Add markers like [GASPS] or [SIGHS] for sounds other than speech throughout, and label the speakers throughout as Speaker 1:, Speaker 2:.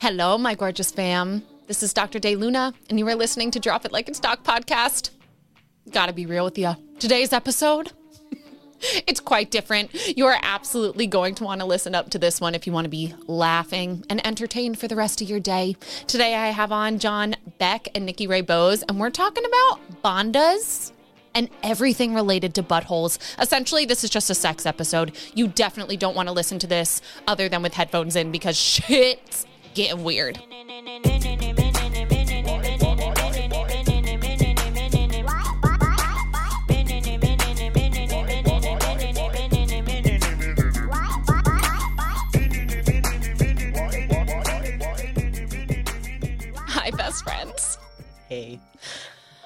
Speaker 1: Hello, my gorgeous fam. This is Dr. Day Luna, and you are listening to Drop It Like It's Doc podcast. Gotta be real with you. Today's episode, [LAUGHS] it's quite different. You are absolutely going to want to listen up to this one if you want to be laughing and entertained for the rest of your day. Today, I have on John Beck and Nikki Ray Bowes, and we're talking about bondas and everything related to buttholes. Essentially, this is just a sex episode. You definitely don't want to listen to this other than with headphones in because shit's getting weird. Hi, best friends.
Speaker 2: Hey.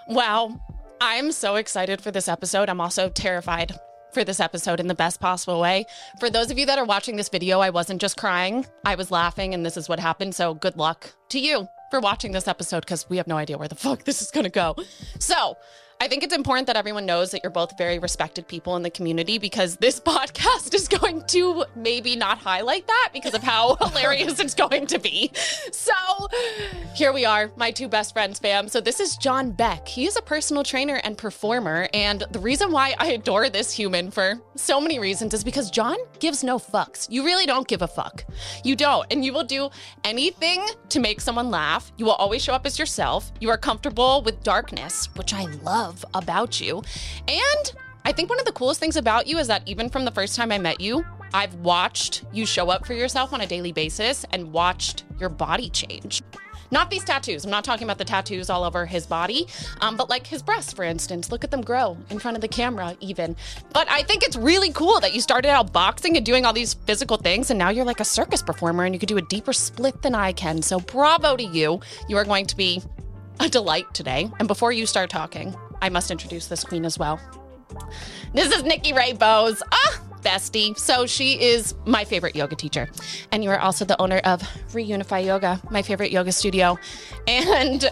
Speaker 1: Wow. I'm so excited for this episode. I'm also terrified for this episode in the best possible way. For those of you that are watching this video, I wasn't just crying, I was laughing, and this is what happened. So, good luck to you for watching this episode because we have no idea where the fuck this is going to go. So, I think it's important that everyone knows that you're both very respected people in the community because this [LAUGHS] podcast is going to maybe not highlight that because of how [LAUGHS] hilarious it's going to be. So here we are, my two best friends, fam. So this is John Beck. He is a personal trainer and performer. And the reason why I adore this human for so many reasons is because John gives no fucks. You really don't give a fuck. You don't. And you will do anything to make someone laugh. You will always show up as yourself. You are comfortable with darkness, which I love about you. And I think one of the coolest things about you is that even from the first time I met you, I've watched you show up for yourself on a daily basis and watched your body change. Not these tattoos. I'm not talking about the tattoos all over his body, um, but like his breasts, for instance. Look at them grow in front of the camera, even. But I think it's really cool that you started out boxing and doing all these physical things, and now you're like a circus performer and you could do a deeper split than I can. So bravo to you. You are going to be a delight today. And before you start talking, I must introduce this queen as well. This is Nikki Ray Bowes. Ah, bestie. So she is my favorite yoga teacher. And you are also the owner of Reunify Yoga, my favorite yoga studio. And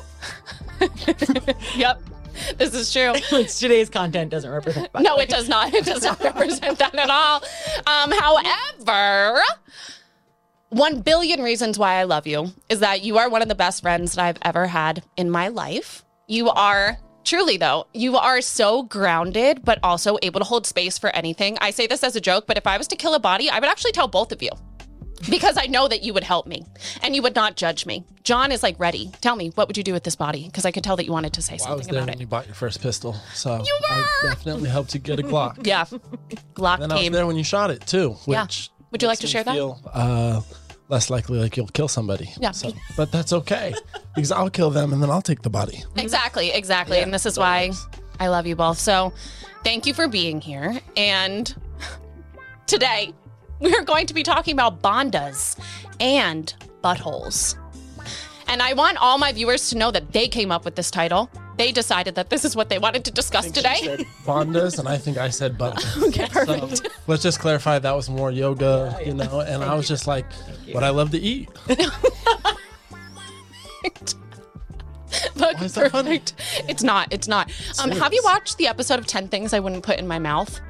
Speaker 1: [LAUGHS] yep, this is true.
Speaker 2: Which today's content doesn't represent. by
Speaker 1: [LAUGHS]
Speaker 2: the
Speaker 1: No,
Speaker 2: way.
Speaker 1: it does not. It does not represent that at all. Um, however, one billion reasons why I love you is that you are one of the best friends that I've ever had in my life. You are truly, though, you are so grounded, but also able to hold space for anything. I say this as a joke, but if I was to kill a body, I would actually tell both of you because I know that you would help me and you would not judge me. John is like, ready. Tell me, what would you do with this body? Because I could tell that you wanted to say
Speaker 3: I was
Speaker 1: something
Speaker 3: there
Speaker 1: about
Speaker 3: when
Speaker 1: it.
Speaker 3: you bought your first pistol, so I definitely helped you get a
Speaker 1: [LAUGHS]
Speaker 3: Glock. [LAUGHS]
Speaker 1: Yeah. Glock
Speaker 3: Then I was
Speaker 1: came.
Speaker 3: there when you shot it too. Which
Speaker 1: Yeah. Would you like
Speaker 3: makes
Speaker 1: to
Speaker 3: me
Speaker 1: share that?
Speaker 3: Feel, uh, less likely like you'll kill somebody.
Speaker 1: Yeah.
Speaker 3: So, but that's okay because I'll kill them and then I'll take the body.
Speaker 1: Exactly, exactly. and this is why I love you both. So thank you for being here. And [LAUGHS] today we are going to be talking about bondas and buttholes. And I want all my viewers to know that they came up with this title. They decided that this is what they wanted to discuss today.
Speaker 3: Bondas, and I think I said but.
Speaker 1: [LAUGHS] Okay, perfect.
Speaker 3: So let's just clarify that was more yoga, you know. And I was just like, what I love to eat.
Speaker 1: [LAUGHS] Look,
Speaker 3: is that funny?
Speaker 1: perfect. It's not. It's not. Um, have you
Speaker 3: Serious.
Speaker 1: watched the episode of 10 Things I Wouldn't Put in My Mouth?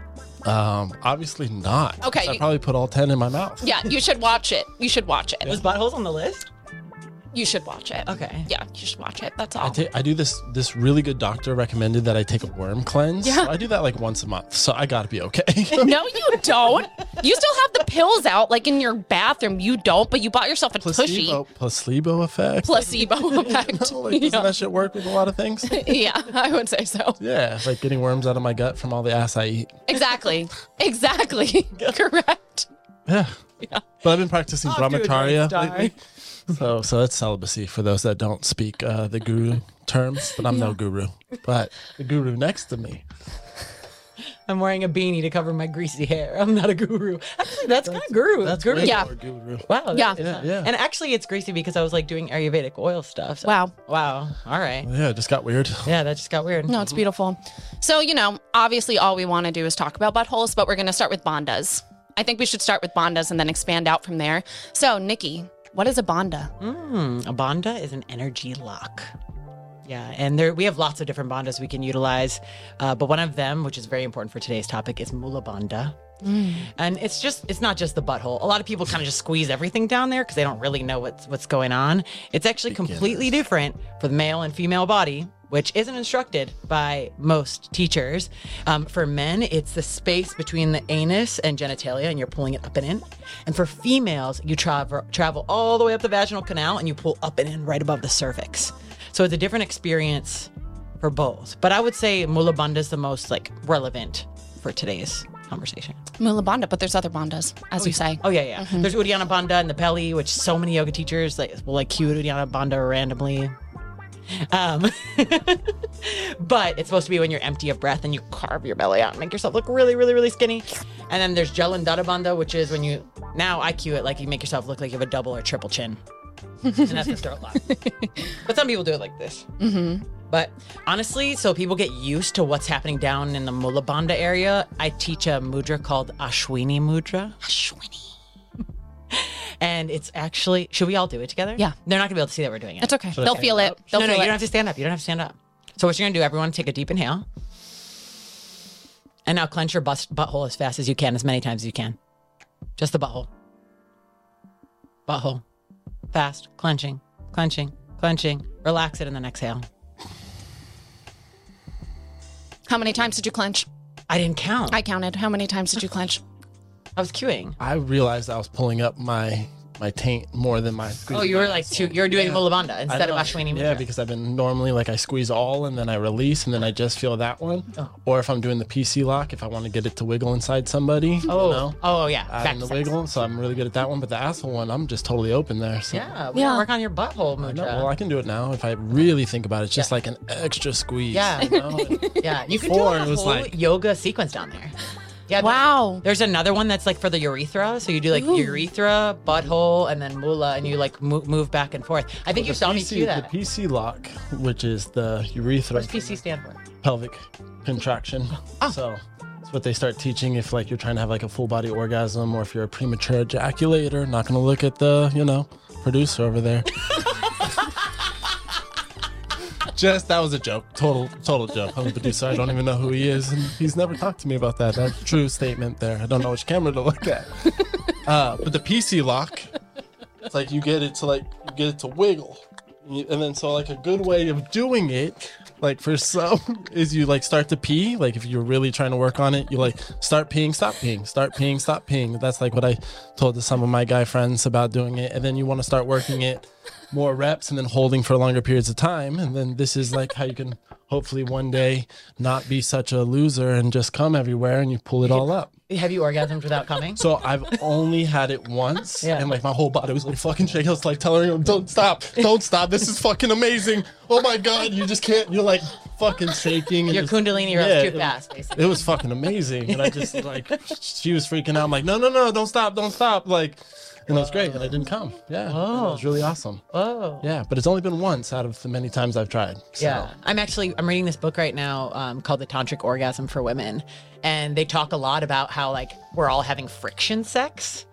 Speaker 3: Um, obviously not.
Speaker 1: Okay,
Speaker 3: 'cause
Speaker 1: you-
Speaker 3: I probably put all ten in my mouth.
Speaker 1: Yeah, you should watch it. You should watch it.
Speaker 2: Was buttholes on the list?
Speaker 1: You should watch it.
Speaker 2: Okay.
Speaker 1: Yeah, you should watch it. That's all.
Speaker 3: I, ta- I do this. This really good doctor recommended that I take a worm cleanse.
Speaker 1: Yeah.
Speaker 3: I do that like once a month, so I gotta be okay.
Speaker 1: No, you don't. You still have the pills out, like in your bathroom. You don't, but you bought yourself a
Speaker 3: placebo,
Speaker 1: tushy
Speaker 3: placebo
Speaker 2: [LAUGHS]
Speaker 3: effect.
Speaker 1: placebo effect.
Speaker 3: [LAUGHS] Like, doesn't that shit work with a lot of things?
Speaker 1: yeah, I would say
Speaker 2: [LAUGHS]
Speaker 1: so.
Speaker 3: yeah, it's like getting worms out of my gut from all the ass I eat.
Speaker 1: Exactly. Exactly. [LAUGHS] Correct.
Speaker 3: Yeah. But I've been practicing
Speaker 2: Off to a
Speaker 3: brahmacharya
Speaker 2: great start.
Speaker 3: lately. [LAUGHS] So, so that's celibacy for those that don't speak uh, the guru terms, but I'm no guru. But the guru next to me.
Speaker 2: I'm wearing a beanie to cover my greasy hair. I'm not a guru. Actually, that's, kind of guru.
Speaker 3: That's
Speaker 2: guru.
Speaker 3: way
Speaker 1: Yeah.
Speaker 3: more guru.
Speaker 2: Wow.
Speaker 1: Yeah.
Speaker 3: Yeah, yeah.
Speaker 2: And actually, it's greasy because I was like doing Ayurvedic oil stuff. so-
Speaker 1: Wow.
Speaker 2: Wow. All right.
Speaker 3: Yeah, it just got weird.
Speaker 2: Yeah, that just got weird.
Speaker 1: No, it's beautiful. So, you know, obviously all we want to do is talk about buttholes, but we're going to start with bondas. I think we should start with bondas and then expand out from there. So, Nikki, what is a bonda?
Speaker 2: Mm, a bonda is an energy lock. Yeah, and there we have lots of different bondas we can utilize, uh, but one of them, which is very important for today's topic, is mula bonda. And it's just it's not just the butthole. A lot of people kind of just squeeze everything down there because they don't really know what's what's going on. It's actually completely different for the male and female body. Which isn't instructed by most teachers. Um, for men, it's the space between the anus and genitalia, and you're pulling it up and in. And for females, you travel travel all the way up the vaginal canal, and you pull up and in right above the cervix. So it's a different experience for both. But I would say Mula Bandha is the most like relevant for today's conversation.
Speaker 1: Mula Bandha, but there's other Bandhas, as you say.
Speaker 2: Oh yeah, yeah. There's Uddiyana Bandha and the Pelli, which so many yoga teachers like will like cue Uddiyana Bandha randomly. Um, [LAUGHS] but it's supposed to be when you're empty of breath and you carve your belly out and make yourself look really, really, really skinny. And then there's Jalandhara Bandha, which is when you now I cue it like you make yourself look like you have a double or triple chin, and that's the throat lock. but some people do it like this. But honestly, so people get used to what's happening down in the Mula Bandha area, I teach a mudra called Ashwini Mudra. Ashwini. and it's actually, should we all do it together?
Speaker 1: Yeah.
Speaker 2: They're not going to be able to see that we're doing it.
Speaker 1: It's okay. They'll feel it. They'll
Speaker 2: no, no,
Speaker 1: feel
Speaker 2: you don't
Speaker 1: it.
Speaker 2: have to stand up. You don't have to stand up. So what you're going to do, everyone, take a deep inhale. And now clench your bust, butthole as fast as you can, as many times as you can. Just the butthole. Butthole. Fast. Clenching. Clenching. Clenching. Relax it and then exhale.
Speaker 1: How many times did you clench?
Speaker 2: I didn't count.
Speaker 1: I counted. How many times did you clench?
Speaker 2: I was queuing.
Speaker 3: I realized I was pulling up my my taint more than my.
Speaker 2: Oh, you were like two. You're doing Mulabanda
Speaker 3: I
Speaker 2: instead of
Speaker 3: know.
Speaker 2: Ashwini Mudra.
Speaker 3: Yeah, because I've been normally like I squeeze all and then I release and then I just feel that one.
Speaker 2: Oh.
Speaker 3: Or if I'm doing the PC lock, if I want to get it to wiggle inside somebody,
Speaker 2: oh,
Speaker 3: you know,
Speaker 2: oh yeah. Back
Speaker 3: I'm
Speaker 2: to
Speaker 3: the
Speaker 2: sex.
Speaker 3: wiggle, so I'm really good at that one. But the asshole one, I'm just totally open there. So.
Speaker 2: Yeah, we
Speaker 1: Yeah.
Speaker 2: gotta work on your butthole mudra.
Speaker 3: No, well, I can do it now if I really think about it. It's just like an extra squeeze.
Speaker 2: Yeah.
Speaker 3: you
Speaker 2: [LAUGHS]
Speaker 3: know?
Speaker 2: yeah, you can do
Speaker 3: Before,
Speaker 2: like, a
Speaker 3: it was
Speaker 2: whole
Speaker 3: like-
Speaker 2: yoga sequence down there. Yeah.
Speaker 1: Wow.
Speaker 2: There's another one that's like for the urethra. So you do like
Speaker 1: Ooh.
Speaker 2: urethra, butthole, and then mula, and you like mo- move back and forth. I think you saw me
Speaker 3: PC
Speaker 2: do that.
Speaker 3: The PC lock, which is the urethra
Speaker 2: What's PC stand
Speaker 3: [LAUGHS]
Speaker 2: for?
Speaker 3: pelvic contraction. So it's what they start teaching if like you're trying to have like a full body orgasm or if you're a premature ejaculator, not gonna look at the, you know, producer over there. [LAUGHS] Just that was a joke. Total total joke. I'm the producer. I don't even know who he is. And he's never talked to me about that. That's a true statement there. I don't know which camera to look [LAUGHS] at. Uh, but the PC lock, it's like you get it to like you get it to wiggle. You- And then so like a good way of doing it, like for some [LAUGHS] is you like start to pee. Like if you're really trying to work on it, you like start peeing, stop peeing, start peeing, stop peeing. That's like what I told to some of my guy friends about doing it. And then you want to start working it more reps and then holding for longer periods of time. And then this is like how you can hopefully one day not be such a loser and just come everywhere and you pull it all up.
Speaker 2: Have you orgasmed without coming?
Speaker 3: So I've only had it once,
Speaker 2: Yeah.
Speaker 3: and like my whole body was like fucking shaking. I was like telling him, "Don't stop, don't stop. This is fucking amazing. Oh my god, you just can't. You're like fucking shaking. and
Speaker 2: Your
Speaker 3: just-
Speaker 2: kundalini runs
Speaker 3: Yeah,
Speaker 2: too fast, basically.
Speaker 3: It was fucking amazing, and I just like she was freaking out. I'm like, no, no, no, don't stop, don't stop. Like, and it was great, and I didn't come. Yeah, and it was really awesome.
Speaker 2: Oh.
Speaker 3: Yeah, but it's only been once out of the many times I've tried. So.
Speaker 2: Yeah, I'm actually I'm reading this book right now um, called The Tantric Orgasm for Women, and they talk a lot about how like we're all having friction sex,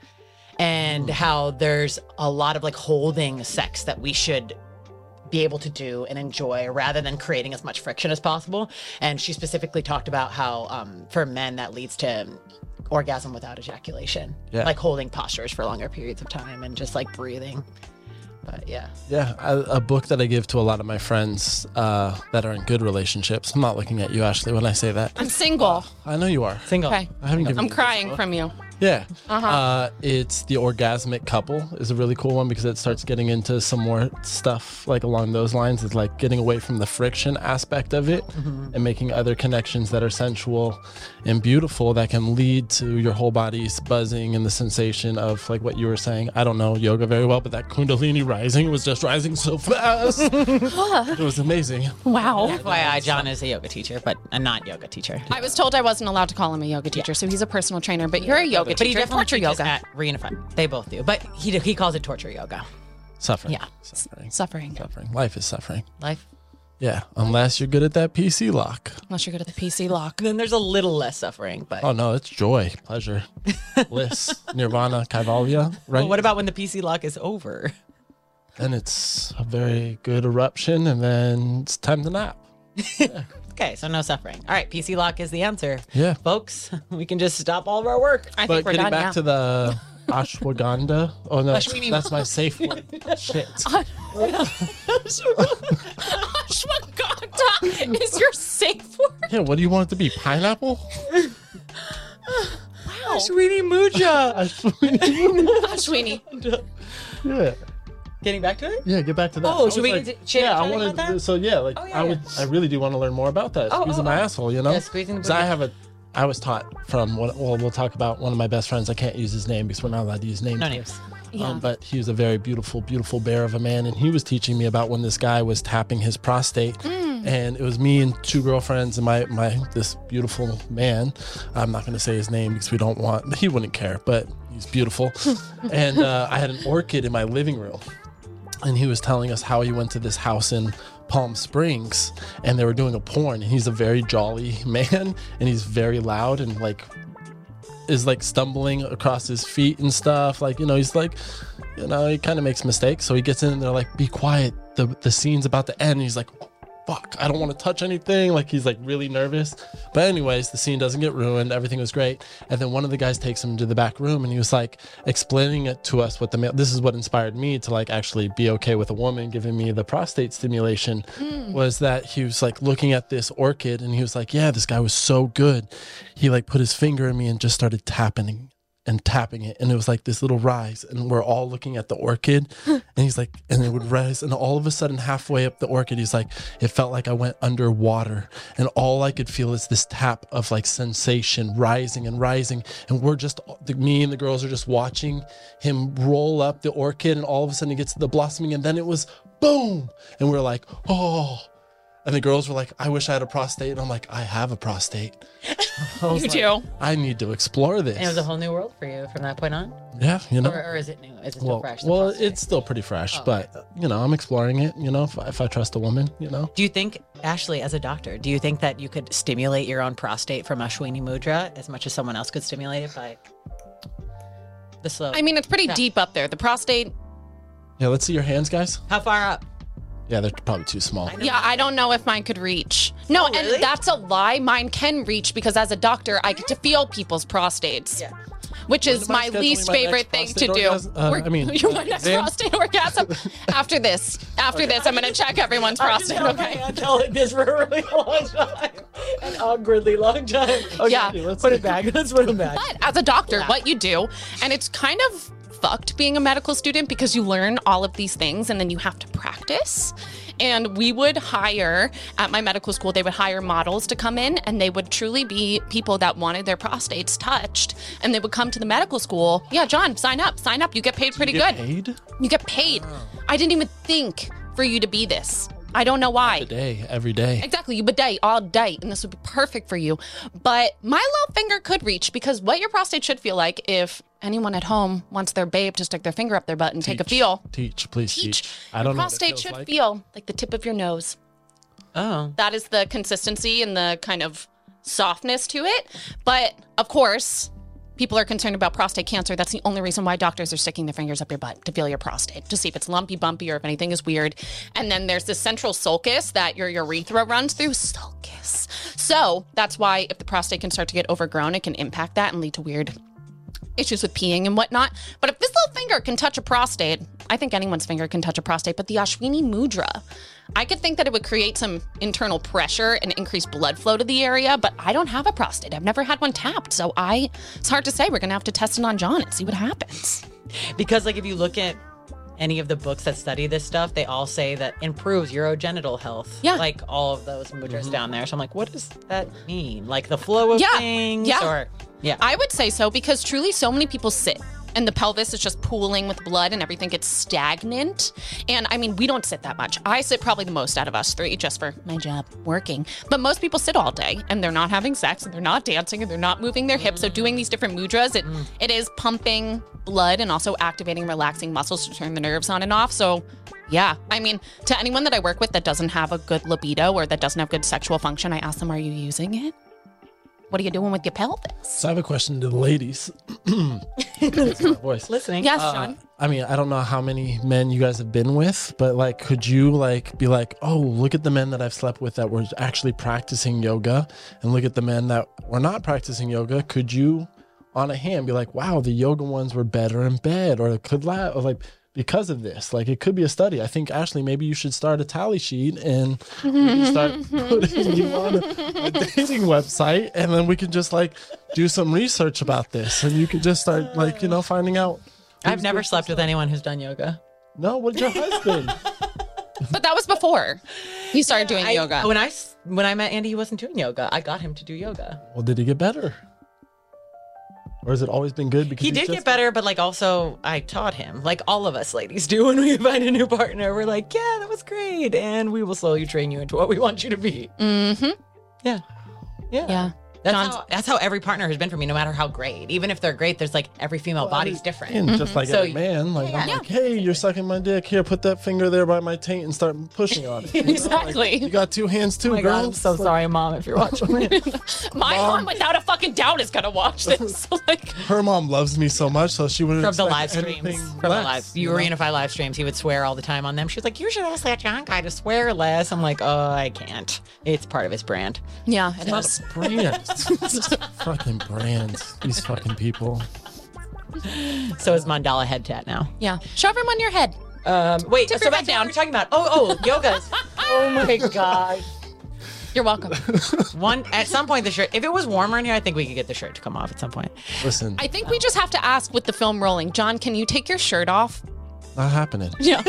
Speaker 3: Hmm.
Speaker 2: and how there's a lot of like holding sex that we should be able to do and enjoy rather than creating as much friction as possible. And she specifically talked about how um, for men that leads to orgasm without ejaculation,
Speaker 3: Yeah.
Speaker 2: like holding postures for longer periods of time and just like breathing. But yeah,
Speaker 3: Yeah, I, a book that I give to a lot of my friends uh, that are in good relationships. I'm not looking at you, Ashley, when I say that.
Speaker 1: I'm single.
Speaker 3: I know you are.
Speaker 2: single.
Speaker 1: Okay.
Speaker 3: I haven't given
Speaker 1: I'm
Speaker 3: you this
Speaker 1: crying Uh-huh.
Speaker 3: book.
Speaker 1: from you.
Speaker 3: Yeah. Uh, it's The Orgasmic Couple is a really cool one because it starts getting into some more stuff like along those lines. It's like getting away from the friction aspect of it
Speaker 1: Mm-hmm.
Speaker 3: and making other connections that are sensual and beautiful that can lead to your whole body's buzzing and the sensation of like what you were saying. I don't know yoga very well, but that Kundalini rising was just rising so fast.
Speaker 1: [LAUGHS]
Speaker 3: it was amazing.
Speaker 1: Wow.
Speaker 2: FYI, John is a yoga teacher, but a not yoga teacher.
Speaker 1: I was told I wasn't allowed to call him a yoga teacher, so he's a personal trainer, but you're a yoga
Speaker 2: But he
Speaker 1: teacher.
Speaker 2: definitely
Speaker 1: Torture
Speaker 2: teaches
Speaker 1: yoga.
Speaker 2: at Reunify. They both do, but he he calls it torture yoga.
Speaker 3: Suffering.
Speaker 2: Yeah.
Speaker 3: Suffering.
Speaker 1: Suffering.
Speaker 3: Suffering. Life is suffering.
Speaker 2: Life.
Speaker 3: Yeah. Unless you're good at that PC lock.
Speaker 1: Unless you're good at the PC lock.
Speaker 2: Then there's a little less suffering, but.
Speaker 3: Oh no, it's joy, pleasure, bliss, nirvana, kaivalya, right?
Speaker 2: But what about when the PC lock is over? [LAUGHS]
Speaker 3: then it's a very good eruption, and then it's time to nap.
Speaker 2: Okay, so no suffering. All right, PC lock is the answer.
Speaker 3: Yeah.
Speaker 2: Folks, [LAUGHS] we can just stop all of our work.
Speaker 1: I
Speaker 3: But
Speaker 1: think we're
Speaker 3: getting
Speaker 1: done
Speaker 3: back
Speaker 1: now.
Speaker 3: to the ashwagandha. Oh no,
Speaker 2: Ashwini.
Speaker 3: that's my safe word. Shit.
Speaker 1: [LAUGHS] Ashwagandha is your safe word.
Speaker 3: Yeah, what do you want it to be? Pineapple?
Speaker 1: [LAUGHS]
Speaker 2: Sweetie Muja.
Speaker 3: Ashwini. [LAUGHS]
Speaker 1: Ashwini.
Speaker 3: yeah.
Speaker 2: [LAUGHS] Getting back to it?
Speaker 3: Yeah, get back to that.
Speaker 2: Oh,
Speaker 3: I was
Speaker 2: should we
Speaker 3: like-
Speaker 2: d- chit-
Speaker 3: Yeah, I
Speaker 2: chat
Speaker 3: wanted.
Speaker 2: about that?
Speaker 3: So yeah, like
Speaker 2: Oh, yeah,
Speaker 3: I
Speaker 2: yeah.
Speaker 3: would. I really do want to learn more about that.
Speaker 2: Oh,
Speaker 3: Squeezing
Speaker 2: oh,
Speaker 3: my
Speaker 2: oh.
Speaker 3: asshole, you know.
Speaker 2: Yeah, squeezing the
Speaker 3: 'Cause I
Speaker 2: booty.
Speaker 3: have a. I was taught from one. Well, we'll talk about one of my best friends. I can't use his name because we're not allowed to use names.
Speaker 2: No names.
Speaker 1: Yeah.
Speaker 3: Um, but he was a very beautiful, beautiful bear of a man, and he was teaching me about when this guy was tapping his prostate, and it was me and two girlfriends and my my this beautiful man. I'm not going to say his name because we don't want he wouldn't care, but he's beautiful, and uh, I had an orchid in my living room, and he was telling us how he went to this house in Palm Springs and they were doing a porn and he's a very jolly man and he's very loud and like is like stumbling across his feet and stuff like you know he's like you know he kind of makes mistakes so he gets in and they're like be quiet the the scene's about to end and he's like fuck I don't want to touch anything like he's like really nervous but anyways the scene doesn't get ruined everything was great and then one of the guys takes him to the back room and he was like explaining it to us what the male this is what inspired me to like actually be okay with a woman giving me the prostate stimulation was that he was like looking at this orchid and he was like yeah this guy was so good he like put his finger in me and just started tapping and tapping it and it was like this little rise and we're all looking at the orchid and he's like and it would rise and all of a sudden halfway up the orchid he's like it felt like i went underwater and all i could feel is this tap of like sensation rising and rising and we're just the- me and the girls are just watching him roll up the orchid and all of a sudden it gets to the blossoming and then it was boom and we're like oh and the girls were like i wish i had a prostate and i'm like i have a prostate
Speaker 1: You do.
Speaker 3: i need to explore this
Speaker 2: And it was a whole new world for you from that point on?
Speaker 3: yeah you know
Speaker 2: Or, or is it new? Is it still
Speaker 3: well,
Speaker 2: fresh? the
Speaker 3: well
Speaker 2: prostate?
Speaker 3: it's still pretty
Speaker 1: Oh.
Speaker 3: fresh, but you know, I'm exploring it. You know, if, if I trust a woman, you know,
Speaker 2: Do you think, Ashley, as a doctor, do you think that you could stimulate your own prostate from Ashwini Mudra as much as someone else could stimulate it by the slow?
Speaker 1: I mean, it's pretty deep up there. The prostate.
Speaker 3: yeah. Let's see your hands, guys.
Speaker 2: how far up?
Speaker 3: Yeah, they're probably too small.
Speaker 1: Yeah, I don't know if mine could reach. No,
Speaker 2: really?
Speaker 1: and that's a lie. Mine can reach because as a doctor, I get to feel people's prostates,
Speaker 2: [LAUGHS] Yeah.
Speaker 1: which is
Speaker 3: am I
Speaker 1: my
Speaker 3: scheduling
Speaker 1: least
Speaker 3: my
Speaker 1: favorite
Speaker 3: next
Speaker 1: thing to
Speaker 3: prostate
Speaker 1: do.
Speaker 3: orgasm? Uh,
Speaker 1: We're- [LAUGHS]
Speaker 3: I mean,
Speaker 1: you're my next
Speaker 3: exam?
Speaker 1: prostate
Speaker 3: [LAUGHS]
Speaker 1: orgasm. After this, after this, I'm gonna check everyone's prostate. Okay.
Speaker 2: held like this for a really long time, an awkwardly long time. Okay,
Speaker 1: Yeah.
Speaker 2: let's put it
Speaker 3: [LAUGHS]
Speaker 2: back. Let's put it back.
Speaker 1: But as a doctor, what you do, and it's kind of fucked being a medical student because you learn all of these things and then you have to practice. And we would hire at my medical school, they would hire models to come in and they would truly be people that wanted their prostates touched. And they would come to the medical school. Yeah, John, sign up, sign up. You get paid pretty
Speaker 3: You get
Speaker 1: good.
Speaker 3: paid
Speaker 1: You get paid.
Speaker 3: Oh.
Speaker 1: I didn't even think for you to be this. I don't know why.
Speaker 3: today, every day.
Speaker 1: Exactly, you bidet all day, and this would be perfect for you. But my little finger could reach because what your prostate should feel like if anyone at home wants their babe to stick their finger up their butt and take a
Speaker 3: Teach.
Speaker 1: feel.
Speaker 3: Teach, please teach.
Speaker 1: Teach.
Speaker 3: I don't know. what it
Speaker 1: prostate
Speaker 3: feels
Speaker 1: should
Speaker 3: like.
Speaker 1: feel like the tip of your nose.
Speaker 2: Oh,
Speaker 1: That is the consistency and the kind of softness to it. But of course, people are concerned about prostate cancer. That's the only reason why doctors are sticking their fingers up your butt to feel your prostate, to see if it's lumpy, bumpy, or if anything is weird. And then there's this central sulcus that your urethra runs through. Sulcus. So that's why if the prostate can start to get overgrown, it can impact that and lead to weird issues with peeing and whatnot. But if this little finger can touch a prostate, I think anyone's finger can touch a prostate, but the Ashwini Mudra, I could think that it would create some internal pressure and increase blood flow to the area, but I don't have a prostate. I've never had one tapped. So I, it's hard to say. We're going to have to test it on John and see what happens.
Speaker 2: because like if you look at any of the books that study this stuff, they all say that improves urogenital health.
Speaker 1: Yeah.
Speaker 2: like all of those mudras down there. So I'm like, what does that mean? Like the flow of
Speaker 1: Yeah,
Speaker 2: things,
Speaker 1: yeah.
Speaker 2: or yeah.
Speaker 1: I would say so because truly so many people sit and the pelvis is just pooling with blood and everything gets stagnant. And I mean, we don't sit that much. I sit probably the most out of us three just for my job working. But most people sit all day and they're not having sex and they're not dancing and they're not moving their hips. So doing these different mudras, it it is pumping blood and also activating relaxing muscles to turn the nerves on and off. So yeah, I mean, to anyone that I work with that doesn't have a good libido or that doesn't have good sexual function, I ask them, "Are you using it?" What are you doing with your pelvis?
Speaker 3: So I have a question to the ladies. [COUGHS] That's
Speaker 1: [LAUGHS]
Speaker 3: my voice.
Speaker 2: Listening.
Speaker 1: Yes,
Speaker 3: Uh,
Speaker 1: Sean.
Speaker 3: I mean, I don't know how many men you guys have been with, but like, could you like be like, oh, look at the men that I've slept with that were actually practicing yoga, and look at the men that were not practicing yoga? Could you, on a hand, be like, wow, the yoga ones were better in bed, or could la- or like because of this, like it could be a study. I think Ashley, maybe you should start a tally sheet and we can start putting you on a, a dating website, and then we can just like do some research about this, and you can just start like you know finding out.
Speaker 2: I've never slept with anyone who's done yoga.
Speaker 3: No, what's your husband?
Speaker 1: But that was before you started doing
Speaker 2: I-
Speaker 1: yoga.
Speaker 2: When I s- when I met Andy, he wasn't doing yoga. I got him to do yoga.
Speaker 3: [LAUGHS] well, did he get better? Or has it always been good? Because
Speaker 2: He
Speaker 3: he's
Speaker 2: did
Speaker 3: just-
Speaker 2: get better, but like also I taught him, like all of us ladies do [LAUGHS] when we find a new partner. We're like, yeah, that was great, and we will slowly train you into what we want you to be.
Speaker 1: mm-hmm.
Speaker 2: Yeah, yeah.
Speaker 1: Yeah.
Speaker 2: That's
Speaker 1: John's-
Speaker 2: how, that's how every partner has been for me, no matter how great. Even if they're great, there's like every female body's different. Oh
Speaker 3: And just like
Speaker 2: So-
Speaker 3: every man, like I'm
Speaker 1: yeah.
Speaker 3: like, hey, you're sucking my dick. Here, put that finger there by my taint and start pushing on it.
Speaker 2: [LAUGHS]
Speaker 3: You know, like,
Speaker 1: [LAUGHS] Exactly.
Speaker 3: you got two hands too,
Speaker 2: Oh my
Speaker 3: girl.
Speaker 2: God, I'm so sorry, mom, if
Speaker 3: [LAUGHS]
Speaker 2: you're watching.
Speaker 1: My mom, without a fucking doubt, is gonna watch this. [LAUGHS] like,
Speaker 3: Her mom loves me so much, so she wouldn't
Speaker 2: From the
Speaker 3: expect
Speaker 2: live streams,
Speaker 3: anything
Speaker 2: from the
Speaker 3: less,
Speaker 2: live,
Speaker 3: you
Speaker 2: you
Speaker 3: know?
Speaker 2: were unify live streams. He would swear all the time on them. She was like, "You should ask that John guy to swear less." I'm like, "Oh, I can't. It's part of his brand."
Speaker 1: yeah, it
Speaker 3: Not
Speaker 1: is.
Speaker 3: a brand. [LAUGHS] fucking brands. These fucking people.
Speaker 2: So is mandala head tat now.
Speaker 1: Yeah, shove him on your head.
Speaker 2: Um, wait,
Speaker 1: Tip
Speaker 2: so
Speaker 1: your
Speaker 2: back
Speaker 1: head
Speaker 2: down.
Speaker 1: down.
Speaker 2: We're talking about oh oh
Speaker 1: [LAUGHS]
Speaker 2: yoga. oh my god.
Speaker 1: You're [LAUGHS] welcome.
Speaker 2: One at some point the shirt. If it was warmer in here, I think we could get the shirt to come off at some point.
Speaker 3: Listen,
Speaker 1: I think we just have to ask with the film rolling, John, can you take your shirt off?
Speaker 3: not happening.
Speaker 1: Yeah.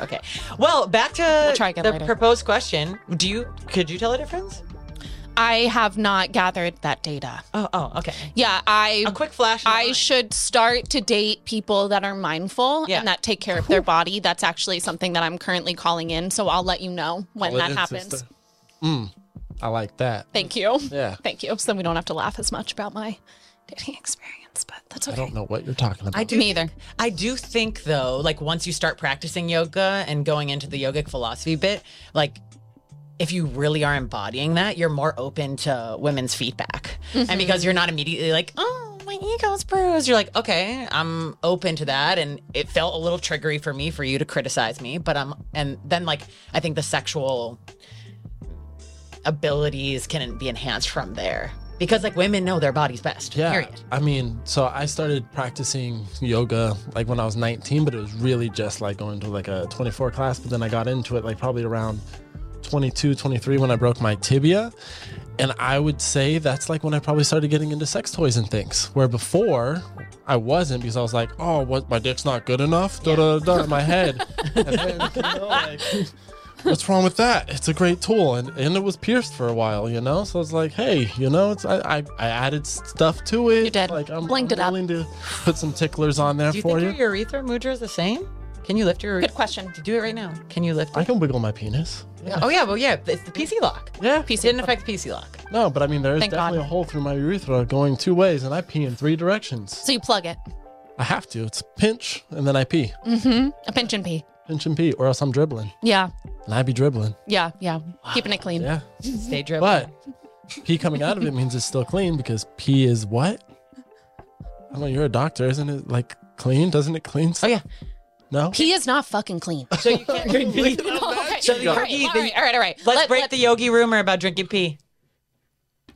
Speaker 2: Okay. Well, back to
Speaker 1: try again
Speaker 2: the
Speaker 1: later.
Speaker 2: proposed question. Do you could you tell the difference?
Speaker 1: [LAUGHS] I have not gathered that data.
Speaker 2: Oh oh okay.
Speaker 1: Yeah, I
Speaker 2: A quick flash. in the
Speaker 1: I
Speaker 2: mind.
Speaker 1: should start to date people that are mindful
Speaker 2: Yeah.
Speaker 1: and that take care of their body. That's actually something that I'm currently calling in, so I'll let you know when that happens.
Speaker 3: Mm, I like that.
Speaker 1: Thank you.
Speaker 3: Yeah.
Speaker 1: Thank you. So then we don't have to laugh as much about my dating experience, but that's
Speaker 3: I
Speaker 1: okay.
Speaker 3: don't know what you're talking about.
Speaker 2: I do
Speaker 1: Me either.
Speaker 2: I do think though, like once you start practicing yoga and going into the yogic philosophy bit, like if you really are embodying that, you're more open to women's feedback. And because you're not immediately like, oh, my ego's bruised, you're like, okay, I'm open to that. And it felt a little triggery for me for you to criticize me, but I'm, and then like, I think the sexual abilities can be enhanced from there because like women know their bodies best.
Speaker 3: Yeah.
Speaker 2: Period.
Speaker 3: I mean, so I started practicing yoga like when I was 19, but it was really just like going to like a 24 class. But then I got into it like probably around 22, 23 when I broke my tibia. And I would say that's like when I probably started getting into sex toys and things, where before I wasn't because I was like, oh, what? My dick's not good enough? Da da da, da, in my head. [LAUGHS] and then, you know, like, what's wrong with that? It's a great tool, and, and it was pierced for a while, you know. So it's like, hey, you know, it's I I, I added stuff to it.
Speaker 1: You did.
Speaker 3: Like I'm,
Speaker 1: Blinged
Speaker 3: I'm
Speaker 1: it up.
Speaker 3: willing to put some ticklers on there
Speaker 2: Do you
Speaker 3: for
Speaker 2: think
Speaker 3: you.
Speaker 2: your urethra mudra is the same? Can you lift your
Speaker 1: Good question.
Speaker 2: Do it right now. Can you lift
Speaker 3: I
Speaker 2: it?
Speaker 3: can wiggle my penis. Yeah.
Speaker 2: Oh yeah, well yeah, it's the PC lock.
Speaker 3: Yeah.
Speaker 2: PC didn't affect the PC lock.
Speaker 3: No, but I mean, there is
Speaker 1: Thank
Speaker 3: definitely
Speaker 1: God.
Speaker 3: a hole through my urethra going two ways, and I pee in three directions.
Speaker 1: So you plug it.
Speaker 3: I have to. It's pinch, and then I pee.
Speaker 1: A pinch and pee.
Speaker 3: Pinch and pee, or else I'm dribbling,
Speaker 1: Yeah.
Speaker 3: and I be dribbling.
Speaker 1: Yeah. Yeah. Keeping it clean.
Speaker 3: Yeah.
Speaker 2: Stay drip.
Speaker 3: But pee coming out of it means it's still clean because pee is what? I don't know. You're a doctor, isn't it? Like clean? Doesn't it clean?
Speaker 2: Oh yeah.
Speaker 3: No.
Speaker 1: Pee is not fucking [LAUGHS] clean.
Speaker 2: So you can't drink pee.
Speaker 1: all, right.
Speaker 2: So the
Speaker 1: all, right.
Speaker 2: yogi-
Speaker 1: all
Speaker 2: the-
Speaker 1: right. All right. All right.
Speaker 2: Let's
Speaker 1: Let-
Speaker 2: break
Speaker 1: let-
Speaker 2: the yogi rumor about drinking pee.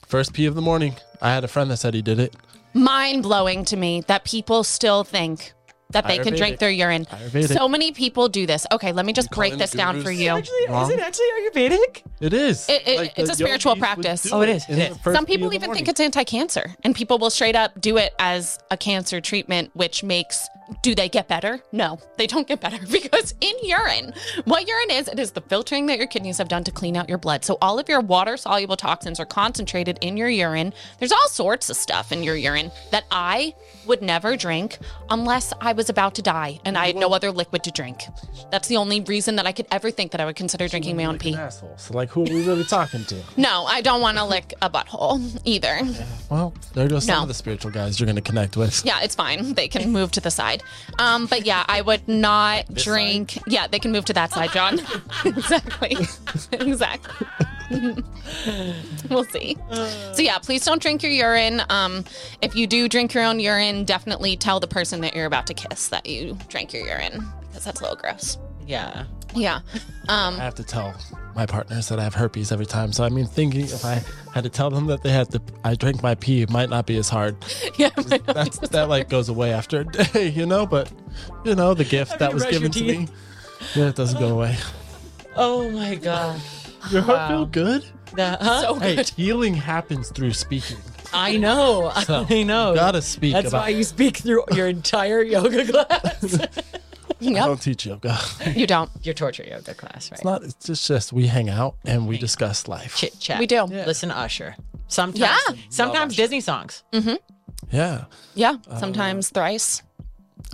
Speaker 3: First pee of the morning. I had a friend that said he did it.
Speaker 1: mind blowing to me that people still think that they can drink
Speaker 3: Ayurvedic.
Speaker 1: their urine.
Speaker 3: Ayurvedic.
Speaker 1: So many people do this. Okay, let me just break
Speaker 3: in
Speaker 1: this
Speaker 3: the
Speaker 1: down for
Speaker 3: gurus.
Speaker 1: you.
Speaker 3: Wrong.
Speaker 2: it actually Ayurvedic?
Speaker 3: It is.
Speaker 1: It- it-
Speaker 3: the
Speaker 1: it's a spiritual
Speaker 3: yogis would
Speaker 1: practice.
Speaker 3: do
Speaker 2: Oh, it is.
Speaker 3: in
Speaker 2: It
Speaker 3: the
Speaker 2: is.
Speaker 3: first
Speaker 1: Some
Speaker 3: pee of
Speaker 1: people
Speaker 3: the
Speaker 1: even
Speaker 3: morning.
Speaker 1: think it's anti-cancer, and people will straight up do it as a cancer treatment, which makes do they get better? No, they don't get better [LAUGHS] because in urine, what urine is, it is the filtering that your kidneys have done to clean out your blood. So all of your water-soluble toxins are concentrated in your urine. There's all sorts of stuff in your urine that I would never drink unless I was about to die and I had no other liquid to drink. That's the only reason that I could ever think that I would consider drinking my own
Speaker 3: Like an
Speaker 1: pee.
Speaker 3: asshole. So like, who are we really
Speaker 1: [LAUGHS]
Speaker 3: talking to?
Speaker 1: No, I don't want to lick a butthole either.
Speaker 3: Well, there goes some
Speaker 1: No.
Speaker 3: of the spiritual guys you're going to connect with.
Speaker 1: Yeah, it's fine. They can move to the side. Um, but yeah, I would not drink. Yeah, they can move to that side, John. exactly. exactly. we'll see. So yeah, please don't drink your urine. Um, if you do drink your own urine, definitely tell the person that you're about to kiss that you drank your urine because that's a little gross.
Speaker 2: Yeah.
Speaker 1: Yeah. Um,
Speaker 3: [LAUGHS] I have to tell my partners that I have herpes every time. So I mean, thinking if I had to tell them that they had to, I drank my pee, it might not be
Speaker 2: [LAUGHS]
Speaker 3: as hard. [LAUGHS]
Speaker 1: yeah.
Speaker 3: That's, that like goes away after a day, you know. But you know, the gift that
Speaker 2: you
Speaker 3: was
Speaker 2: brushed your
Speaker 3: given to me, yeah, it doesn't
Speaker 2: [LAUGHS]
Speaker 3: go away.
Speaker 2: Oh my god.
Speaker 3: Your heart
Speaker 2: Wow.
Speaker 3: feel good?
Speaker 2: That, huh?
Speaker 1: So
Speaker 3: Hey,
Speaker 1: good.
Speaker 3: healing happens through speaking.
Speaker 2: I know.
Speaker 3: So,
Speaker 2: [LAUGHS] I know.
Speaker 3: You gotta speak
Speaker 2: That's
Speaker 3: about.
Speaker 2: why you speak through your entire yoga [LAUGHS] class.
Speaker 3: I
Speaker 1: [LAUGHS] Yep.
Speaker 3: don't teach yoga. [LAUGHS] It's
Speaker 1: You don't.
Speaker 2: your torture yoga class, right?
Speaker 3: not. It's just, just we hang out and we discuss life.
Speaker 2: Chit chat.
Speaker 1: We do.
Speaker 3: Yeah.
Speaker 2: Listen to Usher. Sometimes,
Speaker 1: Yeah. Mm.
Speaker 2: sometimes Disney songs.
Speaker 3: Yeah.
Speaker 1: Yeah. Sometimes thrice.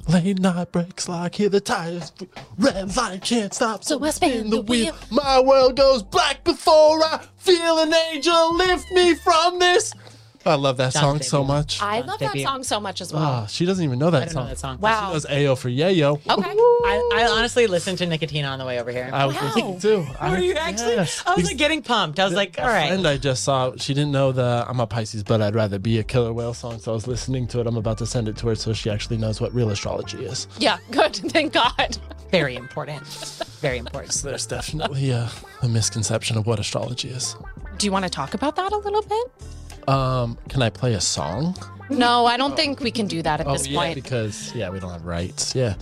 Speaker 3: Late night breaks like hear the tires. Red light can't stop, so I spin the wheel. My world goes black before I feel an angel lift me from this. I love that song
Speaker 2: baby.
Speaker 3: so much.
Speaker 1: I love that
Speaker 2: debut.
Speaker 1: song so much as well.
Speaker 3: Ah, she doesn't even know that
Speaker 2: I don't
Speaker 3: song.
Speaker 2: know that song.
Speaker 1: wow.
Speaker 3: She knows Ayo for Yayo.
Speaker 1: Okay.
Speaker 2: I, I honestly listened to Nicotina on the way over here.
Speaker 3: I was
Speaker 1: Wow.
Speaker 3: listening too. I-
Speaker 2: Were you actually?
Speaker 3: yes.
Speaker 2: I was
Speaker 3: Because
Speaker 2: like getting pumped. I was like, all
Speaker 3: a
Speaker 2: right.
Speaker 3: friend I just saw, she didn't know the I'm a Pisces, but I'd rather be a killer whale song. So I was listening to it. I'm about to send it to her so she actually knows what real astrology is.
Speaker 1: Yeah. Good. [LAUGHS] Thank God.
Speaker 2: Very important. Very important.
Speaker 3: There's [LAUGHS] definitely a, a misconception of what astrology is.
Speaker 1: Do you want to talk about that a little bit?
Speaker 3: Um, can I play a song?
Speaker 1: No, I don't think we can do that at
Speaker 2: Oh,
Speaker 1: this
Speaker 3: Oh, yeah,
Speaker 1: point.
Speaker 3: because yeah, we don't have rights. Yeah.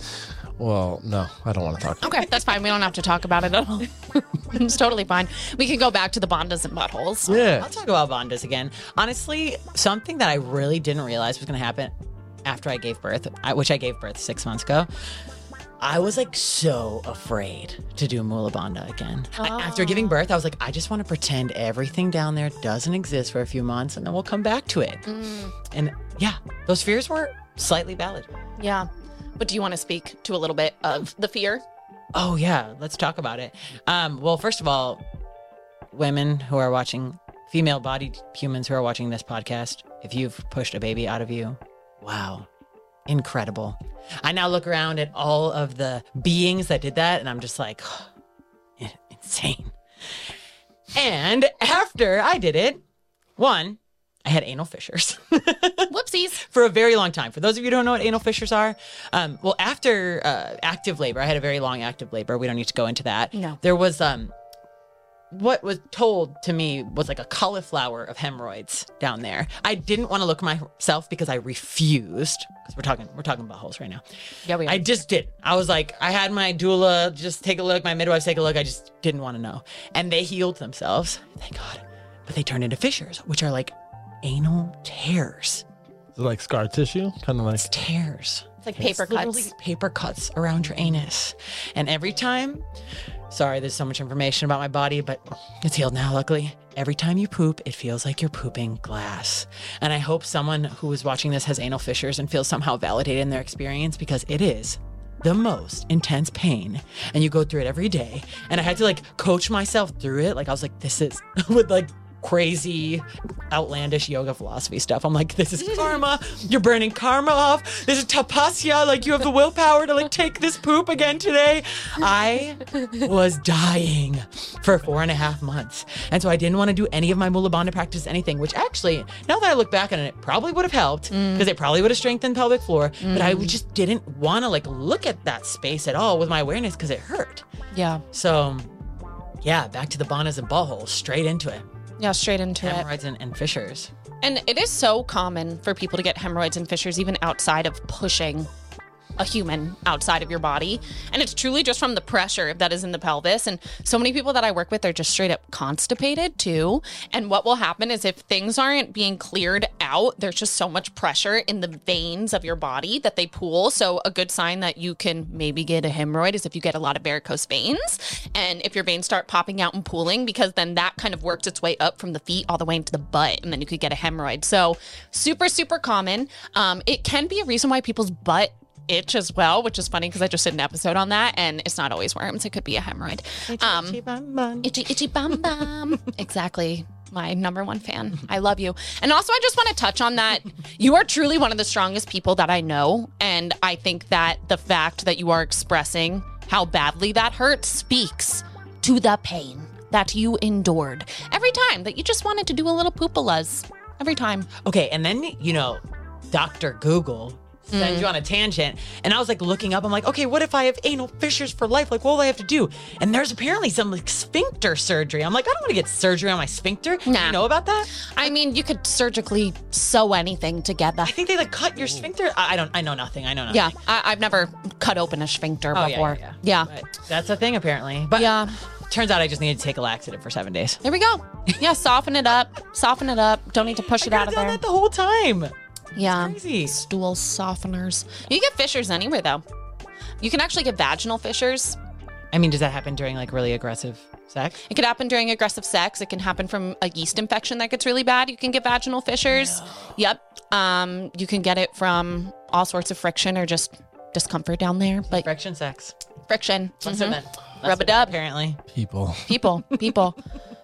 Speaker 3: Well, no, I don't want to talk.
Speaker 1: Okay, that's fine. We don't have to talk about it at all. [LAUGHS] it's totally fine. We can go back to the bondas and buttholes.
Speaker 3: Yeah.
Speaker 1: [LAUGHS]
Speaker 2: I'll talk about Bondas again. Honestly, something that I really didn't realize was going to happen after I gave birth, I- which I gave birth six months ago. I was like so afraid to do Mula Bonda again. I- after giving birth, I was like, I just want to pretend everything down there doesn't exist for a few months and then we'll come back to it. And yeah, those fears were slightly valid.
Speaker 1: Yeah. But do you want to speak to a little bit of the [LAUGHS] fear?
Speaker 2: Oh yeah, let's talk about it. Um, well, first of all, women who are watching, female-bodied humans who are watching this podcast, if you've pushed a baby out of you, wow, incredible. I now look around at all of the beings that did that, and I'm just like, [GASPS] insane. And after I did it, one, I had anal fissures. [LAUGHS]
Speaker 1: Whoopsies.
Speaker 2: for a very long time. For those of you who don't know what anal fissures are, um, well, after uh, active labor, I had a very long active labor. We don't need to go into that.
Speaker 1: No.
Speaker 2: There was um, what was told to me was like a cauliflower of hemorrhoids down there. I didn't want to look myself because I refused. Because we're talking, we're talking about holes right now.
Speaker 1: Yeah, we are.
Speaker 2: I just didn't. I was like, I had my doula just take a look, my midwife take a look. I just didn't want to know. And they healed themselves, thank God. But they turned into fissures, which are like anal tears.
Speaker 3: Is it like scar tissue? Kind of like.
Speaker 2: It's tears.
Speaker 1: It's like paper
Speaker 2: It's literally
Speaker 1: cuts.
Speaker 2: Paper cuts around your anus. And every time, sorry, there's so much information about my body, but it's healed now, luckily. Every time you poop, it feels like you're pooping glass. And I hope someone who is watching this has anal fissures and feels somehow validated in their experience because it is the most intense pain and you go through it every day and i had to like coach myself through it like i was like this is [LAUGHS] with like crazy outlandish yoga philosophy stuff i'm like this is karma you're burning karma off this is tapasya like you have the willpower to like take this poop again today i was dying for four and a half months and so i didn't want to do any of my mula bandha practice anything which actually now that i look back on it it probably would have helped because it probably would have strengthened pelvic floor but i just didn't want to like look at that space at all with my awareness because it hurt
Speaker 1: Yeah.
Speaker 2: so yeah back to the bondas and buttholes straight into it
Speaker 1: Yeah, straight into it.
Speaker 2: hemorrhoids and, and fissures
Speaker 1: And it is so common for people to get hemorrhoids and fissures, even outside of pushing a human outside of your body. And it's truly just from the pressure that is in the pelvis. And so many people that I work with are just straight up constipated too. And what will happen is if things aren't being cleared out, there's just so much pressure in the veins of your body that they pool. So a good sign that you can maybe get a hemorrhoid is if you get a lot of varicose veins. And if your veins start popping out and pooling, because then that kind of works its way up from the feet all the way into the butt. And then you could get a hemorrhoid. So super, super common. Um, it can be a reason why people's butt itch as well, which is funny because I just did an episode on that, and it's not always worms; it could be a hemorrhoid. Um, itchy, itchy, bum, bum. [LAUGHS] exactly. My number one fan. I love you. And also, I just want to touch on [LAUGHS] that. You are truly one of the strongest people that I know. And I think that the fact that you are expressing how badly that hurt speaks to the pain that you endured. Every time that you just wanted to do a little poopalas. Every time.
Speaker 2: Okay, and then you know, Doctor Google sends
Speaker 1: Mm.
Speaker 2: you on a tangent, and I was like looking up. I'm like, okay, what if I have anal fissures for life? Like, what will I have to do? And there's apparently some like sphincter surgery. I'm like, I don't want to get surgery on my sphincter. Do
Speaker 1: Nah.
Speaker 2: You know about that?
Speaker 1: I mean, you could surgically sew anything together.
Speaker 2: I think they like cut your sphincter. I, I don't. I know nothing. I know nothing.
Speaker 1: Yeah, I, I've never cut open a sphincter
Speaker 2: Oh, yeah,
Speaker 1: before.
Speaker 2: yeah,
Speaker 1: yeah.
Speaker 2: But that's a thing apparently. But
Speaker 1: Yeah.
Speaker 2: turns out I just needed to take a laxative for seven days.
Speaker 1: There we go. Yeah, soften it up. Soften it up. Don't need to push it
Speaker 2: I've
Speaker 1: out of
Speaker 2: done
Speaker 1: there.
Speaker 2: that the whole time.
Speaker 1: yeah.
Speaker 2: Crazy.
Speaker 1: Stool softeners. You can get fissures anywhere though. You can actually get vaginal fissures.
Speaker 2: I mean, does that happen during like really aggressive sex?
Speaker 1: It could happen during aggressive sex. It can happen from a yeast infection that gets really bad. You can get vaginal fissures. Yep. Um, you can get it from all sorts of friction or just discomfort down there. But
Speaker 2: Friction sex.
Speaker 1: friction.
Speaker 2: That's
Speaker 1: Mhm.
Speaker 2: what that- that's
Speaker 1: Rub it
Speaker 2: what
Speaker 1: up.
Speaker 2: Apparently.
Speaker 3: People.
Speaker 1: people people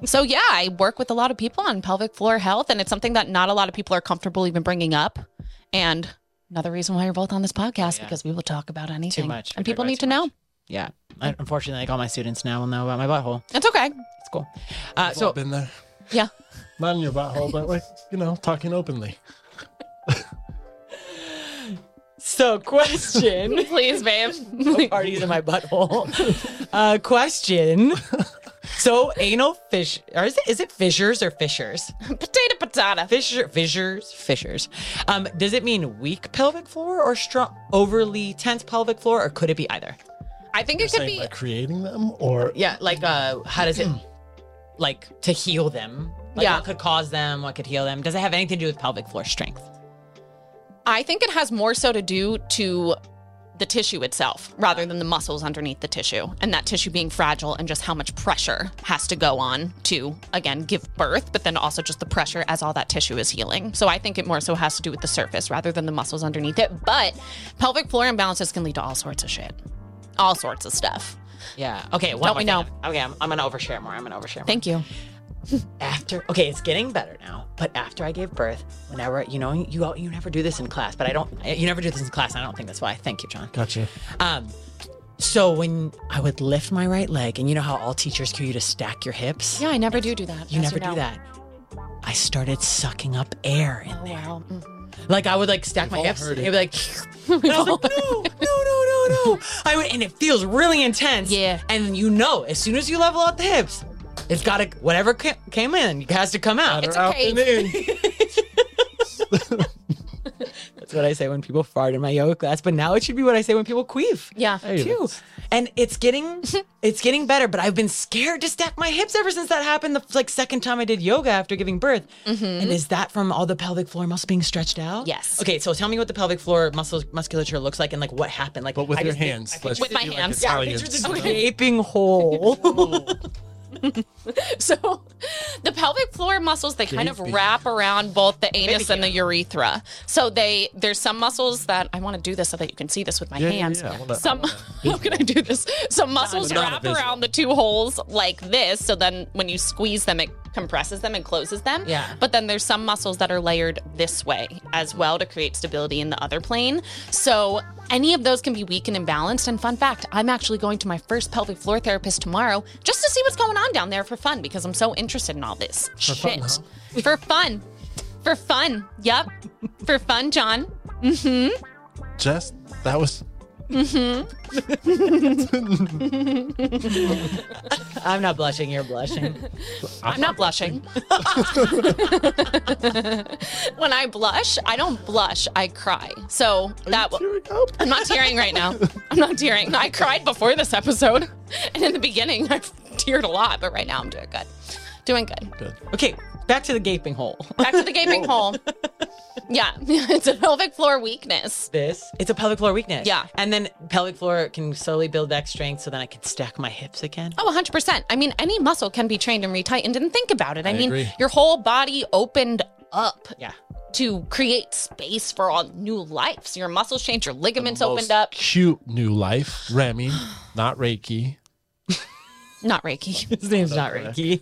Speaker 1: so yeah i work with a lot of people on pelvic floor health and it's something that not a lot of people are comfortable even bringing up and another reason why you're both on this podcast
Speaker 2: Yeah.
Speaker 1: because we will talk about anything
Speaker 2: Too much. We
Speaker 1: and
Speaker 2: talk
Speaker 1: people
Speaker 2: about
Speaker 1: need
Speaker 2: too
Speaker 1: to know
Speaker 2: much. Yeah. I, unfortunately, like all my students now will know about my butthole.
Speaker 1: it's okay
Speaker 2: It's cool. Uh,
Speaker 3: So
Speaker 2: so
Speaker 3: been there.
Speaker 2: [LAUGHS]
Speaker 1: yeah
Speaker 3: Not in your butthole, but like you know, talking openly.
Speaker 2: so question. [LAUGHS]
Speaker 1: please babe
Speaker 2: Parties in my butthole. Uh, [LAUGHS] question. So anal fish, or is it is it fissures or fissures?
Speaker 1: [LAUGHS] potato potato
Speaker 2: Fissure, fissures, fissures. Um, does it mean weak pelvic floor or strong, overly tense pelvic floor, or could it be either?
Speaker 1: i think it could be
Speaker 3: Saying by creating them or
Speaker 2: Yeah, like uh, how does it, like to heal them? Like
Speaker 1: Yeah.
Speaker 2: what could cause them? What could heal them? Does it have anything to do with pelvic floor strength?
Speaker 1: i think it has more so to do to the tissue itself rather than the muscles underneath the tissue and that tissue being fragile and just how much pressure has to go on to again give birth but then also just the pressure as all that tissue is healing so i think it more so has to do with the surface rather than the muscles underneath it but pelvic floor imbalances can lead to all sorts of shit all sorts of stuff
Speaker 2: Yeah. Okay. One
Speaker 1: Don't we
Speaker 2: more thing. Okay, I'm, I'm gonna overshare more. I'm gonna overshare. More.
Speaker 1: thank you
Speaker 2: after okay it's getting better now but after i gave birth whenever you know you all you never do this in class but i don't you never do this in class and i don't think that's why thank you john
Speaker 3: gotcha.
Speaker 2: um so when i would lift my right leg and you know how all teachers cue you to stack your hips
Speaker 1: yeah i never do do that
Speaker 2: you never do that i started sucking up air in there
Speaker 1: wow
Speaker 2: like i would like stack my
Speaker 3: all
Speaker 2: hips and
Speaker 3: heard it.
Speaker 2: it'd be like and I was like, no, no, no, no, no. I would, and it feels really intense.
Speaker 1: Yeah.
Speaker 2: And you know, as soon as you level out the hips, it's got to, whatever ca- came in has to come out.
Speaker 1: It's
Speaker 3: Or
Speaker 1: okay. [LAUGHS]
Speaker 3: afternoon.
Speaker 2: That's what I say when people fart in my yoga class, but now it should be what I say when people queef.
Speaker 1: [LAUGHS] yeah
Speaker 3: Hey,
Speaker 2: Too. And it's getting
Speaker 1: [LAUGHS]
Speaker 2: it's getting better, but I've been scared to stack my hips ever since that happened the like second time I did yoga after giving birth. And is that from all the pelvic floor muscle being stretched out?
Speaker 1: Mm-hmm. Yes.
Speaker 2: Okay, so tell me what the pelvic floor muscle musculature looks like and like what happened. Like
Speaker 3: But with
Speaker 2: I
Speaker 3: your
Speaker 2: just think-
Speaker 3: hands.
Speaker 2: I
Speaker 3: let's
Speaker 1: With my
Speaker 3: do, like,
Speaker 1: hands. Yeah,
Speaker 3: Italian
Speaker 2: picture this
Speaker 3: style.
Speaker 1: [LAUGHS]
Speaker 2: gaping hole.
Speaker 1: So the pelvic floor muscles they kind of
Speaker 3: Gaping.
Speaker 1: wrap around both the anus and the urethra. So they there's some muscles that I want to do this so that you can see this with my
Speaker 3: yeah,
Speaker 1: hands.
Speaker 3: yeah, I wanna- I
Speaker 1: some
Speaker 3: wanna
Speaker 1: [LAUGHS] how can I do this? Some muscles
Speaker 3: not a
Speaker 1: wrap
Speaker 3: visual.
Speaker 1: around the two holes like this. So then when you squeeze them, it compresses them and closes them.
Speaker 2: Yeah.
Speaker 1: But then there's some muscles that are layered this way as well to create stability in the other plane. So any of those can be weak and imbalanced. And fun fact, I'm actually going to my first pelvic floor therapist tomorrow just to see what's going on down there for fun because I'm so interested in all this shit.
Speaker 3: fun,
Speaker 1: For fun. For fun. Yep. For fun, John.
Speaker 3: Just that was
Speaker 2: I'm not blushing, you're blushing.
Speaker 1: I'm not blushing. [LAUGHS] when I blush, I don't blush, I cry. So that
Speaker 3: here
Speaker 1: w-
Speaker 3: we go.
Speaker 1: I'm not tearing right now. I'm not tearing. I cried before this episode. And in the beginning, I teared a lot, but right now I'm doing good. Doing good.
Speaker 3: Good.
Speaker 2: Okay, back to the gaping hole. [LAUGHS]
Speaker 1: Back to the gaping hole. Yeah, [LAUGHS] it's a pelvic floor weakness.
Speaker 2: this. It's a pelvic floor weakness.
Speaker 1: Yeah.
Speaker 2: And then pelvic floor can slowly build back strength so then I can stack my hips again.
Speaker 1: Oh, 100%. I mean, any muscle can be trained and retightened. And think about it. I, mean,
Speaker 3: agree.
Speaker 1: your whole body opened up
Speaker 2: Yeah. [LAUGHS]
Speaker 1: to create space for all new life. So your muscles change, your ligaments
Speaker 3: Most
Speaker 1: opened up.
Speaker 3: Cute new life. Remy, not Reiki.
Speaker 1: Not Reiki. [LAUGHS]
Speaker 3: Oh,
Speaker 2: His name's not Ricky.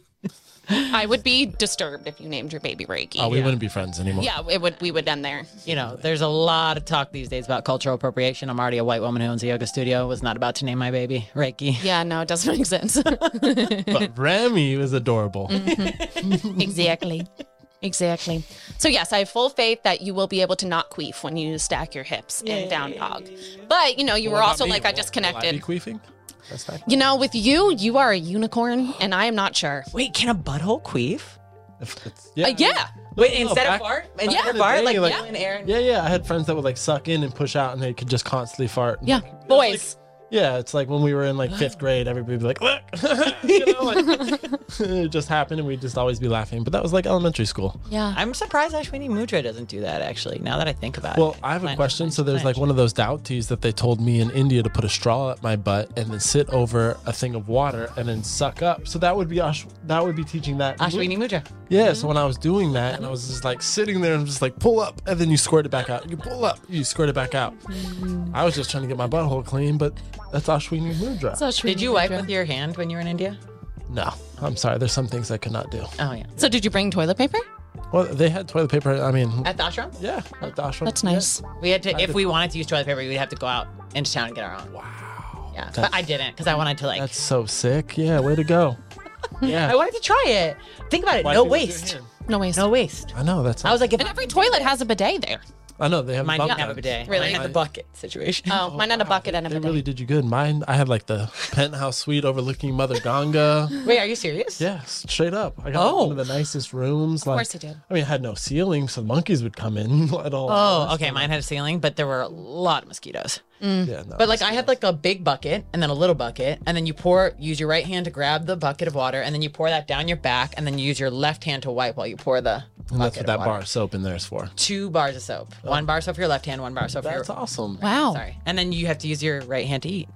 Speaker 1: I would be disturbed if you named your baby Reiki.
Speaker 3: Oh, we wouldn't be friends anymore.
Speaker 1: yeah, it would. We would end there.
Speaker 2: You know, there's a lot of talk these days about cultural appropriation. I'm already a white woman who owns a yoga studio. Was not about to name my baby Reiki.
Speaker 1: Yeah, no, it doesn't [LAUGHS] make sense. [LAUGHS]
Speaker 3: But Remy was adorable.
Speaker 1: Mm-hmm. exactly. Exactly. So yes, I have full faith that you will be able to not queef when you stack your hips in down dog. But you know, you were also like I just
Speaker 3: Will I be
Speaker 1: connected.
Speaker 3: queefing? That's not-
Speaker 1: You know, with you, you are a unicorn, and I am not sure.
Speaker 2: Wait, can a butthole queef?
Speaker 3: if it's-
Speaker 1: Uh,
Speaker 3: yeah.
Speaker 1: yeah.
Speaker 2: Wait, instead
Speaker 3: back-
Speaker 2: of fart?
Speaker 3: back
Speaker 2: Instead
Speaker 3: in
Speaker 2: of
Speaker 3: the
Speaker 2: fart?
Speaker 3: day,
Speaker 2: Like,
Speaker 3: like-
Speaker 2: blow in air? and-
Speaker 3: Yeah, yeah. I had friends that would like suck in and push out, and they could just constantly fart.
Speaker 1: Yeah. Boys.
Speaker 3: Yeah, it's like when we were in like
Speaker 1: [GASPS]
Speaker 3: fifth grade, everybody would be like, "Look," [LAUGHS]
Speaker 1: [LAUGHS]
Speaker 3: you know, like, [LAUGHS] it just happened, and we'd just always be laughing. But that was like elementary school.
Speaker 1: yeah.
Speaker 2: I'm surprised Ashwini Mudra doesn't do that, actually, now that I think about it.
Speaker 3: Well, I have a question. So there's like one of those doughties that they told me in India to put a straw up my butt and then sit over a thing of water and then suck up. So that would be Ash- that would be teaching that.
Speaker 2: Ashwini Mudra.
Speaker 3: Yeah.
Speaker 2: Mm-hmm.
Speaker 3: So when I was doing that, and I was just like sitting there and just like pull up, and then you squirt it back out. You pull up, you squirt it back out.
Speaker 2: Mm-hmm.
Speaker 3: I was just trying to get my butthole clean, but that's Ashwini Mudra.
Speaker 2: Did you wipe with your hand when you were in India?
Speaker 3: no, I'm sorry. There's some things I could not do.
Speaker 2: Oh, yeah.
Speaker 1: So did you bring toilet paper?
Speaker 3: Well, they had toilet paper. I mean,
Speaker 2: At the ashram?
Speaker 3: yeah, at the ashram.
Speaker 1: That's nice.
Speaker 2: We had to, if we wanted to use toilet paper, we'd have to go out into town and get our own. Wow. Yeah, but I didn't because I wanted to like.
Speaker 3: That's so sick. Yeah, way
Speaker 2: [LAUGHS]
Speaker 3: to go.
Speaker 2: I
Speaker 3: Yeah.
Speaker 2: wanted to try it. Think about it. no waste.
Speaker 1: No waste.
Speaker 2: No waste.
Speaker 3: I know that's.
Speaker 2: I was like, if
Speaker 1: And every toilet has a bidet there.
Speaker 3: I know they have.
Speaker 2: mine
Speaker 3: bunk
Speaker 2: didn't have a
Speaker 3: beds.
Speaker 2: bidet.
Speaker 1: Really?
Speaker 2: Mine had the bucket situation.
Speaker 1: Oh, mine had a bucket and a
Speaker 3: They
Speaker 1: bidet.
Speaker 3: really did you good. Mine, I had like the penthouse suite overlooking Mother Ganga.
Speaker 2: Wait, are you serious?
Speaker 3: Yeah, straight up. I got
Speaker 2: Oh.
Speaker 3: one of the nicest rooms. Of
Speaker 1: course you did.
Speaker 3: I mean, it had no ceiling, so monkeys would come in [LAUGHS] at all.
Speaker 2: Oh, okay. Mine had a ceiling, but there were a lot of mosquitoes.
Speaker 3: yeah, no.
Speaker 2: But like I had like a big bucket and then a little bucket, and then you pour use your right hand to grab the bucket of water, and then you pour that down your back, and then you use your left hand to wipe while you pour the
Speaker 3: and that's what
Speaker 2: bucket
Speaker 3: that
Speaker 2: of water.
Speaker 3: bar of soap in there is for.
Speaker 2: Two bars of soap. One bar of soap for your left hand, one bar of soap for your
Speaker 3: Oh. That's awesome.
Speaker 1: Wow.
Speaker 2: sorry. And then you have to use your right hand to eat.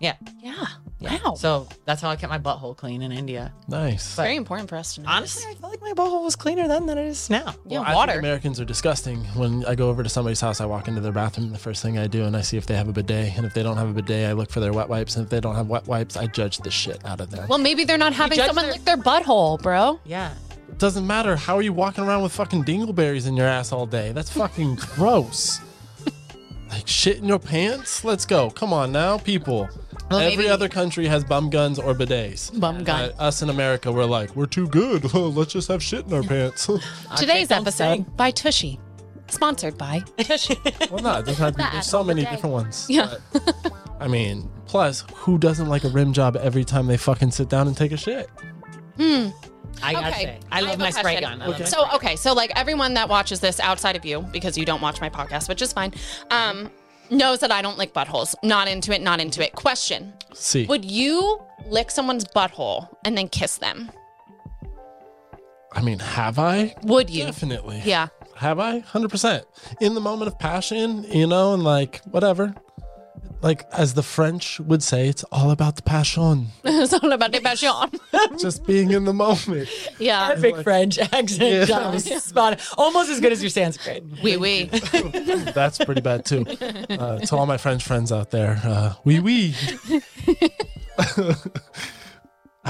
Speaker 2: Yeah.
Speaker 1: Yeah.
Speaker 2: yeah.
Speaker 3: Oh.
Speaker 1: Wow.
Speaker 2: So that's how I kept my butthole clean in India.
Speaker 3: Nice.
Speaker 1: Very important for us to know.
Speaker 2: Honestly, I felt like my butthole was cleaner then than it is now.
Speaker 1: yeah,
Speaker 3: Well, I think
Speaker 1: water.
Speaker 3: Americans are disgusting. When I go over to somebody's house, I walk into their bathroom. The first thing I do, and I see if they have a bidet. And if they don't have a bidet, I look for their wet wipes. And if they don't have wet wipes, I judge the shit out of them.
Speaker 1: Well, maybe they're not having
Speaker 2: judge
Speaker 1: someone
Speaker 2: their-
Speaker 1: lick their butthole, bro.
Speaker 2: [LAUGHS] Yeah.
Speaker 3: It doesn't matter. How are you walking around with fucking dingleberries in your ass all day?
Speaker 1: [LAUGHS]
Speaker 3: That's fucking gross. Like shit in your pants? Let's go. Come on now, people.
Speaker 1: Well,
Speaker 3: Every
Speaker 1: maybe-
Speaker 3: other country has bum guns or bidets.
Speaker 1: Bum gun.
Speaker 3: Uh, us in America, we're like, we're too good. [LAUGHS] Let's just have shit in our pants. [LAUGHS] well,
Speaker 1: Today's
Speaker 2: uh, don't
Speaker 1: episode
Speaker 2: sing.
Speaker 1: by Tushy, sponsored by Tushy.
Speaker 3: no, it doesn't have to be. There's so many
Speaker 1: [LAUGHS]
Speaker 3: different ones.
Speaker 1: Yeah.
Speaker 3: But, I mean, plus, who doesn't like a rim job every time they fucking sit down and take a shit?
Speaker 2: I gotta say, I love
Speaker 1: have a
Speaker 2: my spray
Speaker 1: question.
Speaker 2: gun. I love my
Speaker 1: So okay, so like everyone that watches this outside of you, because you don't watch my podcast, which is fine, um, knows that I don't lick buttholes. Not into it. Not into it. Question:
Speaker 3: See,
Speaker 1: Would you lick someone's butthole and then kiss them?
Speaker 3: I mean, have I?
Speaker 1: Would you?
Speaker 3: Definitely.
Speaker 1: Yeah.
Speaker 3: Have I? 100%. In the moment of passion, you know, and like whatever. Like as the French would say, it's all about
Speaker 1: [LAUGHS]
Speaker 3: the passion.
Speaker 1: [LAUGHS] it's all about the passion.
Speaker 3: Just being in the moment.
Speaker 1: Yeah.
Speaker 2: Perfect French accent.
Speaker 3: Yeah.
Speaker 2: John. Spot on. Almost as good as your
Speaker 3: [LAUGHS]
Speaker 2: Sanskrit.
Speaker 1: Wee wee.
Speaker 2: [LAUGHS]
Speaker 3: That's pretty bad too. Uh, to all my French friends out there, uh, oui, oui. [LAUGHS] I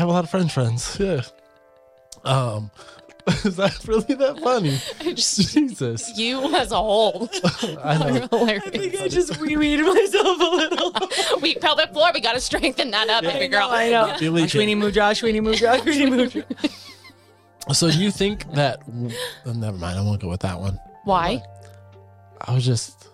Speaker 3: have a lot of French friends. Yeah. Um, [LAUGHS] is that really that funny? Jesus,
Speaker 1: You as a whole. [LAUGHS]
Speaker 3: I know.
Speaker 1: Hilarious.
Speaker 2: I just wee weed myself a little.
Speaker 1: We pelvic floor. We got to strengthen that up, baby girl.
Speaker 2: I [LAUGHS] know.
Speaker 3: Billy
Speaker 2: Ashwini Mudra, Ashwini [LAUGHS] Mudra, Ashwini Mudra.
Speaker 3: So you think that? oh, never mind. I won't go with that one.
Speaker 1: Why?
Speaker 3: I was just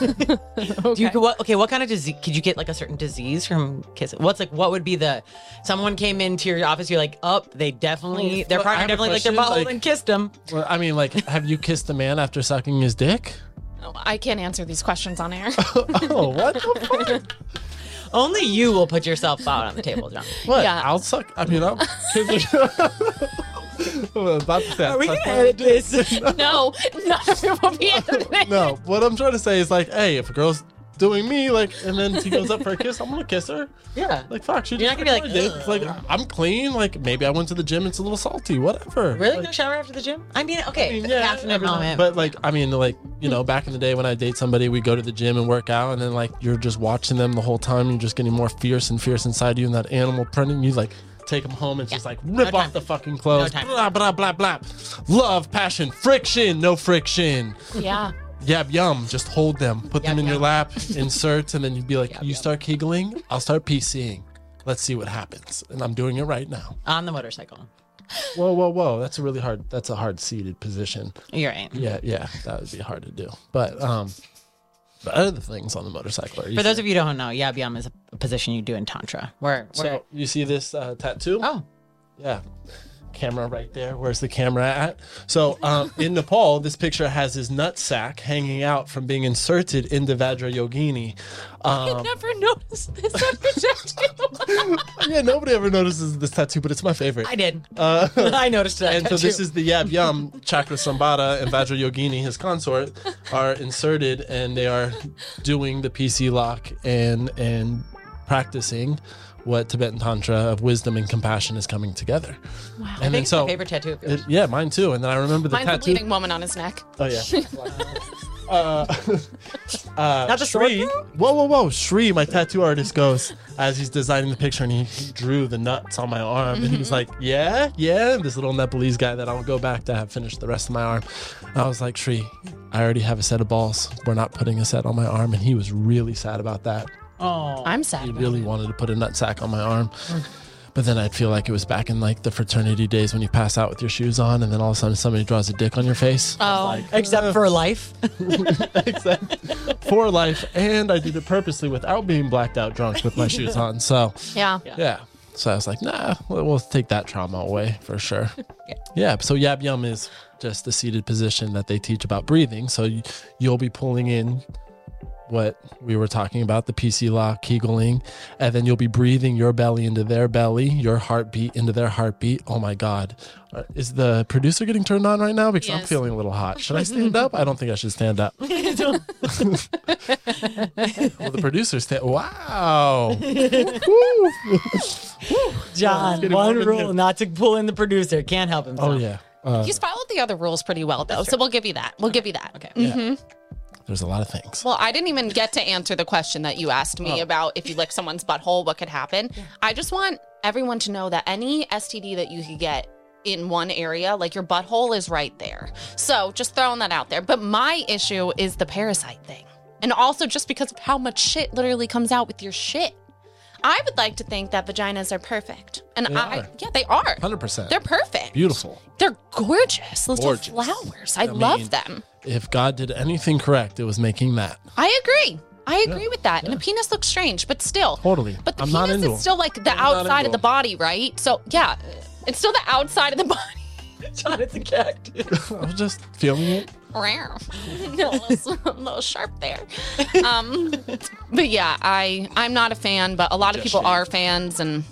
Speaker 2: Do you, what, okay, what kind of disease? Could you get like a certain disease from kissing? What's like, what would be the, someone came into your office, you're like, up, they definitely, their
Speaker 3: Well, I
Speaker 2: partner
Speaker 3: have a
Speaker 2: definitely licked their
Speaker 3: question,
Speaker 2: butthole
Speaker 3: like-
Speaker 2: and kissed him.
Speaker 3: Well, I mean, like, have you kissed a man after sucking his dick?
Speaker 1: Oh, I can't answer these questions on
Speaker 2: [LAUGHS]
Speaker 1: air.
Speaker 3: [LAUGHS] Oh, what the fuck?
Speaker 2: Only you will put yourself out on the table, John.
Speaker 3: What?
Speaker 1: Yeah.
Speaker 3: I'll suck. I mean, I'm kissing. [LAUGHS] I'm about to say, I'll suck my-
Speaker 2: this?
Speaker 1: no, not of it will be edited.
Speaker 3: No, what I'm trying to say is like, hey, if a girl's doing me, like, and then she goes up for a kiss, I'm gonna kiss her.
Speaker 2: [LAUGHS]
Speaker 3: [LAUGHS]
Speaker 2: yeah.
Speaker 3: Like, fuck, she
Speaker 2: You're
Speaker 3: just
Speaker 2: not gonna
Speaker 3: sucked
Speaker 2: be
Speaker 3: my
Speaker 2: like,
Speaker 3: dick. It's like, I'm clean. Like, maybe I went to the gym. It's a little salty. Whatever.
Speaker 2: Really? No shower after the gym? I mean, okay.
Speaker 3: I mean,
Speaker 2: yeah,
Speaker 3: yeah,
Speaker 2: Passionate
Speaker 3: every now-
Speaker 2: moment.
Speaker 3: But like, I mean, like you know, back in the day when I date somebody, we go to the gym and work out, and then like you're just watching them the whole time. You're just getting more fierce and fierce inside you, and that animal print, and you like, take them home and just
Speaker 2: Yeah.
Speaker 3: like rip
Speaker 2: No
Speaker 3: off
Speaker 2: time.
Speaker 3: the fucking clothes.
Speaker 2: No time.
Speaker 3: blah blah blah blah. Love, passion, friction, no friction.
Speaker 1: Yeah.
Speaker 3: Yab yum. Just hold them, put them
Speaker 2: Yab
Speaker 3: in your
Speaker 2: yum.
Speaker 3: lap, insert, and then you'd be like,
Speaker 2: Yab
Speaker 3: you
Speaker 2: yum.
Speaker 3: start giggling, I'll start PCing. Let's see what happens. And I'm doing it right now.
Speaker 2: on the motorcycle.
Speaker 3: Whoa, whoa, whoa. That's a really hard. That's a hard seated position.
Speaker 2: You're right.
Speaker 3: Yeah, yeah, that would be hard to do. But um, but other things on the motorcycle. Are
Speaker 2: For those of you who don't know, yab yum is a position you do in tantra. Where, where
Speaker 3: so you see this uh, tattoo?
Speaker 2: oh,
Speaker 3: Yeah. Camera right there. Where's the camera at? So um, in Nepal, this picture has his nut sack hanging out from being inserted into Vajra Yogini. Um,
Speaker 1: Never noticed this on projectile.
Speaker 2: [LAUGHS]
Speaker 3: yeah, nobody ever notices this tattoo, but it's my favorite.
Speaker 2: I did. [LAUGHS] I noticed that.
Speaker 3: uh, [LAUGHS] and so this
Speaker 2: too.
Speaker 3: is the Yab Yum, Chakra Sambara, and Vajra Yogini, his consort, are inserted and they are doing the PC lock and and practicing what Tibetan Tantra of wisdom and compassion is coming together. Wow. And
Speaker 2: I
Speaker 3: then
Speaker 2: think it's
Speaker 3: so
Speaker 2: my favorite tattoo of yours.
Speaker 3: it- yeah, mine too. And then I remember the
Speaker 1: Mine's a
Speaker 3: tattoo.
Speaker 1: bleeding woman on his neck. [LAUGHS]
Speaker 3: oh yeah.
Speaker 2: Not just
Speaker 3: Shri, whoa, whoa, whoa, Shri, my tattoo artist goes as he's designing the picture and he, he drew the nuts on my arm and he was like, yeah, yeah, and this little Nepalese guy that I'll go back to have finished the rest of my arm. And I was like, Shri, I already have a set of balls. We're not putting a set on my arm. And he was really sad about that.
Speaker 2: Oh,
Speaker 1: I'm sad.
Speaker 3: He
Speaker 1: about
Speaker 3: really wanted to put a nut sack on my arm. But then I'd feel like it was back in like the fraternity days when you pass out with your shoes on and then all of a sudden somebody draws a dick on your face.
Speaker 1: it. Oh,
Speaker 2: except for
Speaker 3: [LAUGHS]
Speaker 2: life.
Speaker 3: for life, and I did it purposely without being blacked out drunk with my shoes on. So
Speaker 1: yeah.
Speaker 3: yeah, so I was like, nah, we'll, we'll take that trauma away for sure.
Speaker 2: Yeah.
Speaker 3: Yeah. So yab yum is just the seated position that they teach about breathing. So you, you'll be pulling in what we were talking about the PC lock, Kegling, and then you'll be breathing your belly into their belly, your heartbeat into their heartbeat. Oh my God. Uh, Is the producer getting turned on right now? Because I'm
Speaker 1: Yes.
Speaker 3: feeling a little hot. Should I stand up? I don't think I should stand up. [LAUGHS] well, the producer stand. Wow.
Speaker 2: John,
Speaker 3: getting
Speaker 2: one
Speaker 3: warm in
Speaker 2: rule
Speaker 3: here.
Speaker 2: not to pull in the producer. Can't help himself.
Speaker 3: Oh, yeah. Uh,
Speaker 1: He's followed the other rules pretty well, though. So we'll give you that. We'll give you that.
Speaker 2: Okay. [LAUGHS]
Speaker 3: there's a lot of things.
Speaker 1: Well, I didn't even get to answer the question that you asked
Speaker 3: Oh.
Speaker 1: me about if you lick someone's butthole, what could happen. I just want everyone to know that any STD that you could get in one area, like your butthole is right there. So just throwing that out there. But my issue is the parasite thing. And also just because of how much shit literally comes out with your shit. I would like to think that vaginas are perfect. And I,
Speaker 3: are.
Speaker 1: yeah, they are.
Speaker 3: 100%.
Speaker 1: They're perfect.
Speaker 3: beautiful.
Speaker 1: They're gorgeous. Little
Speaker 3: Gorgeous.
Speaker 1: flowers. I, love
Speaker 3: mean-
Speaker 1: them.
Speaker 3: If God did anything correct, it was making that.
Speaker 1: I agree. I agree with that. And a penis looks strange, but still.
Speaker 3: Totally.
Speaker 1: But the
Speaker 3: I'm not
Speaker 1: penis
Speaker 3: into
Speaker 1: is
Speaker 3: them.
Speaker 1: still like the
Speaker 3: not
Speaker 1: outside
Speaker 3: into
Speaker 1: of the
Speaker 3: them.
Speaker 1: body, right? So yeah, it's still the outside of the [LAUGHS] body.
Speaker 2: John, it's a cactus.
Speaker 3: I was just feeling it.
Speaker 1: Rawr. a, little, a little sharp there. Um, but yeah, I I'm not a fan, but a lot of people are fans, and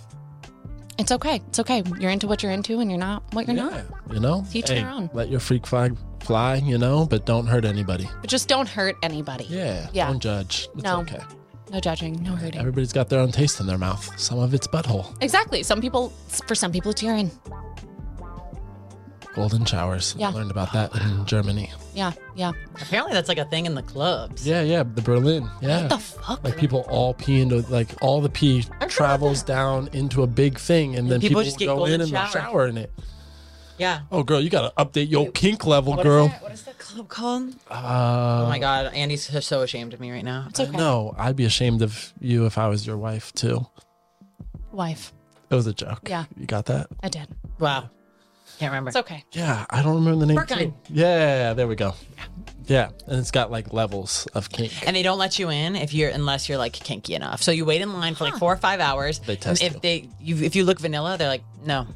Speaker 1: it's okay. It's okay. You're into what you're into, and you're not what you're not.
Speaker 3: You know?
Speaker 1: Teach their own.
Speaker 3: Let your freak flag fly, you know, but don't hurt anybody.
Speaker 1: But just don't hurt anybody.
Speaker 3: Yeah.
Speaker 1: Yeah.
Speaker 3: Don't judge. It's
Speaker 1: No.
Speaker 3: okay.
Speaker 1: No judging. No hurting.
Speaker 3: Everybody's got their own taste in their mouth. Some of it's butthole.
Speaker 1: Exactly. Some people, for some people, it's urine.
Speaker 3: Golden showers.
Speaker 1: Yeah.
Speaker 3: I learned about that in Germany.
Speaker 1: Yeah. Yeah.
Speaker 2: Apparently, that's like a thing in the clubs.
Speaker 3: Yeah, yeah. The Berlin. Yeah.
Speaker 1: What the fuck?
Speaker 3: like people all pee into like all the pee travels down into a big thing and then
Speaker 2: people
Speaker 3: people,
Speaker 2: just get
Speaker 3: go
Speaker 2: golden
Speaker 3: in and they'll
Speaker 2: shower.
Speaker 3: shower in it.
Speaker 2: Yeah.
Speaker 3: Oh girl, you gotta update your kink level, girl.
Speaker 2: What is that club called?
Speaker 3: Uh,
Speaker 2: oh my god, Andy's so ashamed of me right now.
Speaker 1: It's okay.
Speaker 3: No, I'd be ashamed of you if I was your wife too.
Speaker 1: Wife.
Speaker 3: It was a joke.
Speaker 1: Yeah.
Speaker 3: you got that.
Speaker 1: I did.
Speaker 2: Wow. Can't remember.
Speaker 1: It's okay.
Speaker 3: Yeah, I don't remember the name.
Speaker 2: Bergheim.
Speaker 3: too. Yeah, there we go. Yeah, and it's got like levels of kink.
Speaker 2: and they don't let you in if you're unless you're like kinky enough. So you wait in line for like four or five hours.
Speaker 3: They test
Speaker 2: if
Speaker 3: you.
Speaker 2: they you if you look vanilla, they're like no,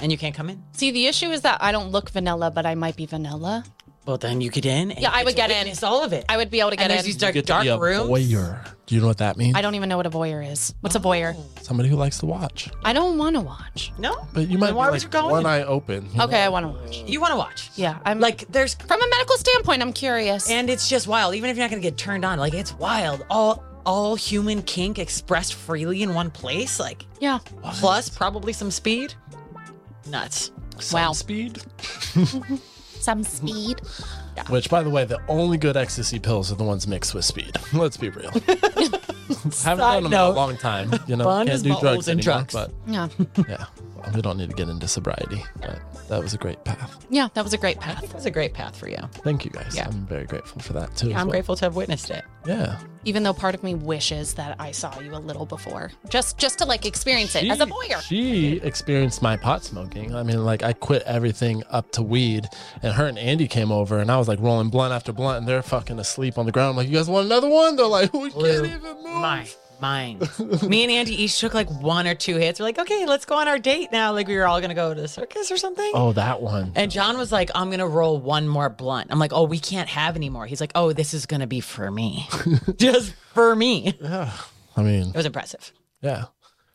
Speaker 2: and you can't come in.
Speaker 1: See, the issue is that I don't look vanilla, but I might be vanilla.
Speaker 2: Well, then you get in. and
Speaker 1: Yeah,
Speaker 2: you
Speaker 1: I
Speaker 2: get
Speaker 1: would
Speaker 2: to
Speaker 1: get in.
Speaker 2: witness all of it.
Speaker 1: I would be able to get
Speaker 2: and there's
Speaker 1: in.
Speaker 2: these dark,
Speaker 3: You get to
Speaker 2: dark
Speaker 3: be a
Speaker 2: rooms.
Speaker 3: voyeur. Do you know what that means?
Speaker 1: I don't even know what a voyeur is. What's a voyeur?
Speaker 3: Somebody who likes to watch,
Speaker 1: I don't want to watch.
Speaker 2: No,
Speaker 3: but you might
Speaker 2: Then
Speaker 3: be
Speaker 2: why would you
Speaker 3: like
Speaker 2: go
Speaker 3: one
Speaker 2: in?
Speaker 3: eye open. you
Speaker 1: Okay,
Speaker 3: know?
Speaker 1: I want to watch.
Speaker 2: you want to watch.
Speaker 1: Yeah, I'm like
Speaker 2: Like there's
Speaker 1: from a medical standpoint, I'm curious.
Speaker 2: and it's just wild. Even if you're not gonna get turned on, like it's wild. All all human kink expressed freely in one place. Like
Speaker 1: yeah,
Speaker 2: plus probably some speed. Nuts.
Speaker 3: Some
Speaker 1: wow.
Speaker 3: speed.
Speaker 1: some speed.
Speaker 3: [LAUGHS]
Speaker 2: [LAUGHS]
Speaker 3: Which, by the way, the only good ecstasy pills are the ones mixed with speed. Let's be real. haven't done them in a
Speaker 2: note.
Speaker 3: long time. You know,
Speaker 2: Bond
Speaker 3: can't
Speaker 2: is
Speaker 3: do
Speaker 2: balls
Speaker 3: drugs
Speaker 2: and
Speaker 3: anymore,
Speaker 2: drugs.
Speaker 3: But
Speaker 1: Yeah.
Speaker 3: yeah, well, we don't need to get into sobriety. But that was a great path.
Speaker 1: Yeah. That was a great
Speaker 2: I
Speaker 1: path.
Speaker 2: think that's a great path for you.
Speaker 3: Thank you guys.
Speaker 2: Yeah.
Speaker 3: I'm very grateful for that too. as
Speaker 2: I'm
Speaker 3: well.
Speaker 2: grateful to have witnessed it.
Speaker 3: Yeah.
Speaker 1: Even though part of me wishes that I saw you a little before, just just to like experience it as a voyeur.
Speaker 3: She experienced my pot smoking. I mean, like I quit everything up to weed, and her and Andy came over, and I was like rolling blunt after blunt, and they're fucking asleep on the ground. I'm like, you guys want another one? They're like, we can't even move.
Speaker 2: My mind. Me and Andy each took like one or two hits. We're like, okay, let's go on our date now. Like we were all gonna go to the circus or something.
Speaker 3: Oh, that one.
Speaker 2: And John was like, I'm gonna roll one more blunt. I'm like, oh, we can't have any more. He's like, oh, this is gonna be for
Speaker 3: [LAUGHS]
Speaker 2: me. Just for me. It
Speaker 3: I mean,
Speaker 2: was impressive.
Speaker 3: yeah.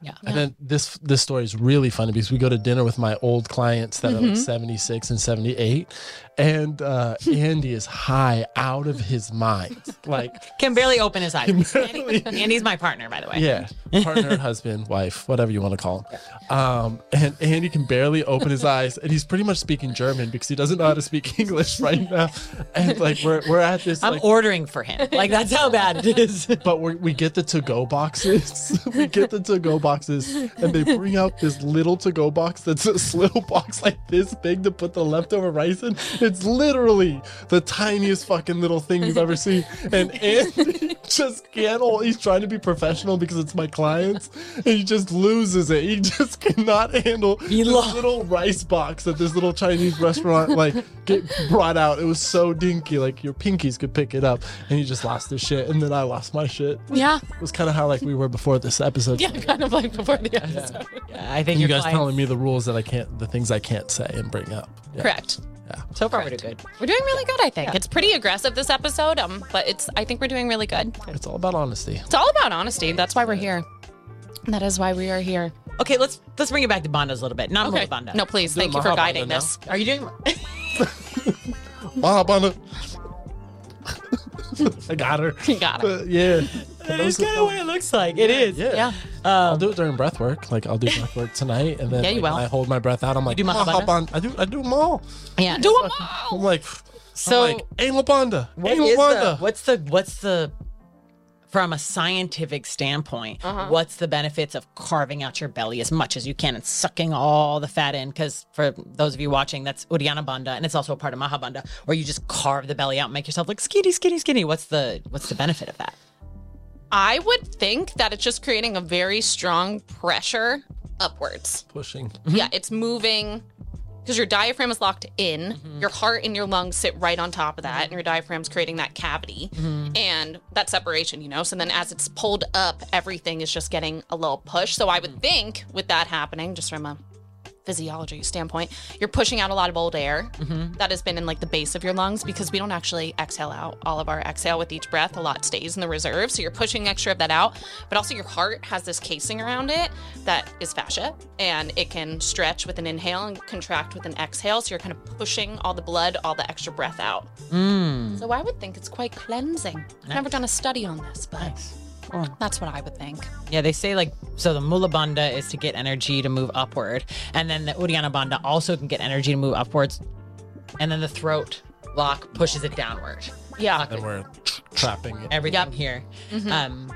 Speaker 2: Yeah.
Speaker 3: And then this this story is really funny because we go to dinner with my old clients that are
Speaker 2: Mm-hmm.
Speaker 3: like 76 and 78, and uh, Andy is high out of
Speaker 2: [LAUGHS]
Speaker 3: his mind. Like,
Speaker 2: Can barely open his eyes. Andy, Andy's my partner, by the way.
Speaker 3: [LAUGHS] yeah, partner, husband, wife, whatever you want to call him. Um, and Andy can barely open his eyes, and he's pretty much speaking German because he doesn't know how to speak English right now. And like, we're, we're at this.
Speaker 2: I'm
Speaker 3: like,
Speaker 2: ordering for him. Like that's how bad it
Speaker 3: [LAUGHS]
Speaker 2: is.
Speaker 3: but we we get the to go boxes. [LAUGHS] we get the to go boxes, and they bring out this little to go box that's this little box like this big to put the leftover rice in. It's literally the tiniest fucking little thing you've ever seen. And Andy [LAUGHS] just can't hold, he's trying to be professional because it's my clients, and he just loses it. He just cannot handle
Speaker 2: He
Speaker 3: this
Speaker 2: lo-
Speaker 3: little rice box that this little Chinese restaurant like get brought out. It was so dinky, like your pinkies could pick it up, and he just lost his shit, and then I lost my shit.
Speaker 1: Yeah.
Speaker 3: It was kind of how like we were before this episode.
Speaker 1: Yeah. Kind of like before the episode.
Speaker 2: Yeah, I think
Speaker 3: You
Speaker 2: your
Speaker 3: guys
Speaker 2: clients-
Speaker 3: telling me the rules that I can't, the things I can't say and bring up. Yeah.
Speaker 1: Correct.
Speaker 2: so far we're doing good.
Speaker 1: We're doing really good, I think. It's pretty aggressive this episode, um, but it's I think we're doing really good.
Speaker 3: It's all about honesty.
Speaker 1: It's all about honesty. That's why we're here. That is why we are here.
Speaker 2: Okay, let's let's bring it back to Bondas a little bit. Not okay. Bonda.
Speaker 1: No, please.
Speaker 3: Do
Speaker 1: Thank
Speaker 3: it
Speaker 1: you for
Speaker 3: Mahabharata
Speaker 1: guiding
Speaker 3: now.
Speaker 1: this.
Speaker 2: Are you doing?
Speaker 3: Mahabana. [LAUGHS] I got her.
Speaker 1: [LAUGHS] You got it.
Speaker 3: Uh,
Speaker 1: [LAUGHS]
Speaker 3: yeah.
Speaker 2: That is kind of what it looks like. It is.
Speaker 3: Yeah. Uh,
Speaker 1: Yeah.
Speaker 3: oh, I'll do it during breath work. Like I'll do breath work tonight, and then
Speaker 1: Yeah, you
Speaker 3: like,
Speaker 1: will.
Speaker 3: when I hold my breath out. I'm like,
Speaker 2: do Mahabana?
Speaker 3: Mahabana. I do. I do them all.
Speaker 2: Yeah.
Speaker 1: Do them
Speaker 3: I'm
Speaker 1: all.
Speaker 3: like,
Speaker 2: So
Speaker 3: I'm like anal bonda,
Speaker 2: what
Speaker 3: anal
Speaker 2: is the,
Speaker 3: bonda.
Speaker 2: what's the what's the from a scientific standpoint, what's the benefits of carving out your belly as much as you can and sucking all the fat in? Because for those of you watching, that's Uddiyana Bandha, and it's also a part of Mahabandha, where you just carve the belly out and make yourself look skinny, skinny, skinny. What's the what's the benefit of that?
Speaker 1: I would think that it's just creating a very strong pressure upwards.
Speaker 2: [LAUGHS]
Speaker 3: Pushing.
Speaker 1: Yeah, it's moving because your diaphragm is locked in.
Speaker 3: Mm-hmm.
Speaker 1: Your heart and your lungs sit right on top of that, and your diaphragm's creating that cavity
Speaker 3: Mm-hmm.
Speaker 1: and that separation, you know? So then as it's pulled up, everything is just getting a little push. So I
Speaker 3: Mm-hmm.
Speaker 1: would think with that happening, just from a physiology standpoint, you're pushing out a lot of old air that has been in like the base of your lungs because we don't actually exhale out all of our exhale with each breath. A lot stays in the reserve. So you're pushing extra of that out. But also, your heart has this casing around it that is fascia and it can stretch with an inhale and contract with an exhale. So you're kind of pushing all the blood, all the extra breath out. So I would think it's quite cleansing. I've never done a study on this, but that's what I would think.
Speaker 2: Yeah, they say like so the Mula Bandha is to get energy to move upward, and then the Uddiyana Bandha also can get energy to move upwards, and then the throat lock pushes it downward.
Speaker 1: Yeah.
Speaker 3: And we're trapping it.
Speaker 2: Everything
Speaker 1: Yep.
Speaker 2: here, um,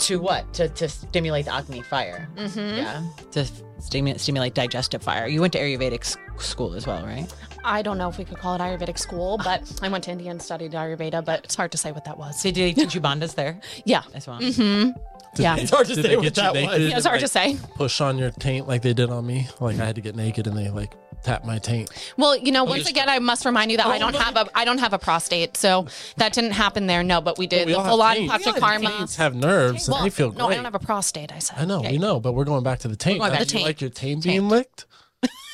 Speaker 2: to what to to stimulate the Agni fire. Mm-hmm. Yeah, to stimulate stimulate digestive fire. You went to Ayurvedic s- school as well, right?
Speaker 1: I don't know if we could call it Ayurvedic school, but I went to India and studied Ayurveda, but it's hard to say what that was.
Speaker 2: Did they teach you Bandhas [LAUGHS] there
Speaker 1: Yeah.
Speaker 2: as well?
Speaker 1: Yeah.
Speaker 3: It's
Speaker 2: hard to say what that was.
Speaker 1: Yeah, it's hard to say.
Speaker 3: push on your taint like they did on me. Like I had to get naked and they like tap my taint.
Speaker 1: Well, you know, once again, I must remind you that I don't have a I don't have a prostate, so that didn't happen there. No, but we did
Speaker 3: we
Speaker 1: the
Speaker 3: all have
Speaker 1: full on
Speaker 3: taints. Taints
Speaker 1: Panchakarma.
Speaker 3: have nerves and
Speaker 1: Well,
Speaker 3: they feel great.
Speaker 1: no, I don't have a prostate. I said.
Speaker 3: I know, we know, but we're going back to the taint.
Speaker 2: going
Speaker 3: Now,
Speaker 2: back
Speaker 1: to
Speaker 3: do you
Speaker 1: taint.
Speaker 3: like your taint, being licked?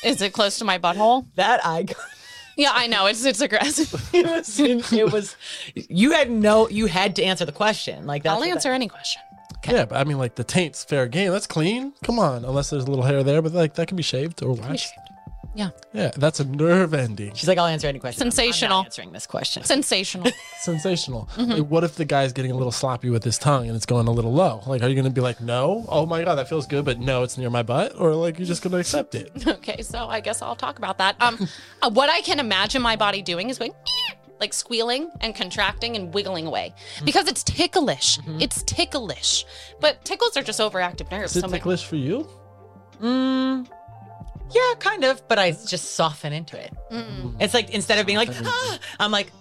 Speaker 1: Is it close to my butthole?
Speaker 2: That I. [LAUGHS]
Speaker 1: Yeah, I know. It's it's
Speaker 3: [LAUGHS]
Speaker 1: aggressive.
Speaker 2: It was, it was. You had no. You had to answer the question. Like that's
Speaker 1: I'll
Speaker 2: what that-
Speaker 1: answer any question.
Speaker 3: Yeah, but I mean, like the taint's fair game. That's clean. Come on, unless there's a little hair there, but like that can be shaved or waxed.
Speaker 1: Yeah,
Speaker 3: Yeah, that's a nerve ending.
Speaker 2: She's like, I'll answer any question. I'm- I'm not
Speaker 1: Sensational.
Speaker 2: answering this question.
Speaker 1: sensational.
Speaker 3: Sensational. Like, what if the guy's getting a little sloppy with his tongue and it's going a little low? Like, are you going to be like, no? Oh my God, that feels good, but no, it's near my butt? Or like, you're just going to accept it? [LAUGHS]
Speaker 1: okay, so I guess I'll talk about that. Um, uh, what I can imagine my body doing is going like squealing and contracting and wiggling away
Speaker 3: Mm-hmm.
Speaker 1: because it's ticklish. It's ticklish. But tickles are just overactive nerves.
Speaker 3: Is
Speaker 1: so
Speaker 3: it
Speaker 1: my-
Speaker 3: ticklish for you? [LAUGHS]
Speaker 2: Mm, yeah, kind of, but I just soften into it.
Speaker 1: Mm.
Speaker 2: It's like instead of being like, ah, I'm like,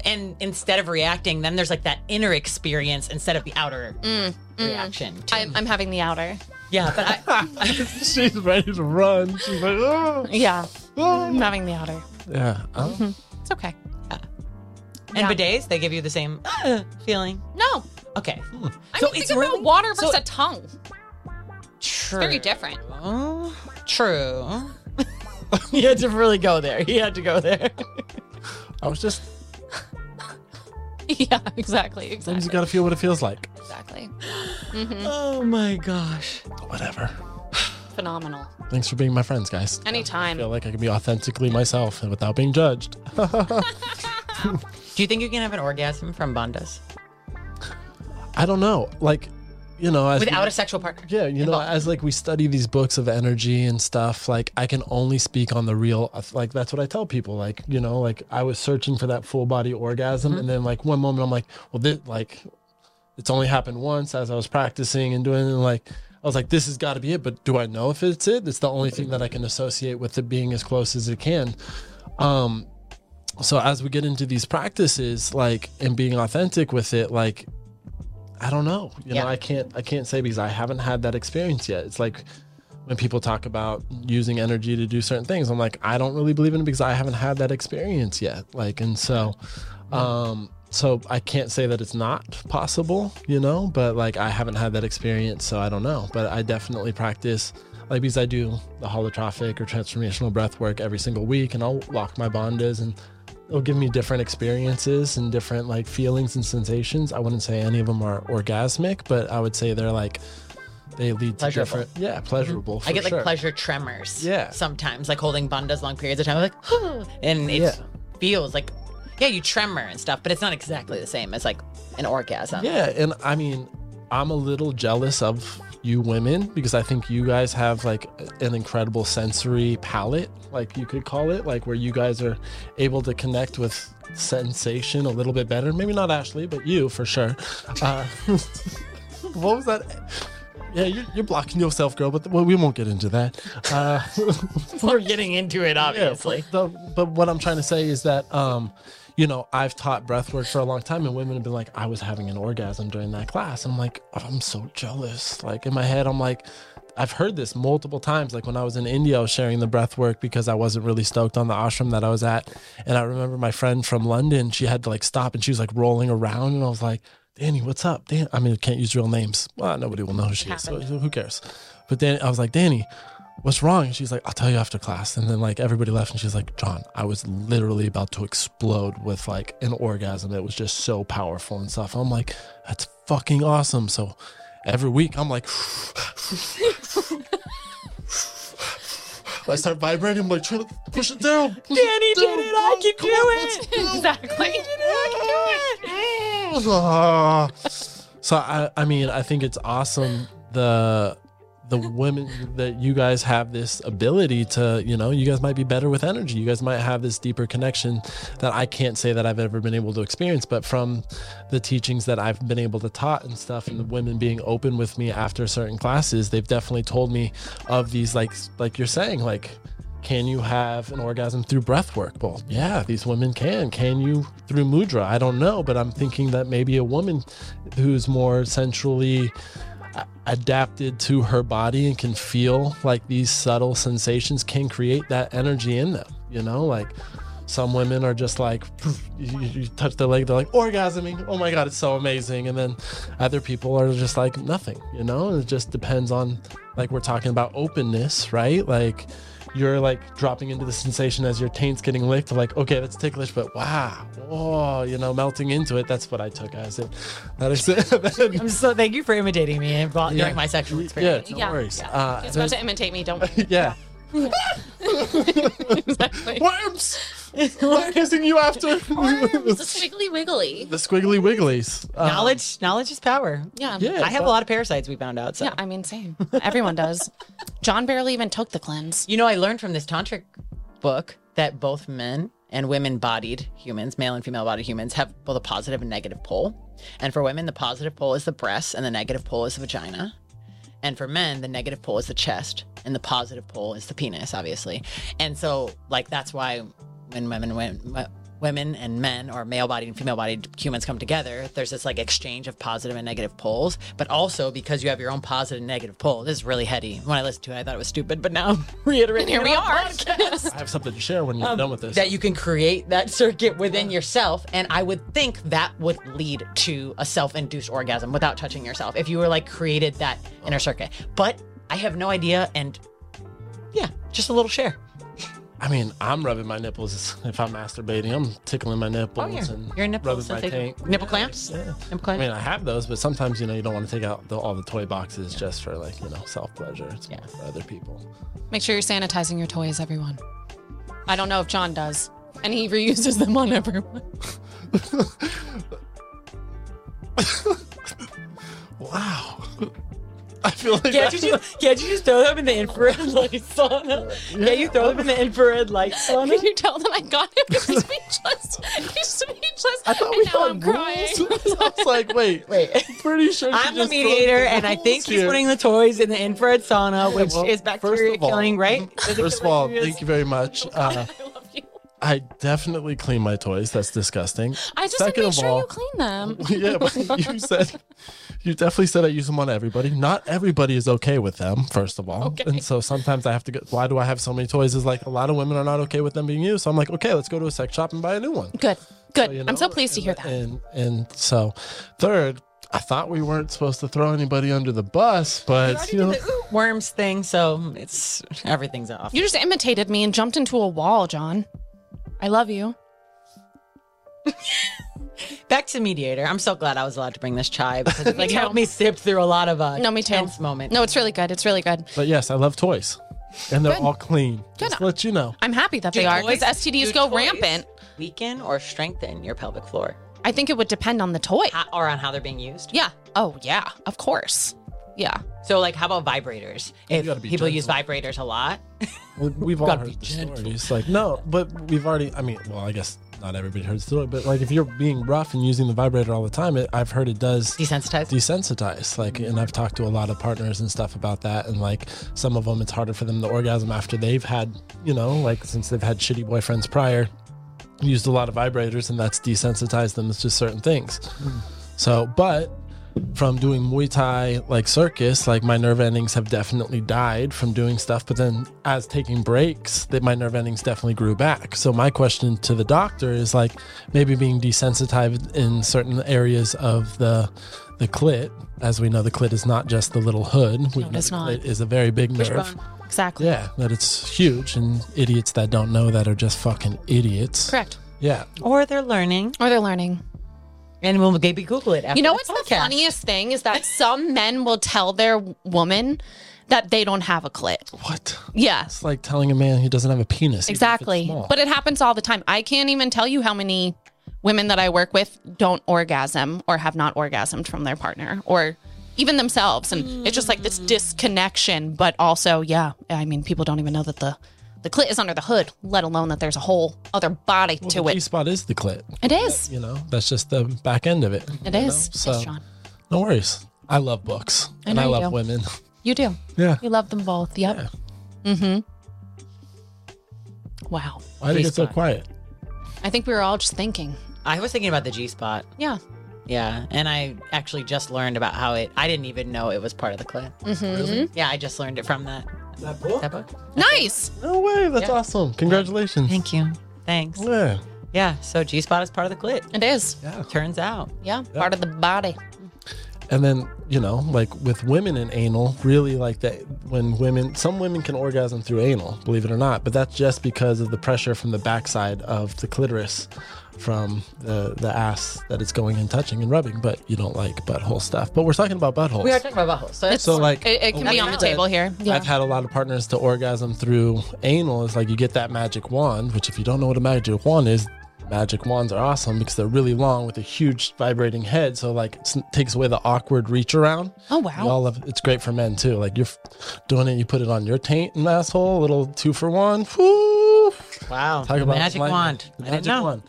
Speaker 2: [SIGHS] and instead of reacting, then there's like that inner experience instead of the outer
Speaker 1: Mm,
Speaker 2: reaction. to-
Speaker 1: I'm, I'm having the outer.
Speaker 2: yeah, but
Speaker 1: [LAUGHS]
Speaker 2: I, [LAUGHS]
Speaker 3: She's ready to run. She's like, oh.
Speaker 1: Yeah. I'm having the outer.
Speaker 3: Yeah. Oh.
Speaker 1: It's okay.
Speaker 2: and
Speaker 1: Yeah.
Speaker 2: bidets they give you the same ah, feeling.
Speaker 1: No.
Speaker 2: Okay,
Speaker 1: I
Speaker 2: So
Speaker 1: mean,
Speaker 2: it's
Speaker 1: think about
Speaker 2: really-
Speaker 1: water
Speaker 2: so-
Speaker 1: versus a tongue.
Speaker 2: true.
Speaker 1: Very different. [LAUGHS]
Speaker 2: [LAUGHS] True. he had to really go there. He had to go there.
Speaker 3: I was just,
Speaker 1: Yeah, exactly. Exactly.
Speaker 3: sometimes you gotta feel what it feels like.
Speaker 1: Exactly.
Speaker 2: Oh my gosh.
Speaker 3: Whatever.
Speaker 1: Phenomenal.
Speaker 3: Thanks for being my friends, guys. I feel
Speaker 1: Anytime.
Speaker 3: like I can be authentically myself without being judged.
Speaker 2: Do you think you can have an orgasm from bondas
Speaker 3: I don't know. Like, you know, as
Speaker 2: without
Speaker 3: we-
Speaker 2: a sexual partner?
Speaker 3: yeah, you know, as like we study these books of energy and stuff, like I can only speak on the real. uh, Like that's what I tell people. Like you know, like I was searching for that full body orgasm, and then like one moment I'm like, well, this like it's only happened once as I was practicing and doing it. And like I was like, this has got to be it. But do I know if it's it? It's the only thing that I can associate with it being as close as it can. Um, so as we get into these practices, like and being authentic with it, like I don't know, you
Speaker 2: Yeah.
Speaker 3: know, I can't I can't say because I haven't had that experience yet. It's like when people talk about using energy to do certain things, I'm like, I don't really believe in it because I haven't had that experience yet. Like, and so, um, so I can't say that it's not possible, you know, but like I haven't had that experience, so I don't know. But I definitely practice, like, because I do the holotrophic or transformational breath work every single week, and I'll lock my bondas and it'll give me different experiences and different like feelings and sensations. I wouldn't say any of them are orgasmic, but I would say they're like, they lead to
Speaker 2: Pleasurable.
Speaker 3: different, yeah, pleasurable.
Speaker 2: Mm-hmm. I
Speaker 3: for
Speaker 2: get like
Speaker 3: sure.
Speaker 2: pleasure tremors.
Speaker 3: Yeah.
Speaker 2: Sometimes, like holding bandas long periods of time, I'm like, "Huh," and it
Speaker 3: Yeah.
Speaker 2: feels like, yeah, you tremor and stuff, but it's not exactly the same as like an orgasm.
Speaker 3: Yeah, and I mean, I'm a little jealous of you women because I think you guys have like an incredible sensory palette, like you could call it, like where you guys are able to connect with sensation a little bit better. Maybe not Ashley, but you for sure. Uh, what was that? Yeah, you're, you're blocking yourself, girl. But well, we won't get into that. Uh,
Speaker 2: [LAUGHS] We're getting into it, obviously.
Speaker 3: yeah, but, the- but what I'm trying to say is that, um, you know, I've taught breathwork for a long time, and women have been like, I was having an orgasm during that class. I'm like, "Oh, I'm so jealous. Like in my head, I'm like, I've heard this multiple times. Like when I was in India, I was sharing the breath work because I wasn't really stoked on the ashram that I was at. And I remember my friend from London, she had to like stop and she was like rolling around. And I was like, Danny, what's up? Dan, I mean, I can't use real names. Well, nobody will know who she is. So who cares? But then I was like, Danny, what's wrong? And she's like, I'll tell you after class. And then like everybody left and she's like, John, I was literally about to explode with like an orgasm. It was just so powerful and stuff. I'm like, that's fucking awesome. So every week I'm like, [LAUGHS] I start vibrating. I'm like, trying to push it down. Push
Speaker 2: Danny
Speaker 3: it
Speaker 2: did
Speaker 3: down.
Speaker 2: it, I
Speaker 3: Go,
Speaker 2: can
Speaker 3: come
Speaker 2: do
Speaker 3: on,
Speaker 2: it.
Speaker 1: [LAUGHS]
Speaker 3: let's [LAUGHS]
Speaker 1: Exactly.
Speaker 3: Ah. [LAUGHS] so I, I mean, I think it's awesome the the women that you guys have this ability to, you know, you guys might be better with energy. You guys might have this deeper connection that I can't say that I've ever been able to experience, but from the teachings that I've been able to taught and stuff and the women being open with me after certain classes, they've definitely told me of these like like you're saying, like can you have an orgasm through breath work? Well, yeah, these women can. Can you through mudra? I don't know, but I'm thinking that maybe a woman who's more centrally a- adapted to her body and can feel like these subtle sensations can create that energy in them. You know, like some women are just like, you, you touch their leg, they're like orgasming. Oh my God, it's so amazing. And then other people are just like, nothing, you know? It just depends on, like, we're talking about openness, right? Like, you're like dropping into the sensation as your taint's getting licked. Like, okay, that's ticklish, but wow, oh, you know, melting into it. That's what I took as it. That is it. [LAUGHS]
Speaker 2: I'm so thank you for imitating me and brought
Speaker 3: Yeah.
Speaker 2: during my sexual
Speaker 3: yeah,
Speaker 2: experience.
Speaker 3: no
Speaker 1: Yeah,
Speaker 3: worries.
Speaker 1: yeah.
Speaker 3: Uh,
Speaker 1: He's about to imitate me, don't worry.
Speaker 3: [LAUGHS] yeah.
Speaker 1: Exactly.
Speaker 3: Worms! Why kissing
Speaker 2: [LAUGHS]
Speaker 3: you after?
Speaker 1: It's a
Speaker 3: the [LAUGHS]
Speaker 1: squiggly wiggly.
Speaker 3: squiggly wigglies. Uh,
Speaker 2: Knowledge, knowledge is power.
Speaker 1: Yeah.
Speaker 3: Yeah.
Speaker 2: I have a lot of parasites. We found out. So
Speaker 1: Yeah, I mean, same. Everyone does. John barely even took the cleanse.
Speaker 2: you know, I learned from this tantric book that both men and women bodied humans, male and female bodied humans, have both a positive and negative pole. And for women, the positive pole is the breast and the negative pole is the vagina. And for men, the negative pole is the chest and the positive pole is the penis, obviously. And so, like, that's why when women, when, women and men or male bodied and female bodied humans come together, there's this like exchange of positive and negative poles. But also because you have your own positive and negative pole, this is really heady. When I listened to it, I thought it was stupid, but now I'm [LAUGHS] reiterating
Speaker 1: Here
Speaker 2: it
Speaker 1: we
Speaker 2: on
Speaker 1: are.
Speaker 2: podcast
Speaker 3: I have something to share when you're done with this.
Speaker 2: Um, that you can create that [LAUGHS] circuit within yourself. And I would think that would lead to a self induced orgasm without touching yourself if you were like created that
Speaker 3: Oh.
Speaker 2: inner circuit. But I have no idea. And yeah, just a little share.
Speaker 3: I mean, I'm rubbing my nipples if I'm masturbating. I'm tickling my nipples and
Speaker 2: Oh, Your nipples,
Speaker 3: rubbing my
Speaker 2: I think.
Speaker 3: tank.
Speaker 2: nipple clamps. Nipple
Speaker 3: I
Speaker 2: clamps.
Speaker 3: mean, I have those, but sometimes you know you don't want to take out the, all the toy boxes just for like you know self pleasure. It's more for other people.
Speaker 1: Make sure you're sanitizing your toys, everyone. I don't know if John does, and he reuses them on everyone.
Speaker 3: Wow. [LAUGHS] I feel like
Speaker 2: Can't
Speaker 3: that-
Speaker 2: you just can't you just throw them in the [LAUGHS] infrared light sauna? Yeah, you throw them in the infrared light sauna.
Speaker 3: [LAUGHS]
Speaker 1: Can you tell them I got him? He's speechless. He's speechless.
Speaker 3: I thought we
Speaker 1: and now I'm
Speaker 3: had
Speaker 1: crying.
Speaker 3: rules. [LAUGHS] I was like, wait,
Speaker 2: Wait.
Speaker 3: I'm pretty sure. she
Speaker 2: I'm the
Speaker 3: just broke
Speaker 2: mediator,
Speaker 3: the
Speaker 2: and I
Speaker 3: rules
Speaker 2: think he's
Speaker 3: here.
Speaker 2: putting the toys in the infrared sauna, which
Speaker 3: Well,
Speaker 2: is
Speaker 3: first
Speaker 2: bacteria
Speaker 3: of all-
Speaker 2: killing, right? Does it
Speaker 3: [LAUGHS] First of
Speaker 2: kill
Speaker 3: all,
Speaker 2: bacteria?
Speaker 3: thank you very much. Uh,
Speaker 1: I love you.
Speaker 3: I definitely clean my toys. That's disgusting.
Speaker 1: I just didn't
Speaker 3: Second
Speaker 1: make
Speaker 3: of
Speaker 1: sure
Speaker 3: all-
Speaker 1: you clean them.
Speaker 3: [LAUGHS] yeah, but you said you definitely said I use them on everybody. Not everybody is okay with them, first of all. And so sometimes I have to go why do I have so many toys? Is like a lot of women are not okay with them being used. So I'm like, okay, let's go to a sex shop and buy a new one.
Speaker 1: Good. Good.
Speaker 3: Oh, You
Speaker 1: I'm so
Speaker 3: know?
Speaker 1: pleased to hear
Speaker 3: And-
Speaker 1: that.
Speaker 3: And and so third, I thought we weren't supposed to throw anybody under the bus, but you know
Speaker 2: worms thing, so it's everything's off.
Speaker 1: you just imitated me and jumped into a wall, John. I love you.
Speaker 2: Back to mediator. I'm so glad I was allowed to bring this chai
Speaker 1: [LAUGHS]
Speaker 2: because it like helped me sift through a lot of uh,
Speaker 1: No, me too.
Speaker 2: tense moments.
Speaker 1: No, it's really good. It's really good.
Speaker 3: but yes, I love toys. And they're
Speaker 1: Good.
Speaker 3: all clean. Just
Speaker 1: Good.
Speaker 3: let you know.
Speaker 1: I'm happy that
Speaker 2: Do
Speaker 1: they are
Speaker 2: toys-
Speaker 1: because STDs
Speaker 2: do
Speaker 1: go
Speaker 2: toys
Speaker 1: rampant.
Speaker 2: Weaken or strengthen your pelvic floor,
Speaker 1: I think it would depend on the toy.
Speaker 2: How- or on how they're being used.
Speaker 1: Yeah. Oh, yeah. Of course. Yeah.
Speaker 2: So, like, how about vibrators? If
Speaker 3: gotta be
Speaker 2: people use vibrators a lot,
Speaker 3: Well, We've all
Speaker 2: Gotta be
Speaker 3: heard the
Speaker 2: gentle.
Speaker 3: stories. Like, no, but we've already. I mean, well, I guess not everybody heard the story, but like, if you're being rough and using the vibrator all the time, it, I've heard it does
Speaker 2: desensitized.
Speaker 3: desensitize. Like, and I've talked to a lot of partners and stuff about that, and like, some of them, it's harder for them to orgasm after they've had, you know, like since they've had shitty boyfriends prior, used a lot of vibrators, and that's desensitized them to certain things. So, but from doing Muay Thai like circus, like my nerve endings have definitely died from doing stuff. But then as taking breaks, that my nerve endings definitely grew back. So my question to the doctor is like maybe being desensitized in certain areas of the the clit. As we know, the clit is not just the little hood. We know
Speaker 1: it's
Speaker 3: the
Speaker 1: not.
Speaker 3: clit is a very big nerve.
Speaker 1: Exactly.
Speaker 3: Yeah, that it's huge, and idiots that don't know that are just fucking idiots.
Speaker 1: Correct.
Speaker 3: Yeah,
Speaker 2: or they're learning,
Speaker 1: Or they're learning.
Speaker 2: and we'll maybe Google it. After
Speaker 1: You know
Speaker 2: this
Speaker 1: what's the
Speaker 2: podcast.
Speaker 1: funniest thing is that some men will tell their woman that they don't have a clit.
Speaker 3: what?
Speaker 1: Yeah,
Speaker 3: It's like telling a man he doesn't have a penis. even if it's
Speaker 1: exactly.
Speaker 3: small.
Speaker 1: But it happens all the time. I can't even tell you how many women that I work with don't orgasm or have not orgasmed from their partner or even themselves. And it's just like this disconnection. But also, yeah, I mean, people don't even know that the the clit is under the hood, let alone that there's a whole other body to
Speaker 3: the
Speaker 1: it.
Speaker 3: G spot is the clit.
Speaker 1: It is.
Speaker 3: You know,
Speaker 2: Mm-hmm.
Speaker 3: that's just the back end of it.
Speaker 1: It is.
Speaker 3: So
Speaker 1: Yes, John.
Speaker 3: no worries. I love books and
Speaker 1: know
Speaker 3: I
Speaker 1: you
Speaker 3: love
Speaker 1: do.
Speaker 3: women.
Speaker 1: You do.
Speaker 3: [LAUGHS] Yeah.
Speaker 1: You love them both. Yep.
Speaker 3: Yeah.
Speaker 1: Mm-hmm. Wow.
Speaker 3: Why did it get so
Speaker 2: G-spot.
Speaker 3: quiet?
Speaker 1: I think we were all just thinking.
Speaker 2: I was thinking about the G spot.
Speaker 1: Yeah.
Speaker 2: Yeah, and I actually just learned about how it. I didn't even know it was part of the clip.
Speaker 1: Mm-hmm.
Speaker 3: Really?
Speaker 2: Yeah, I just learned it from that
Speaker 3: That book?
Speaker 2: that book.
Speaker 1: Nice.
Speaker 3: No way. That's
Speaker 2: Yeah.
Speaker 3: awesome. Congratulations.
Speaker 2: Thank you. Thanks.
Speaker 3: Yeah.
Speaker 2: Yeah, so G spot is part of the clit.
Speaker 1: It is.
Speaker 3: Yeah.
Speaker 2: Turns out.
Speaker 1: Yeah. Part of the body.
Speaker 3: And then, you know, like with women in anal, really like that when women, some women can orgasm through anal, believe it or not, but that's just because of the pressure from the backside of the clitoris from the, the ass that it's going and touching and rubbing, but you don't like butthole stuff. But we're talking about buttholes.
Speaker 2: We are talking about buttholes. So, it's,
Speaker 3: so like
Speaker 1: It, it
Speaker 3: a
Speaker 1: can be
Speaker 3: way
Speaker 1: on the
Speaker 3: that
Speaker 1: table here. Yeah.
Speaker 3: I've had a lot of partners to orgasm through anal. Is like you get that magic wand, which if you don't know what a magic wand is, magic wands are awesome because they're really long with a huge vibrating head. So like it takes away the awkward reach around.
Speaker 1: oh
Speaker 3: We
Speaker 1: wow.
Speaker 3: all love, it's great for men too. Like you're f- doing it, you put it on your taint and asshole, a little two for one. Woo!
Speaker 2: Wow.
Speaker 3: Talk about
Speaker 2: magic
Speaker 3: lightning.
Speaker 2: wand.
Speaker 3: The
Speaker 2: I didn't
Speaker 3: magic
Speaker 2: know.
Speaker 3: wand.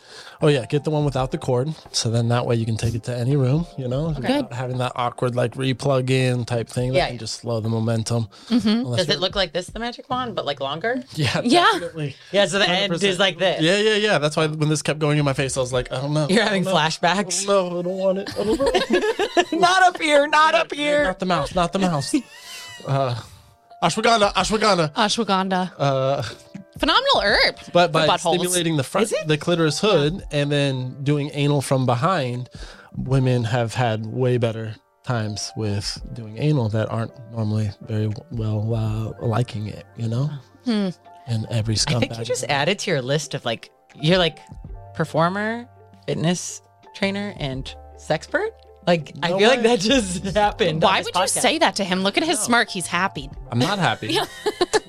Speaker 3: Oh yeah, get the one without the cord. So then that way you can take it to any room. You know, without having that awkward like replug in type thing.
Speaker 2: Yeah,
Speaker 3: that can
Speaker 2: yeah.
Speaker 3: just slow the momentum.
Speaker 2: Does it look like this, the magic wand, but like longer?
Speaker 3: Yeah.
Speaker 1: Yeah.
Speaker 3: Definitely.
Speaker 2: Yeah, so the end is like this.
Speaker 3: Yeah, yeah, yeah. That's why when this kept going in my face, I was like, I don't know.
Speaker 2: You're
Speaker 3: I
Speaker 2: having
Speaker 3: don't know.
Speaker 2: flashbacks.
Speaker 3: No, I don't want it. I don't
Speaker 2: [LAUGHS]
Speaker 3: know.
Speaker 2: not up here, not up here.
Speaker 3: not the mouse. Not
Speaker 2: [LAUGHS]
Speaker 3: the mouse. Uh, ashwagandha. Ashwagandha.
Speaker 1: Ashwagandha.
Speaker 3: Uh,
Speaker 1: Phenomenal herb.
Speaker 3: But by
Speaker 1: buttholes.
Speaker 3: stimulating the front, the clitoris hood, and then doing anal from behind, women have had way better times with doing anal that aren't normally very well uh, liking it. You know, and every scumbag.
Speaker 2: Hmm. I think you just added to your list of like you're like performer, fitness trainer, and sexpert. Like I
Speaker 3: No
Speaker 2: feel like
Speaker 3: way.
Speaker 2: that just [LAUGHS] happened. on
Speaker 1: Why
Speaker 2: this
Speaker 1: would you
Speaker 2: podcast.
Speaker 1: say that to him? Look at his smirk. He's happy.
Speaker 3: I'm
Speaker 2: [LAUGHS]
Speaker 3: not happy.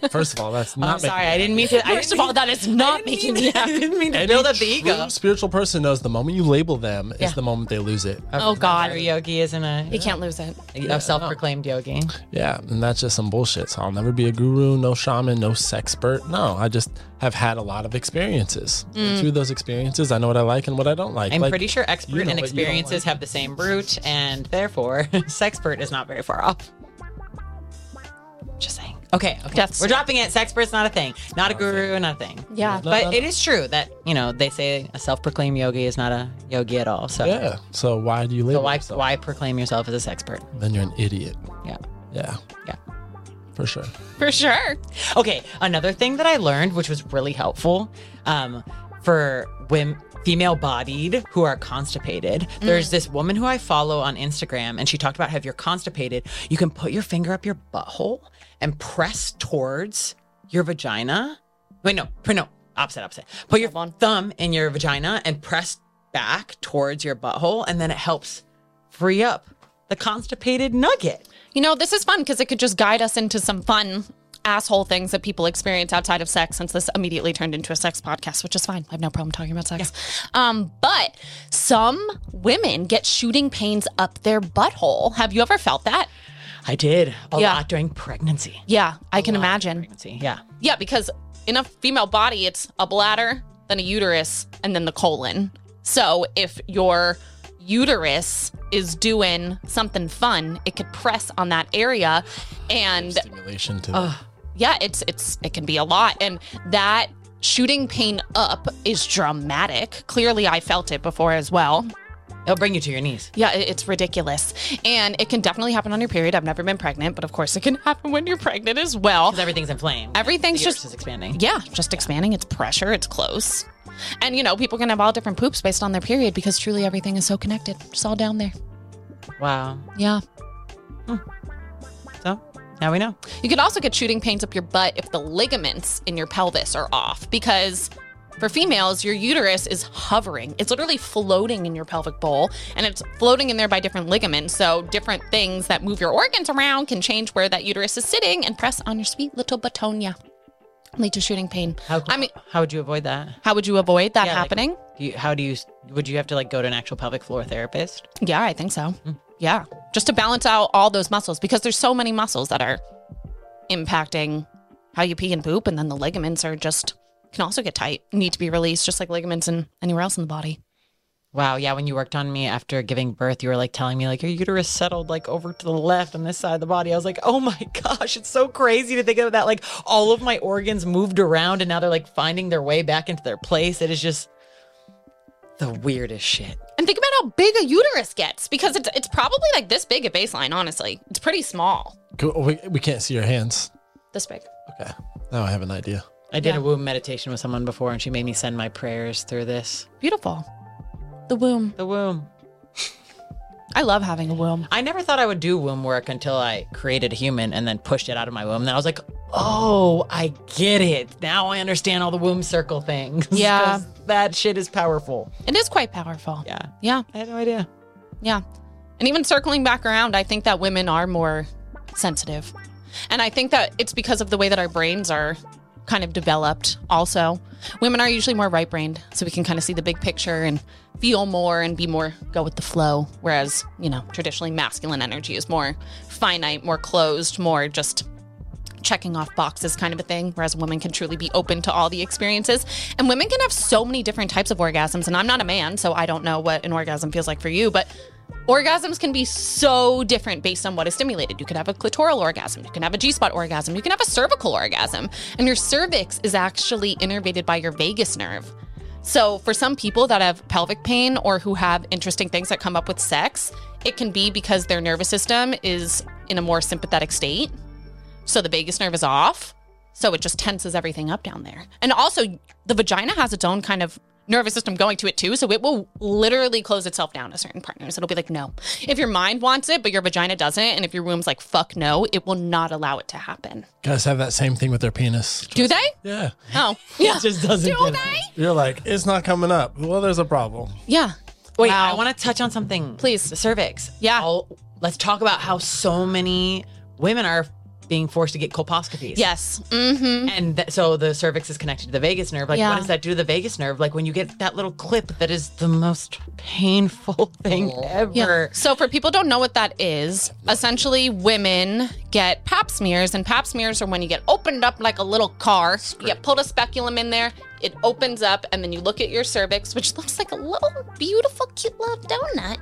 Speaker 3: First of all, that's not.
Speaker 2: I'm sorry, I didn't mean to. I
Speaker 1: First
Speaker 2: didn't
Speaker 1: of all,
Speaker 2: mean-
Speaker 1: that is
Speaker 2: [LAUGHS] I
Speaker 1: not
Speaker 2: didn't
Speaker 1: making
Speaker 2: mean-
Speaker 1: me
Speaker 2: I
Speaker 1: happy.
Speaker 2: didn't mean to
Speaker 3: Any
Speaker 2: build up the
Speaker 3: true
Speaker 2: ego.
Speaker 3: Spiritual person knows the moment you label them
Speaker 1: Yeah.
Speaker 3: is the moment they lose it.
Speaker 1: Oh God, you
Speaker 2: Yogi isn't a,
Speaker 1: can't lose it.
Speaker 2: a self-proclaimed yogi.
Speaker 3: Yeah, and that's just some bullshit. So I'll never be a guru, no shaman, no sexpert. No, I just have had a lot of experiences. And through those experiences, I know what I like and what I don't like.
Speaker 2: Mm. I'm
Speaker 3: Like,
Speaker 2: pretty sure expert
Speaker 3: you know
Speaker 2: and
Speaker 3: what you don't
Speaker 2: experiences
Speaker 3: like.
Speaker 2: have the same root, and therefore, [LAUGHS] sexpert is not very far off. Just saying. Okay, okay.
Speaker 1: Death stare.
Speaker 2: We're dropping it. Sexpert's not a thing. Not a guru, not a thing.
Speaker 1: Yeah.
Speaker 3: No,
Speaker 2: but
Speaker 3: no, no.
Speaker 2: it is true that you know they say a self-proclaimed yogi is not a yogi at all. So,
Speaker 3: Yeah. So why do you label?
Speaker 2: so why
Speaker 3: yourself?
Speaker 2: why proclaim yourself as a sexpert?
Speaker 3: Then you're an idiot.
Speaker 2: Yeah.
Speaker 3: Yeah.
Speaker 2: Yeah.
Speaker 3: For sure.
Speaker 1: For sure.
Speaker 2: Okay, another thing that I learned, which was really helpful, um, for women, female-bodied who are constipated.
Speaker 1: Mm.
Speaker 2: There's this woman who I follow on Instagram, and she talked about how if you're constipated, you can put your finger up your butthole and press towards your vagina. Wait, no, pr- no, opposite, opposite. Put your
Speaker 1: Hold on.
Speaker 2: thumb in your vagina and press back towards your butthole, and then it helps free up the constipated nugget.
Speaker 1: You know, this is fun because it could just guide us into some fun asshole things that people experience outside of sex since this immediately turned into a sex podcast, which is fine. I have no problem talking about sex. Um, but some women get shooting pains up their butthole. Have you ever felt that?
Speaker 2: I did a
Speaker 1: Yeah.
Speaker 2: lot during pregnancy.
Speaker 1: Yeah, I can imagine.
Speaker 2: Pregnancy, yeah.
Speaker 1: Yeah, because in a female body, it's a bladder, then a uterus, and then the colon. So if your uterus is doing something fun, it could press on that area and
Speaker 3: Stimulation to uh,
Speaker 1: yeah, it's it's it can be a lot and that shooting pain up is dramatic. Clearly I felt it before as well.
Speaker 2: It'll bring you to your knees.
Speaker 1: Yeah, it- it's ridiculous. And it can definitely happen on your period. I've never been pregnant, but of course it can [LAUGHS] happen when you're pregnant as well.
Speaker 2: Because everything's inflamed.
Speaker 1: Everything's
Speaker 2: The uterus
Speaker 1: just-
Speaker 2: is expanding.
Speaker 1: Yeah, just expanding. It's pressure. It's close. And you know, people can have all different poops based on their period because truly everything is so connected. It's all down there.
Speaker 2: Wow.
Speaker 1: Yeah.
Speaker 2: So now we know.
Speaker 1: You could also get shooting pains up your butt if the ligaments in your pelvis are off because for females, your uterus is hovering. It's literally floating in your pelvic bowl and it's floating in there by different ligaments. So, different things that move your organs around can change where that uterus is sitting and press on your sweet little batonia. Lead to shooting pain.
Speaker 2: How,
Speaker 1: I mean,
Speaker 2: how would you avoid that?
Speaker 1: how would you avoid that
Speaker 2: Yeah, like-
Speaker 1: happening?
Speaker 2: Do you, how do you? Would you have to like go to an actual pelvic floor therapist?
Speaker 1: Yeah, I think so. Yeah. Just to balance out all those muscles because there's so many muscles that are impacting how you pee and poop and then the ligaments are just can also get tight. Need to be released just like ligaments and anywhere else in the body.
Speaker 2: Wow. Yeah. When you worked on me after giving birth, you were like telling me like your uterus settled like over to the left on this side of the body. I was like, oh my [LAUGHS] gosh, it's so crazy to think of that. Like all of my organs moved around and now they're like finding their way back into their place. It is just the weirdest shit.
Speaker 1: And think about how big a uterus gets because it's it's probably like this big at baseline, honestly. It's pretty small.
Speaker 3: we, we can't see your hands.
Speaker 1: This big.
Speaker 3: Okay. Now I have an idea.
Speaker 2: I did
Speaker 1: Yeah.
Speaker 2: a womb meditation with someone before, and she made me send my prayers through this.
Speaker 1: Beautiful. The womb.
Speaker 2: The womb.
Speaker 1: I love having a womb.
Speaker 2: I never thought I would do womb work until I created a human and then pushed it out of my womb. Then I was like, oh, I get it. Now I understand all the womb circle things. [LAUGHS] 'Cause
Speaker 1: Yeah.
Speaker 2: That shit is powerful.
Speaker 1: It is quite powerful.
Speaker 2: Yeah.
Speaker 1: Yeah.
Speaker 2: I had no idea.
Speaker 1: Yeah. And even circling back around, I think that women are more sensitive. And I think that it's because of the way that our brains are kind of developed, also. Women are usually more right brained, so we can kind of see the big picture and feel more and be more go with the flow. Whereas, you know, traditionally masculine energy is more finite, more closed, more just checking off boxes kind of a thing, whereas women can truly be open to all the experiences. And women can have so many different types of orgasms. And I'm not a man, so I don't know what an orgasm feels like for you, but orgasms can be so different based on what is stimulated. You could have a clitoral orgasm, you can have a G spot orgasm, you can have a cervical orgasm. And your cervix is actually innervated by your vagus nerve. So, for some people that have pelvic pain or who have interesting things that come up with sex, it can be because their nervous system is in a more sympathetic state. So, the vagus nerve is off. So, it just tenses everything up down there. And also, the vagina has its own kind of nervous system going to it too. So, it will literally close itself down to certain partners. It'll be like, no. If your mind wants it, but your vagina doesn't, and if your room's like, fuck no, it will not allow it to happen.
Speaker 3: Guys have that same thing with their penis.
Speaker 1: Do they?
Speaker 3: Yeah.
Speaker 1: Oh, yeah.
Speaker 2: It just doesn't.
Speaker 1: Do
Speaker 2: get it.
Speaker 1: they?
Speaker 3: You're like, it's not coming up. Well, there's a problem.
Speaker 1: Yeah.
Speaker 2: Wait,
Speaker 1: Wow.
Speaker 2: I want to touch on something.
Speaker 1: Please.
Speaker 2: The cervix.
Speaker 1: Yeah.
Speaker 2: I'll- let's talk about how so many women are being forced to get colposcopies.
Speaker 1: Yes. Mm-hmm.
Speaker 2: And th- so the cervix is connected to the vagus nerve. Like,
Speaker 1: Yeah.
Speaker 2: what does that do to the vagus nerve? Like, when you get that little clip, that is the most painful [LAUGHS] thing ever.
Speaker 1: So for people who don't know what that is, essentially women get pap smears, and pap smears are when you get opened up like a little car. You get pulled a speculum in there, it opens up, and then you look at your cervix, which looks like a little beautiful, cute little donut.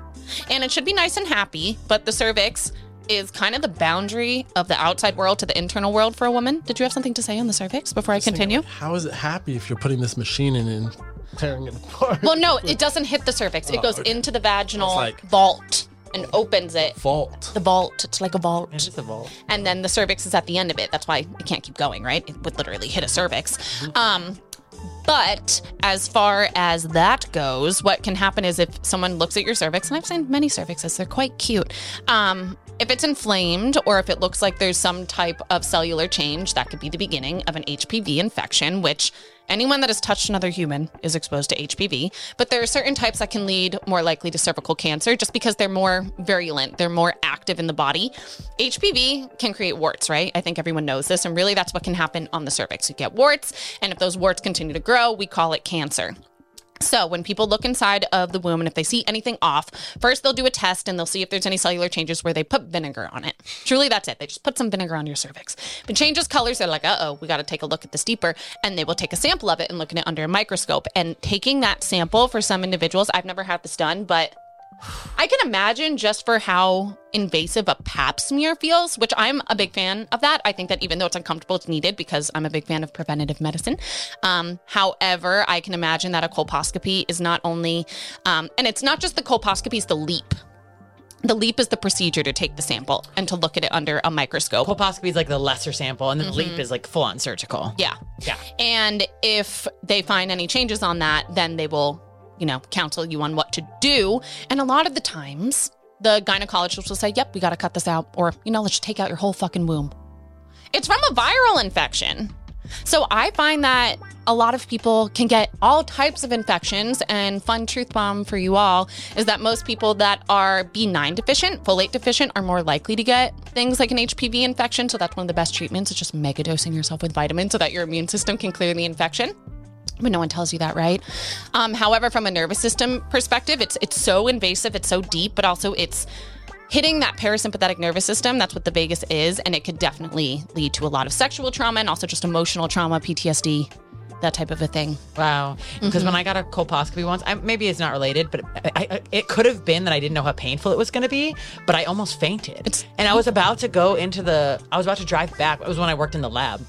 Speaker 1: And it should be nice and happy, but the cervix is kind of the boundary of the outside world to the internal world for a woman. Did you have something to say on the cervix before I continue?
Speaker 3: How is it happy if you're putting this machine in and tearing it apart?
Speaker 1: Well, no, it doesn't hit the cervix. It goes into the vaginal
Speaker 3: like-
Speaker 1: vault and opens it.
Speaker 3: Fault.
Speaker 1: The vault. It's like a vault.
Speaker 2: It's just a vault.
Speaker 1: and then the cervix is at the end of it. That's why it can't keep going, right? It would literally hit a cervix. Um, but as far as that goes, what can happen is if someone looks at your cervix, and I've seen many cervixes, they're quite cute. Um, if it's inflamed or if it looks like there's some type of cellular change, that could be the beginning of an HPV infection, which anyone that has touched another human is exposed to HPV. But there are certain types that can lead more likely to cervical cancer just because they're more virulent, they're more active in the body. HPV can create warts, right? I think everyone knows this. And really, that's what can happen on the cervix. You get warts, and if those warts continue to grow, we call it cancer. So, when people look inside of the womb and if they see anything off, first they'll do a test and they'll see if there's any cellular changes where they put vinegar on it. Truly, that's it. They just put some vinegar on your cervix. If it changes colors, they're like, uh oh, we got to take a look at this deeper. And they will take a sample of it and look at it under a microscope. And taking that sample for some individuals, I've never had this done, but I can imagine just for how invasive a pap smear feels, which I'm a big fan of that. I think that even though it's uncomfortable, it's needed because I'm a big fan of preventative medicine. Um, however, I can imagine that a colposcopy is not only, um, and it's not just the colposcopy, it's the leap. The leap is the procedure to take the sample and to look at it under a microscope.
Speaker 2: Colposcopy is like the lesser sample, and then leap is like full on surgical.
Speaker 1: Mm-hmm. Yeah.
Speaker 2: Yeah.
Speaker 1: And if they find any changes on that, then they will, you know, counsel you on what to do. And a lot of the times, the gynecologist will say, yep, we got to cut this out. Or, you know, let's just take out your whole fucking womb. It's from a viral infection. So I find that a lot of people can get all types of infections. And fun truth bomb for you all is that most people that are B9 deficient, folate deficient, are more likely to get things like an HPV infection. So that's one of the best treatments is just mega dosing yourself with vitamins so that your immune system can clear the infection but no one tells you that, right? Um, however, from a nervous system perspective, it's it's so invasive, it's so deep, but also it's hitting that parasympathetic nervous system. That's what the vagus is, and it could definitely lead to a lot of sexual trauma and also just emotional trauma, PTSD, that type of a thing.
Speaker 2: Wow. Because
Speaker 1: Mm-hmm.
Speaker 2: when I got a colposcopy once, I, maybe it's not related, but I, I, it could have been that I didn't know how painful it was going to be, but I almost fainted. and I was about to go into the, I was about to drive back. It was when I worked in the lab.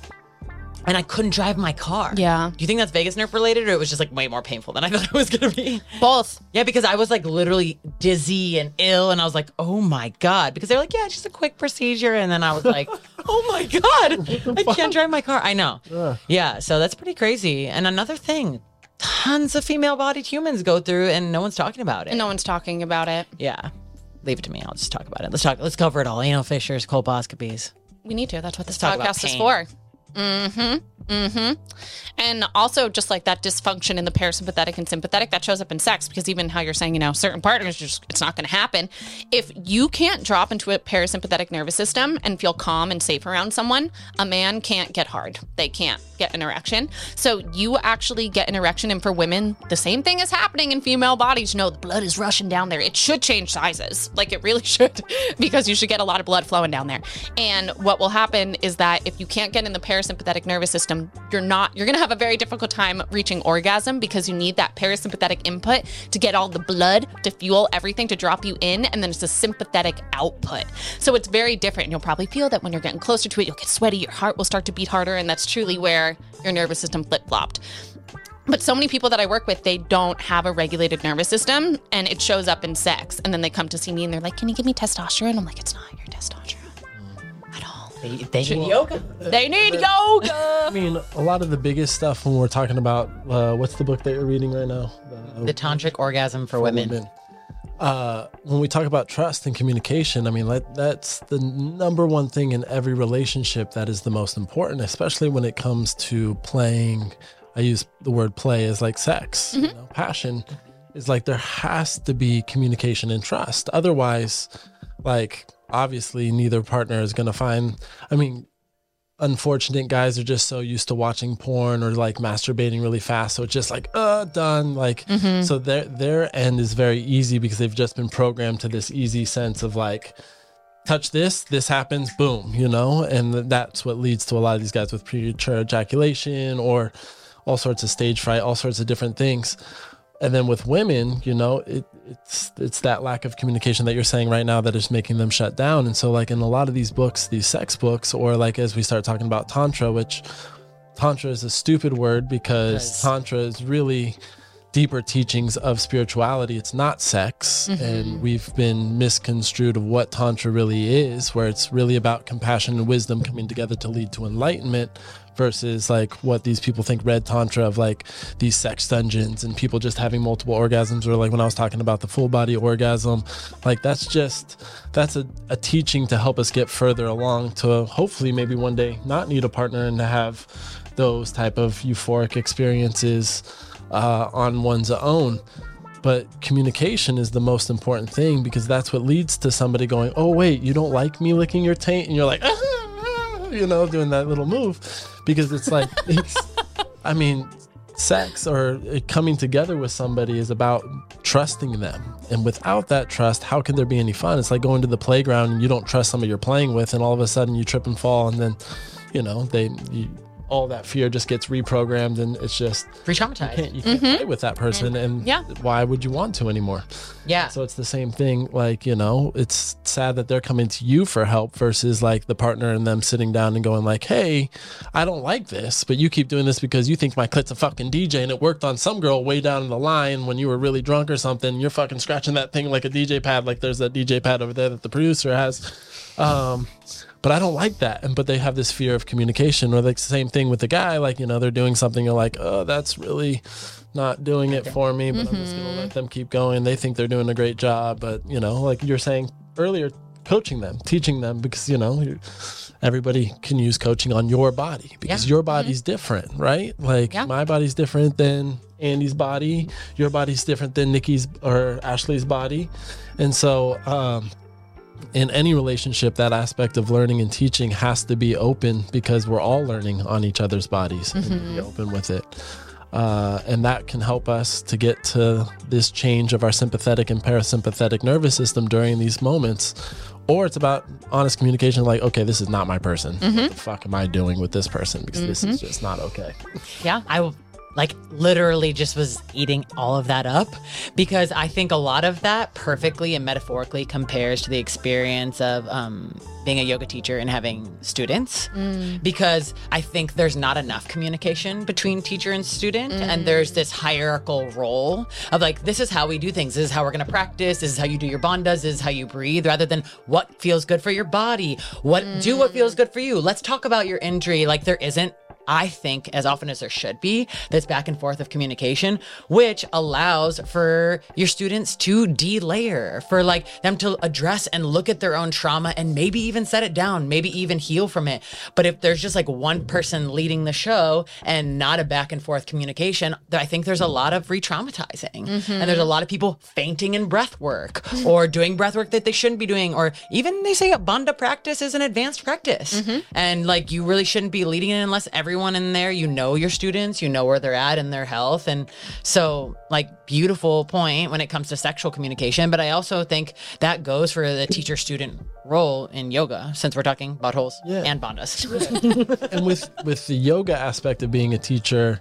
Speaker 2: And I couldn't drive my car.
Speaker 1: Yeah.
Speaker 2: Do you think that's vagus nerve related, or it was just like way more painful than I thought it was going to be?
Speaker 1: Both.
Speaker 2: Yeah, because I was like literally dizzy and ill, and I was like, "Oh my god!" Because they were like, "Yeah, it's just a quick procedure," and then I was
Speaker 3: [LAUGHS]
Speaker 2: like, "Oh my god, I can't drive my car." I know. Yeah. so that's pretty crazy. And another thing, tons of female-bodied humans go through, and no one's talking about it.
Speaker 1: No one's talking about it.
Speaker 2: Yeah, leave it to me. I'll just talk about it. Let's talk. Let's cover it all. Anal fissures, colposcopies.
Speaker 1: We need to. That's what this
Speaker 2: Let's talk about
Speaker 1: podcast is
Speaker 2: pain.
Speaker 1: for. Mm-hmm. And also, just like that dysfunction in the parasympathetic and sympathetic, that shows up in sex because even how you're saying, you know, certain partners, just it's not going to happen. If you can't drop into a parasympathetic nervous system and feel calm and safe around someone, a man can't get hard. They can't get an erection. So you actually get an erection. And for women, the same thing is happening in female bodies. You know, the blood is rushing down there. It should change sizes. Like it really [LAUGHS] should because you should get a lot of blood flowing down there. And what will happen is that if you can't get in the parasympathetic nervous system, you're not you're going to have a very difficult time reaching orgasm because you need that parasympathetic input to get all the blood to fuel everything to drop you in and then it's a sympathetic output. So it's very different and you'll probably feel that when you're getting closer to it, you'll get sweaty, your heart will start to beat harder and that's truly where your nervous system flip-flopped. But so many people that I work with, they don't have a regulated nervous system and it shows up in sex. And then they come to see me and they're like, Can you give me testosterone? I'm like, It's not your testosterone at all.
Speaker 2: They, they need yoga.
Speaker 1: They need yoga.
Speaker 3: I mean, a lot of the biggest stuff when we're talking about uh, what's the book that you're reading right now? Uh,
Speaker 2: The tantric orgasm for women.
Speaker 3: women. Uh, when we talk about trust and communication, I mean that, that's the number one thing in every relationship that is the most important, especially when it comes to playing. I use the word play as like sex, you know, passion is like there has to be communication and trust. Otherwise, like obviously neither partner is going to find. I mean, unfortunate guys are just so used to watching porn or like masturbating really fast so it's just like uh done like so their their end is very easy because they've just been programmed to this easy sense of like touch this this happens boom you know and th- that's what leads to a lot of these guys with premature ejaculation or all sorts of stage fright all sorts of different things and then with women you know it, it's it's that lack of communication that you're saying right now that is making them shut down and so like in a lot of these books these sex books or like as we start talking about tantra which tantra is a stupid word because
Speaker 2: Yes.
Speaker 3: tantra is really deeper teachings of spirituality it's not sex and we've been misconstrued of what tantra really is where it's really about compassion and wisdom coming together to lead to enlightenment versus like what these people think red tantra of like these sex dungeons and people just having multiple orgasms or like when i was talking about the full body orgasm like that's just that's a, a teaching to help us get further along to hopefully maybe one day not need a partner and to have those type of euphoric experiences uh, on one's own but communication is the most important thing because that's what leads to somebody going, "Oh wait, you don't like me licking your taint," and you're like, [LAUGHS] you know, doing that little move, because it's like, it's, I mean, sex or it coming together with somebody is about trusting them, and without that trust, how can there be any fun? It's like going to the playground and you don't trust somebody you're playing with, and all of a sudden you trip and fall, and then, you know, they. You, all that fear just gets reprogrammed and it's just
Speaker 2: Pre-traumatized.
Speaker 3: can't- you can't play with that person and
Speaker 1: Yeah.
Speaker 3: why would you want to anymore
Speaker 2: Yeah.
Speaker 3: so it's the same thing like you know it's sad that they're coming to you for help versus like the partner and them sitting down and going like hey i don't like this but you keep doing this because you think my clit's a fucking dj and it worked on some girl way down the line when you were really drunk or something you're fucking scratching that thing like a dj pad like there's that dj pad over there that the producer has um but I don't like that. And but they have this fear of communication, or like the same thing with the guy. Like you know, they're doing something. You're like, oh, that's really not doing it for me. But I'm just gonna let them keep going. They think they're doing a great job, but you know, like you're saying earlier, coaching them, teaching them, because you know, you everybody can use coaching on your body because your body's different, right? Like
Speaker 1: Yeah.
Speaker 3: my body's different than Andy's body. Your body's different than Nikki's or Ashley's body, and so. um in any relationship, that aspect of learning and teaching has to be open because we're all learning on each other's bodies and be open with it. Uh, and that can help us to get to this change of our sympathetic and parasympathetic nervous system during these moments. Or it's about honest communication like, okay, this is not my person. What the fuck am I doing with this person? Because this is just not okay.
Speaker 1: Yeah.
Speaker 2: I like literally just was eating all of that up because I think a lot of that perfectly and metaphorically compares to the experience of um, being a yoga teacher and having students because I think there's not enough communication between teacher and student and there's this hierarchical role of like this is how we do things this is how we're going to practice this is how you do your bandhas this is how you breathe rather than what feels good for your body what do what feels good for you let's talk about your injury like there isn't I think, as often as there should be, this back and forth of communication, which allows for your students to de layer, for like them to address and look at their own trauma and maybe even set it down, maybe even heal from it. But if there's just like one person leading the show and not a back and forth communication, th- I think there's a lot of re traumatizing. And there's a lot of people fainting in breath work [LAUGHS] or doing breath work that they shouldn't be doing. Or even they say a banda practice is an advanced practice. And like you really shouldn't be leading it unless everyone in there, you know your students, you know where they're at in their health. And so, like, beautiful point when it comes to sexual communication. But I also think that goes for the teacher student role in yoga since we're talking buttholes
Speaker 3: Yeah.
Speaker 2: and bandas.
Speaker 3: and with with the yoga aspect of being a teacher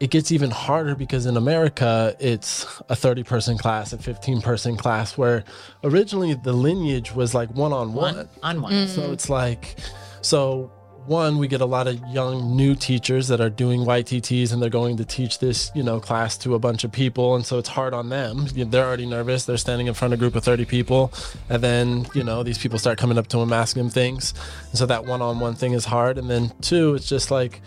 Speaker 3: it gets even harder because in america it's a 30 person class a 15 person class where originally the lineage was like one-on-one
Speaker 2: One on one.
Speaker 3: so it's like, so one, we get a lot of young new teachers that are doing YTTs and they're going to teach this, you know, class to a bunch of people. And so it's hard on them. They're already nervous. They're standing in front of a group of 30 people. And then, you know, these people start coming up to them, asking them things. And so that one on one thing is hard. And then two, it's just like,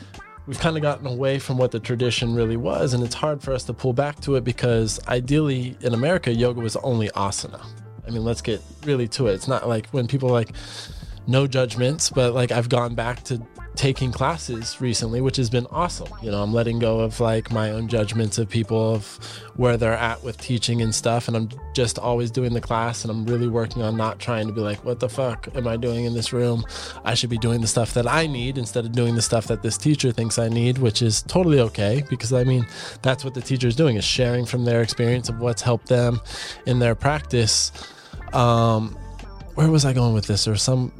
Speaker 3: we've kind of gotten away from what the tradition really was. And it's hard for us to pull back to it because ideally in America, yoga was only asana. I mean, let's get really to it. It's not like when people are like, no judgments, but like I've gone back to taking classes recently, which has been awesome. You know, I'm letting go of like my own judgments of people of where they're at with teaching and stuff. And I'm just always doing the class and I'm really working on not trying to be like, what the fuck am I doing in this room? I should be doing the stuff that I need instead of doing the stuff that this teacher thinks I need, which is totally okay because I mean, that's what the teacher is doing is sharing from their experience of what's helped them in their practice. Um, where was I going with this? Or some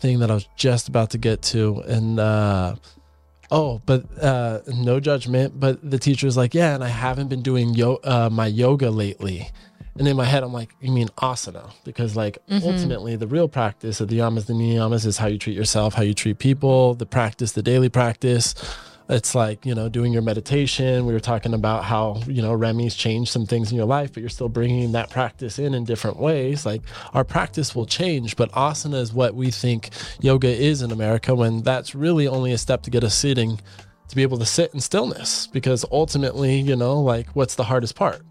Speaker 3: thing that I was just about to get to, and uh, oh, but uh, no judgment. But the teacher's like, yeah, and I haven't been doing yo- uh, my yoga lately. And in my head, I'm like, you mean asana? Because like ultimately, the real practice of the yamas, the niyamas, is how you treat yourself, how you treat people, the practice, the daily practice. It's like you know, doing your meditation. We were talking about how you know Remy's changed some things in your life, but you're still bringing that practice in in different ways. Like our practice will change, but asana is what we think yoga is in America. When that's really only a step to get us sitting, to be able to sit in stillness. Because ultimately, you know, like what's the hardest part?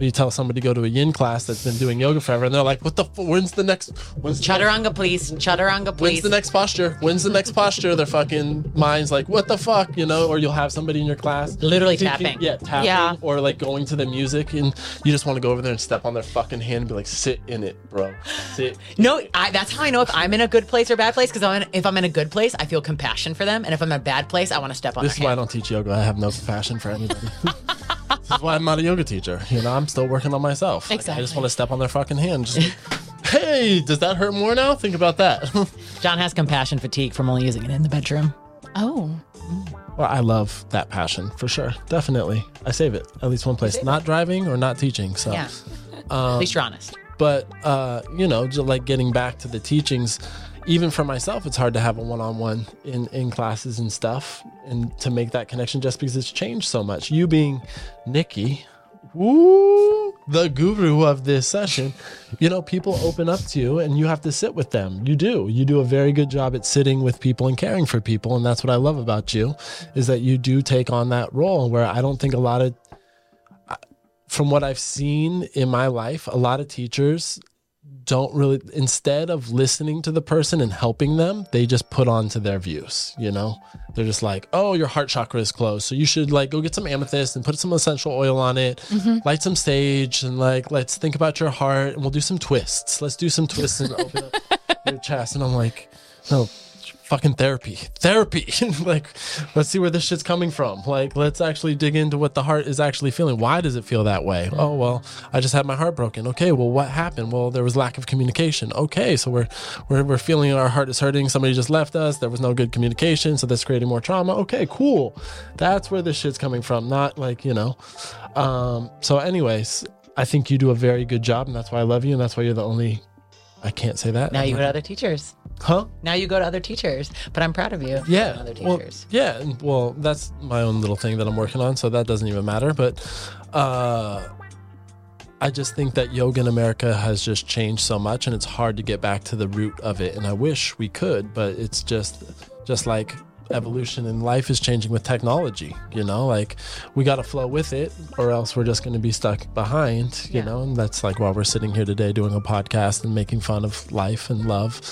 Speaker 3: you tell somebody to go to a yin class that's been doing yoga forever and they're like what the f- when's the next when's the,
Speaker 2: Chaturanga, please. Chaturanga,
Speaker 3: when's
Speaker 2: please.
Speaker 3: the next posture when's the next posture their fucking mind's like what the fuck you know or you'll have somebody in your class
Speaker 2: Literally
Speaker 3: teaching-
Speaker 2: tapping.
Speaker 3: yeah tapping
Speaker 1: Yeah.
Speaker 3: or like going to the music and you just want to go over there and step on their fucking hand and be like sit in it bro sit
Speaker 2: No, I, that's how I know if I'm in a good place or bad place. Because if I'm in a good place, I feel compassion for them, and if I'm in a bad place, I want to step on.
Speaker 3: this is
Speaker 2: their
Speaker 3: why i
Speaker 2: hand.
Speaker 3: don't teach yoga i have no passion for anybody [LAUGHS] this is why i'm not a yoga teacher you know i'm still working on myself Like, i just
Speaker 1: Exactly.
Speaker 3: want to step on their fucking hand Just- hey does that hurt more now think about that [LAUGHS]
Speaker 2: John has compassion fatigue from only using it in the bedroom.
Speaker 1: Oh,
Speaker 3: Well, I love that passion for sure. Definitely. I save it at least one place. Not driving or not teaching. So,
Speaker 2: Yeah.
Speaker 3: Uh,
Speaker 2: At least you're honest.
Speaker 3: but, uh, you know, just like getting back to the teachings, even for myself, it's hard to have a one on one in in classes and stuff and to make that connection just because it's changed so much. You being Nikki, Ooh, the guru of this session. You know, people open up to you and you have to sit with them. You do. You do a very good job at sitting with people and caring for people. And that's what I love about you is that you do take on that role where I don't think a lot of, I- from what I've seen in my life, a lot of teachers don't really, instead of listening to the person and helping them, they just put on to their views, you know? They're just like, oh, your heart chakra is closed. So you should like go get some amethyst and put some essential oil on it, light some sage, and like, let's think about your heart and we'll do some twists. Let's do some twists and open up your chest. And I'm like, no, fucking therapy. Therapy. [LAUGHS] like, let's see where this shit's coming from. Like, let's actually dig into what the heart is actually feeling. Why does it feel that way? Oh, well, I just had my heart broken. Okay, well, what happened? Well, there was lack of communication. Okay, so we're we're, we're feeling our heart is hurting. Somebody just left us. There was no good communication, so that's creating more trauma. Okay, cool. That's where this shit's coming from. Not like, you know. Um, so anyways, I think you do a very good job and that's why I love you and that's why you're the only I can't say that.
Speaker 2: Now you go to other teachers.
Speaker 3: Huh?
Speaker 2: Now you go to other teachers. But I'm proud of you.
Speaker 3: yeah
Speaker 2: and Other
Speaker 3: well,
Speaker 2: teachers.
Speaker 3: yeah and- well that's my own little thing that i'm working on so that doesn't even matter but uh i just think that yoga in america has just changed so much and it's hard to get back to the root of it and i wish we could but it's just just like evolution and life is changing with technology. You know, like we got to flow with it, or else we're just going to be stuck behind. You
Speaker 2: Yeah.
Speaker 3: know, and that's like why we're sitting here today doing a podcast and making fun of life and love,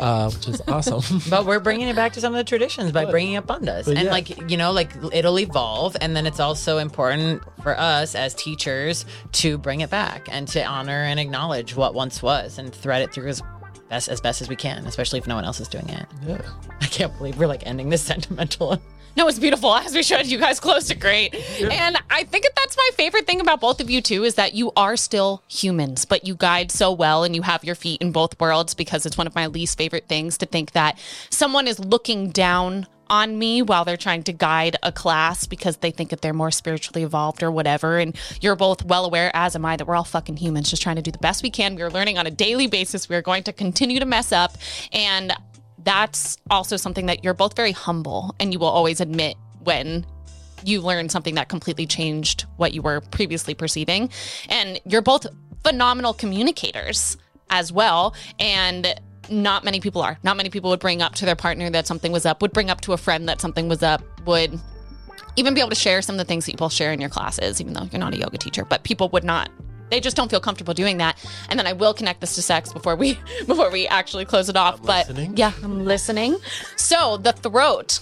Speaker 3: uh, which is awesome. [LAUGHS]
Speaker 2: But we're bringing it back to some of the traditions by bringing up bandas.
Speaker 3: But
Speaker 2: and
Speaker 3: yeah.
Speaker 2: like, you know, like it'll evolve. And then it's also important for us as teachers to bring it back and to honor and acknowledge what once was and thread it through as best as best as we can, especially if no one else is doing it. [LAUGHS]
Speaker 3: yeah.
Speaker 2: I can't believe we're like ending this [LAUGHS] sentimental.
Speaker 1: No, it's beautiful [LAUGHS] as we should. You guys closed it great. And I think that that's my favorite thing about both of you too is that you are still humans, but you guide so well and you have your feet in both worlds because it's one of my least favorite things to think that someone is looking down on me while they're trying to guide a class because they think that they're more spiritually evolved or whatever. And you're both well aware, as am I, that we're all fucking humans just trying to do the best we can. We're learning on a daily basis. We're going to continue to mess up. And that's also something that you're both very humble and you will always admit when you learn something that completely changed what you were previously perceiving. And you're both phenomenal communicators as well. And not many people are. Not many people would bring up to their partner that something was up, would bring up to a friend that something was up, would even be able to share some of the things that people share in your classes, even though you're not a yoga teacher, but people would not. They just don't feel comfortable doing that. And then I will connect this to sex before we [LAUGHS] before we actually close it off. but
Speaker 3: listening.
Speaker 1: yeah, I'm listening. So the throat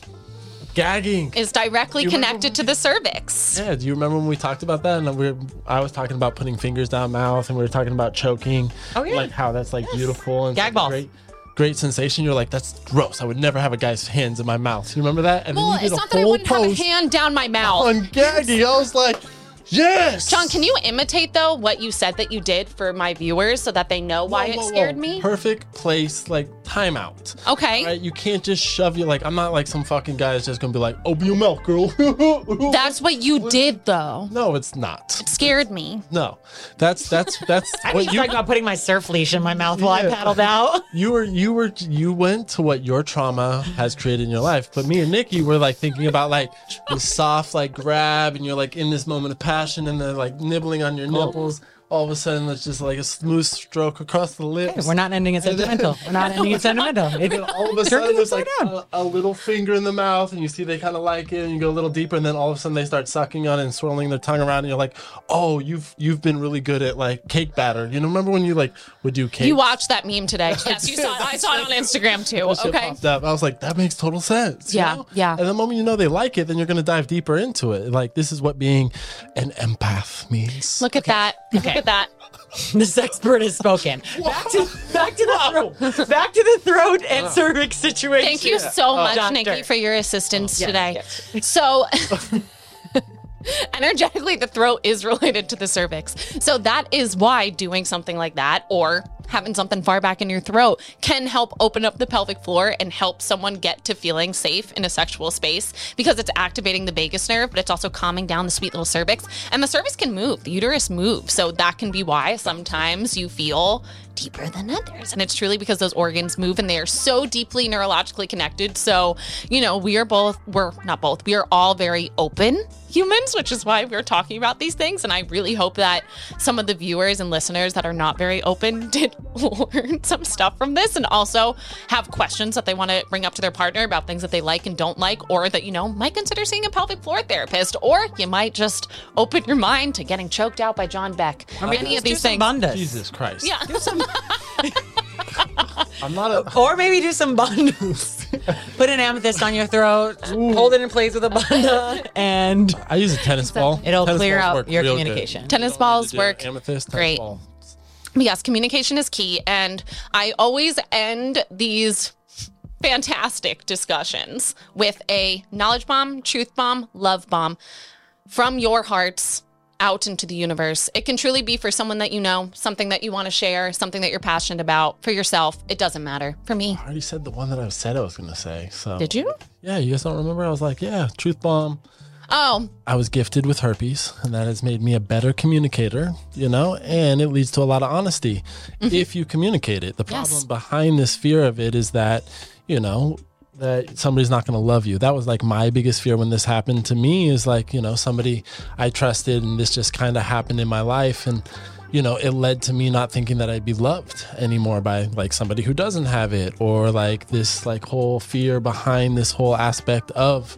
Speaker 3: Gagging.
Speaker 1: is directly
Speaker 3: You remember
Speaker 1: connected to the cervix.
Speaker 3: Yeah, do you remember when we talked about that? And we were, I was talking about putting fingers down mouth, and we were talking about choking.
Speaker 2: Oh, yeah.
Speaker 3: like how that's like beautiful and
Speaker 2: Gag
Speaker 3: such a
Speaker 2: balls.
Speaker 3: Great, great sensation. You're like, that's gross. I would never have a guy's hands in my mouth. You remember that? And
Speaker 1: Well,
Speaker 3: then you
Speaker 1: it's
Speaker 3: did
Speaker 1: not
Speaker 3: a
Speaker 1: that I
Speaker 3: whole
Speaker 1: wouldn't have a
Speaker 3: post
Speaker 1: hand down my mouth.
Speaker 3: on gagging. I was like, yes.
Speaker 1: John, can you imitate though what you said that you did for my viewers so that they know why
Speaker 3: Whoa, whoa,
Speaker 1: it
Speaker 3: whoa.
Speaker 1: scared me?
Speaker 3: Perfect place, like timeout.
Speaker 1: Okay.
Speaker 3: Right? You can't just shove you. Like I'm not like some fucking guy that's just gonna be like, open your mouth, girl. [LAUGHS]
Speaker 1: That's what you did though.
Speaker 3: no, it's not.
Speaker 1: Scared me.
Speaker 3: No, that's that's that's
Speaker 2: [LAUGHS] I
Speaker 3: what
Speaker 2: was
Speaker 3: you
Speaker 2: talking about putting my surf leash in my mouth while I
Speaker 3: Yeah.
Speaker 2: paddled
Speaker 3: [LAUGHS]
Speaker 2: out.
Speaker 3: you were you were you went to what your trauma has created in your life but me and nikki were like thinking about like the soft like grab and you're like in this moment of passion and they're like nibbling on your nipples all of a sudden it's just like a smooth stroke across the lips
Speaker 2: We're not ending it sentimental. We're not ending it sentimental. It,
Speaker 3: all of a
Speaker 2: Jerk
Speaker 3: sudden
Speaker 2: it
Speaker 3: there's
Speaker 2: upside
Speaker 3: like a, a little finger in the mouth and you see they kind of like it and you go a little deeper and then all of a sudden they start sucking on it and swirling their tongue around and you're like oh you've you've been really good at like cake batter you know remember when you like would do cake
Speaker 1: You watched that meme
Speaker 3: [LAUGHS]
Speaker 1: today. Yes, you saw it. I saw it on Instagram too.
Speaker 3: shit
Speaker 1: Okay.
Speaker 3: popped up. I was like, that makes total sense. you
Speaker 1: Yeah,
Speaker 3: know?
Speaker 1: yeah.
Speaker 3: And the moment you know they like it, then you're gonna dive deeper into it. Like this is what being an empath means.
Speaker 1: Look at that. Look
Speaker 2: Okay.
Speaker 1: at that.
Speaker 2: [LAUGHS] This expert has spoken. Back to back to the throat, back to the throat and cervix situation.
Speaker 1: Thank you so much, Oh,
Speaker 2: Doctor.
Speaker 1: Nikki, for your assistance
Speaker 2: Yeah,
Speaker 1: today. So, [LAUGHS] energetically, the throat is related to the cervix. So, that is why doing something like that or having something far back in your throat can help open up the pelvic floor and help someone get to feeling safe in a sexual space because it's activating the vagus nerve, but it's also calming down the sweet little cervix. And the cervix can move, the uterus moves. So, that can be why sometimes you feel deeper than others. And it's truly because those organs move and they are so deeply neurologically connected. So, you know, we are both, we're not both, we are all very open humans, which is why we're talking about these things. And I really hope that some of the viewers and listeners that are not very open [LAUGHS] did learn some stuff from this and also have questions that they want to bring up to their partner about things that they like and don't like, or that, you know, might consider seeing a pelvic floor therapist, or you might just open your mind to getting choked out by John Beck. Any of these things.
Speaker 3: Jesus Christ.
Speaker 1: Yeah. [LAUGHS]
Speaker 3: I'm not a
Speaker 2: Or maybe do some bundles.
Speaker 3: [LAUGHS]
Speaker 2: Put an amethyst on your throat, hold it in place with a
Speaker 3: [LAUGHS]
Speaker 2: bunda, and
Speaker 3: I use a tennis ball.
Speaker 2: it'll
Speaker 3: Tennis
Speaker 2: clear
Speaker 3: balls
Speaker 2: out
Speaker 3: work
Speaker 2: your
Speaker 3: real
Speaker 2: communication.
Speaker 3: good.
Speaker 1: Tennis balls
Speaker 3: Yeah,
Speaker 1: work
Speaker 3: Amethyst tennis
Speaker 1: great.
Speaker 3: ball.
Speaker 1: Yes, communication is key. And I always end these fantastic discussions with a knowledge bomb, truth bomb, love bomb from your hearts out into the universe. It can truly be for someone that you know, something that you want to share, something that you're passionate about, for yourself. It doesn't matter. For me.
Speaker 3: I already said the one that I said I was gonna say. So
Speaker 1: Did you?
Speaker 3: yeah, you guys don't remember? I was like, yeah, truth bomb.
Speaker 1: Oh,
Speaker 3: I was gifted with herpes, and that has made me a better communicator, you know, and it leads to a lot of honesty if you communicate it. The problem behind this fear of it is that, you know, that somebody's not going to love you. That was like my biggest fear when this happened to me is like, you know, somebody I trusted and this just kind of happened in my life. And, you know, it led to me not thinking that I'd be loved anymore by like somebody who doesn't have it or like this like whole fear behind this whole aspect of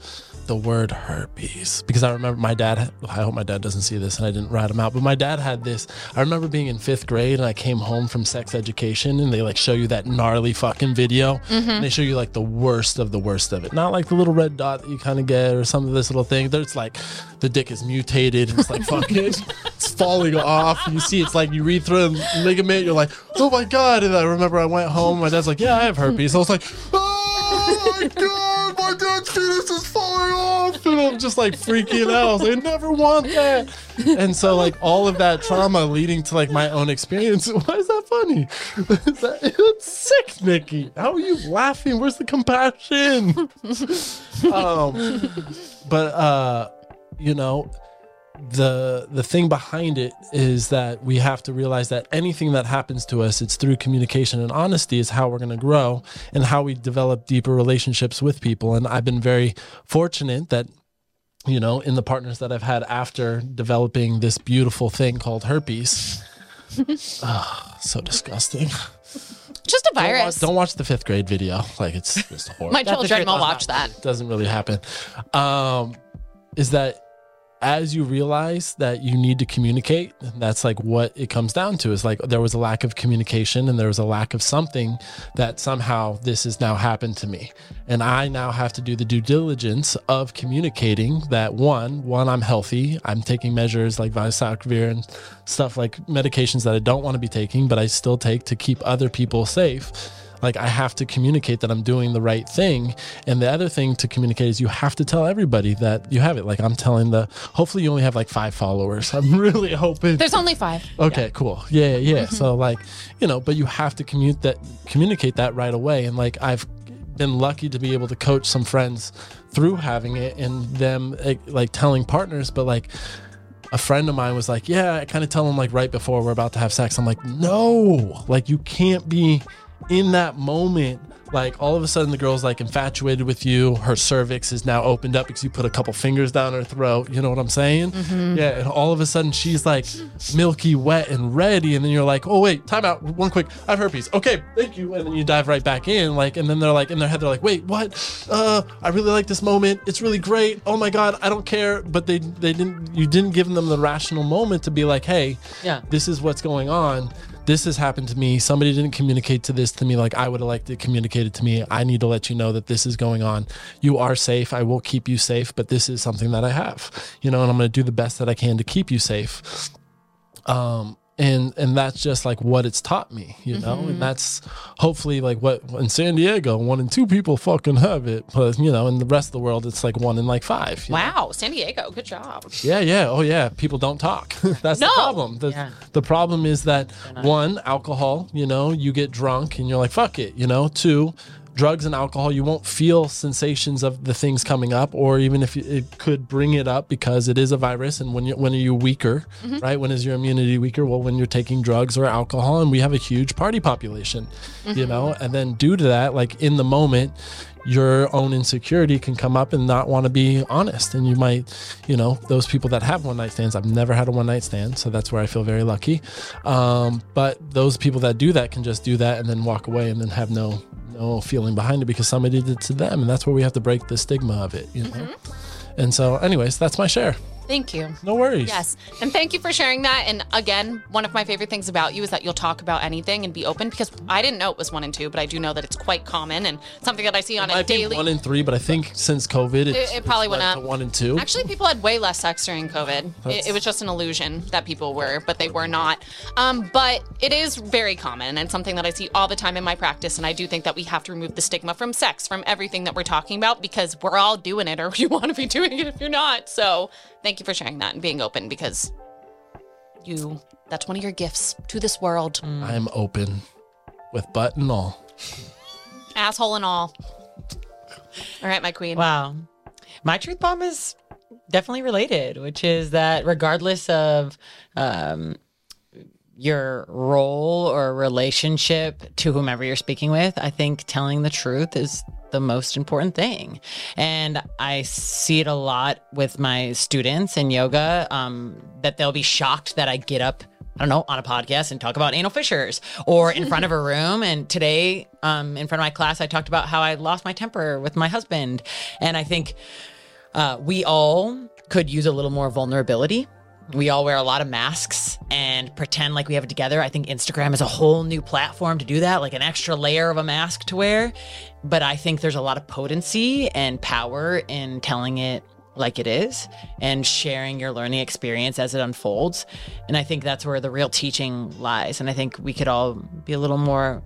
Speaker 3: the word herpes because I remember my dad I hope my dad doesn't see this and I didn't rat him out but my dad had this I remember being in 5th grade and I came home from sex education and they like show you that gnarly fucking video and they show you like the worst of the worst of it not like the little red dot that you kind of get or some of this little thing there's like the dick is mutated and it's like fucking it's falling off you see it's like you read through a ligament you're like oh my god and I remember I went home my dad's like yeah I have herpes I was like oh my god my dad's penis is falling off and I'm just like freaking out. I was like, I never want that. And so like all of that trauma leading to like my own experience. [LAUGHS] Why is that funny? Is that- it's sick, Nikki. How are you laughing? Where's the compassion? [LAUGHS] um, but uh, you know, the the thing behind it is that we have to realize that anything that happens to us it's through communication and honesty is how we're going to grow and how we develop deeper relationships with people and i've been very fortunate that you know in the partners that i've had after developing this beautiful thing
Speaker 1: [LAUGHS]
Speaker 3: called herpes Ah, so disgusting
Speaker 1: Just a
Speaker 3: don't
Speaker 1: virus.
Speaker 3: watch, don't watch the fifth grade video like it's just horrible
Speaker 1: My
Speaker 2: That's the
Speaker 1: children
Speaker 2: truth
Speaker 1: will
Speaker 2: on
Speaker 1: watch that.
Speaker 3: doesn't really happen um is that as you realize that you need to communicate that's like what it comes down to is like there was a lack of communication and there was a lack of something that somehow this has now happened to me and i now have to do the due diligence of communicating that one one i'm healthy i'm taking measures like visacvir and stuff like medications that i don't want to be taking but i still take to keep other people safe like I have to communicate that I'm doing the right thing. And the other thing to communicate is you have to tell everybody that you have it. Like I'm telling the hopefully you only have like five followers. I'm [LAUGHS] really hoping
Speaker 1: There's only five.
Speaker 3: Okay, cool. Yeah, yeah. yeah. So like, you know, but you have to commute that communicate that right away. And like I've been lucky to be able to coach some friends through having it and them eh, like telling partners, but like a friend of mine was like, Yeah, I kind of tell them like right before we're about to have sex. I'm like, No, like you can't be in that moment. Like all of a sudden, the girl's like infatuated with you. Her cervix is now opened up because you put a couple fingers down her throat. You know what I'm saying? Yeah. And all of a sudden, she's like milky wet and ready. And then you're like, oh, wait, time out. One quick, I have herpes. Okay, thank you. And then you dive right back in. Like, and then they're like, in their head, they're like, wait, what? Uh, I really like this moment. It's really great. Oh my God, I don't care. But they, they didn't, you didn't give them the rational moment to be like, hey,
Speaker 2: Yeah.
Speaker 3: this is what's going on. This has happened to me. Somebody didn't communicate to this to me like I would have liked to communicate it to me. I need to let you know that this is going on. You are safe. I will keep you safe, but this is something that I have, you know, and I'm going to do the best that I can to keep you safe. Um, and and that's just like what it's taught me, you know, and that's hopefully like what in San Diego, one in two people fucking have it, but you know, in the rest of the world, it's like one in like five. you know?
Speaker 1: Wow, San Diego, good job.
Speaker 3: Yeah, yeah. Oh, yeah. People don't talk. [LAUGHS] That's
Speaker 1: No.
Speaker 3: the problem. The,
Speaker 2: Yeah.
Speaker 3: the problem is that one, alcohol, you know, you get drunk and you're like, fuck it, you know, two, drugs and alcohol, you won't feel sensations of the things coming up, or even if you- it could bring it up because it is a virus. And when, you, when are you weaker, right? When is your immunity weaker? Well, when you're taking drugs or alcohol, and we have a huge party population, you know, and then due to that, like in the moment, your own insecurity can come up and not want to be honest. And you might, you know, those people that have one night stands, I've never had a one night stand. So that's where I feel very lucky. Um, but those people that do that can just do that and then walk away and then have no, no feeling behind it because somebody did it to them. And that's where we have to break the stigma of it, you know? And so, anyways, that's my share.
Speaker 1: Thank you.
Speaker 3: No worries.
Speaker 1: Mm-hmm. Yes. And thank you for sharing that. And again, one of my favorite things about you is that you'll talk about anything and be open because I didn't know it was one and two, but I do know that it's quite common and something that I see on a
Speaker 3: Might be
Speaker 1: daily.
Speaker 3: one in three, but I think since COVID, it's,
Speaker 1: it probably
Speaker 3: it's
Speaker 1: went
Speaker 3: like
Speaker 1: up.
Speaker 3: to one and two.
Speaker 1: Actually, people had way less sex during COVID. It,
Speaker 3: That's-
Speaker 1: it was just an illusion that people were, but they were not. Um, but it is very common and something that I see all the time in my practice. And I do think that we have to remove the stigma from sex, from everything that we're talking about, because we're all doing it, or [LAUGHS] you want to be doing it if you're not. So thank you for sharing that and being open because you, that's one of your gifts to this world,
Speaker 3: I am open with butt and all.
Speaker 1: asshole and all. All right, my queen.
Speaker 2: Wow. My truth bomb is definitely related, which is that regardless of um, your role or relationship to whomever you're speaking with, I think telling the truth is the most important thing. And I see it a lot with my students in yoga um, that they'll be shocked that I get up I don't know, on a podcast and talk about anal fissures or in front of a room. And today, um, in front of my class, I talked about how I lost my temper with my husband. And I think uh, we all could use a little more vulnerability. We all wear a lot of masks and pretend like we have it together. I think Instagram is a whole new platform to do that, like an extra layer of a mask to wear. But I think there's a lot of potency and power in telling it like it is and sharing your learning experience as it unfolds. And I think that's where the real teaching lies. And I think we could all be a little more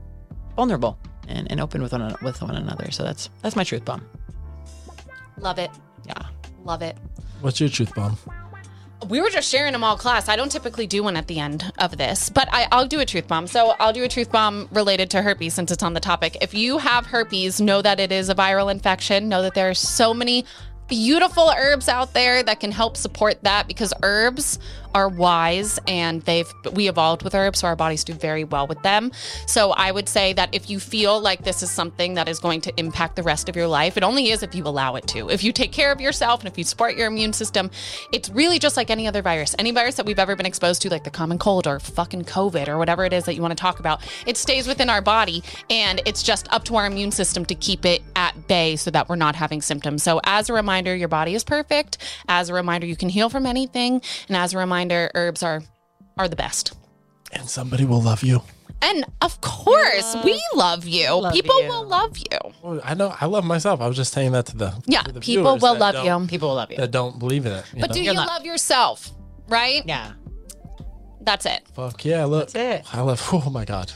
Speaker 2: vulnerable and, and open with one, with one another. So that's that's my truth bomb.
Speaker 1: Love it.
Speaker 2: Yeah.
Speaker 1: Love it.
Speaker 3: What's your truth bomb?
Speaker 1: We were just sharing them all class. I don't typically do one at the end of this, but I, I'll do a truth bomb. So I'll do a truth bomb related to herpes since it's on the topic. If you have herpes, know that it is a viral infection. Know that there are so many beautiful herbs out there that can help support that because herbs are wise and they've we evolved with herbs so our bodies do very well with them so i would say that if you feel like this is something that is going to impact the rest of your life it only is if you allow it to if you take care of yourself and if you support your immune system it's really just like any other virus any virus that we've ever been exposed to like the common cold or fucking covid or whatever it is that you want to talk about it stays within our body and it's just up to our immune system to keep it at bay so that we're not having symptoms so as a reminder your body is perfect as a reminder you can heal from anything and as a reminder reminder, herbs are are the best.
Speaker 3: And somebody will love you.
Speaker 1: And of course, we love you.
Speaker 2: love
Speaker 1: people
Speaker 2: you.
Speaker 1: will love you.
Speaker 3: Well, I know. I love myself. I was just saying that to the
Speaker 1: Yeah,
Speaker 3: to the
Speaker 1: people
Speaker 3: viewers
Speaker 1: will
Speaker 3: that
Speaker 1: love
Speaker 3: don't-
Speaker 1: you.
Speaker 2: People will love you.
Speaker 3: that don't believe in it. you
Speaker 1: But
Speaker 3: know?
Speaker 1: do you
Speaker 2: You're not-
Speaker 1: love yourself? Right?
Speaker 2: yeah.
Speaker 1: That's it.
Speaker 3: Fuck yeah! Look,
Speaker 2: That's it.
Speaker 3: I love. [LAUGHS] Oh my god.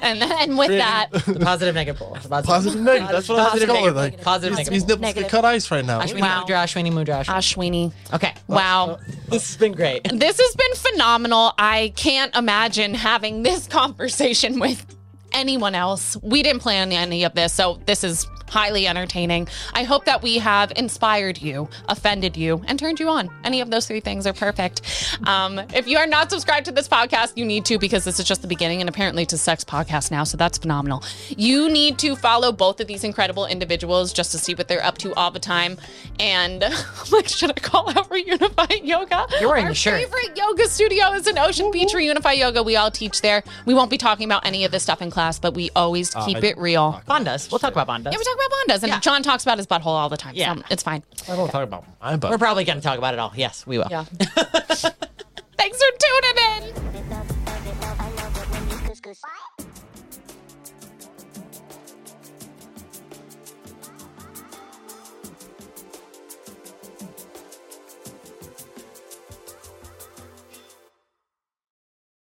Speaker 1: And and with
Speaker 3: Really? [LAUGHS]
Speaker 1: that,
Speaker 2: The positive negative pole. The Positive,
Speaker 3: Positive negative. That's what I was
Speaker 2: positive
Speaker 3: going
Speaker 2: negative,
Speaker 3: like.
Speaker 2: Positive
Speaker 3: These,
Speaker 2: negative.
Speaker 3: these nipples
Speaker 1: Negative.
Speaker 3: could cut ice right now.
Speaker 2: Ashwini
Speaker 1: Wow.
Speaker 2: Mudra, Ashwini Mudra. Ashwini.
Speaker 1: Ashwini.
Speaker 2: Okay.
Speaker 3: Oh,
Speaker 1: Wow.
Speaker 2: Uh, This has been [LAUGHS] great.
Speaker 1: This has been phenomenal. I can't imagine having this [LAUGHS] conversation with anyone else. We didn't plan any of this, so this is highly entertaining. I hope that we have inspired you, offended you, and turned you on. Any of those three things are perfect. Um, if you are not subscribed to this podcast, you need to because this is just the beginning, and apparently it's a sex podcast now, so that's phenomenal. You need to follow both of these incredible individuals just to see what they're up to all the time. And [LAUGHS] like, should I call [LAUGHS] out Reunifying Yoga?
Speaker 2: You're wearing
Speaker 1: Our
Speaker 2: the shirt.
Speaker 1: favorite yoga studio is in Ocean Beach. Reunify Yoga. We all teach there. We won't be talking about any of this stuff in class, but we always keep
Speaker 3: I-
Speaker 1: it real.
Speaker 2: Bond us. We'll Uh, talk about Bond us.
Speaker 1: Yeah, we talk about Bondas, and
Speaker 2: Yeah.
Speaker 1: John talks about his butthole all the time.
Speaker 2: Yeah.
Speaker 1: so it's fine.
Speaker 3: I don't talk about my butt.
Speaker 2: We're probably going to talk about it all. Yes, we will.
Speaker 1: [LAUGHS] Yeah. Thanks for tuning in.
Speaker 4: What?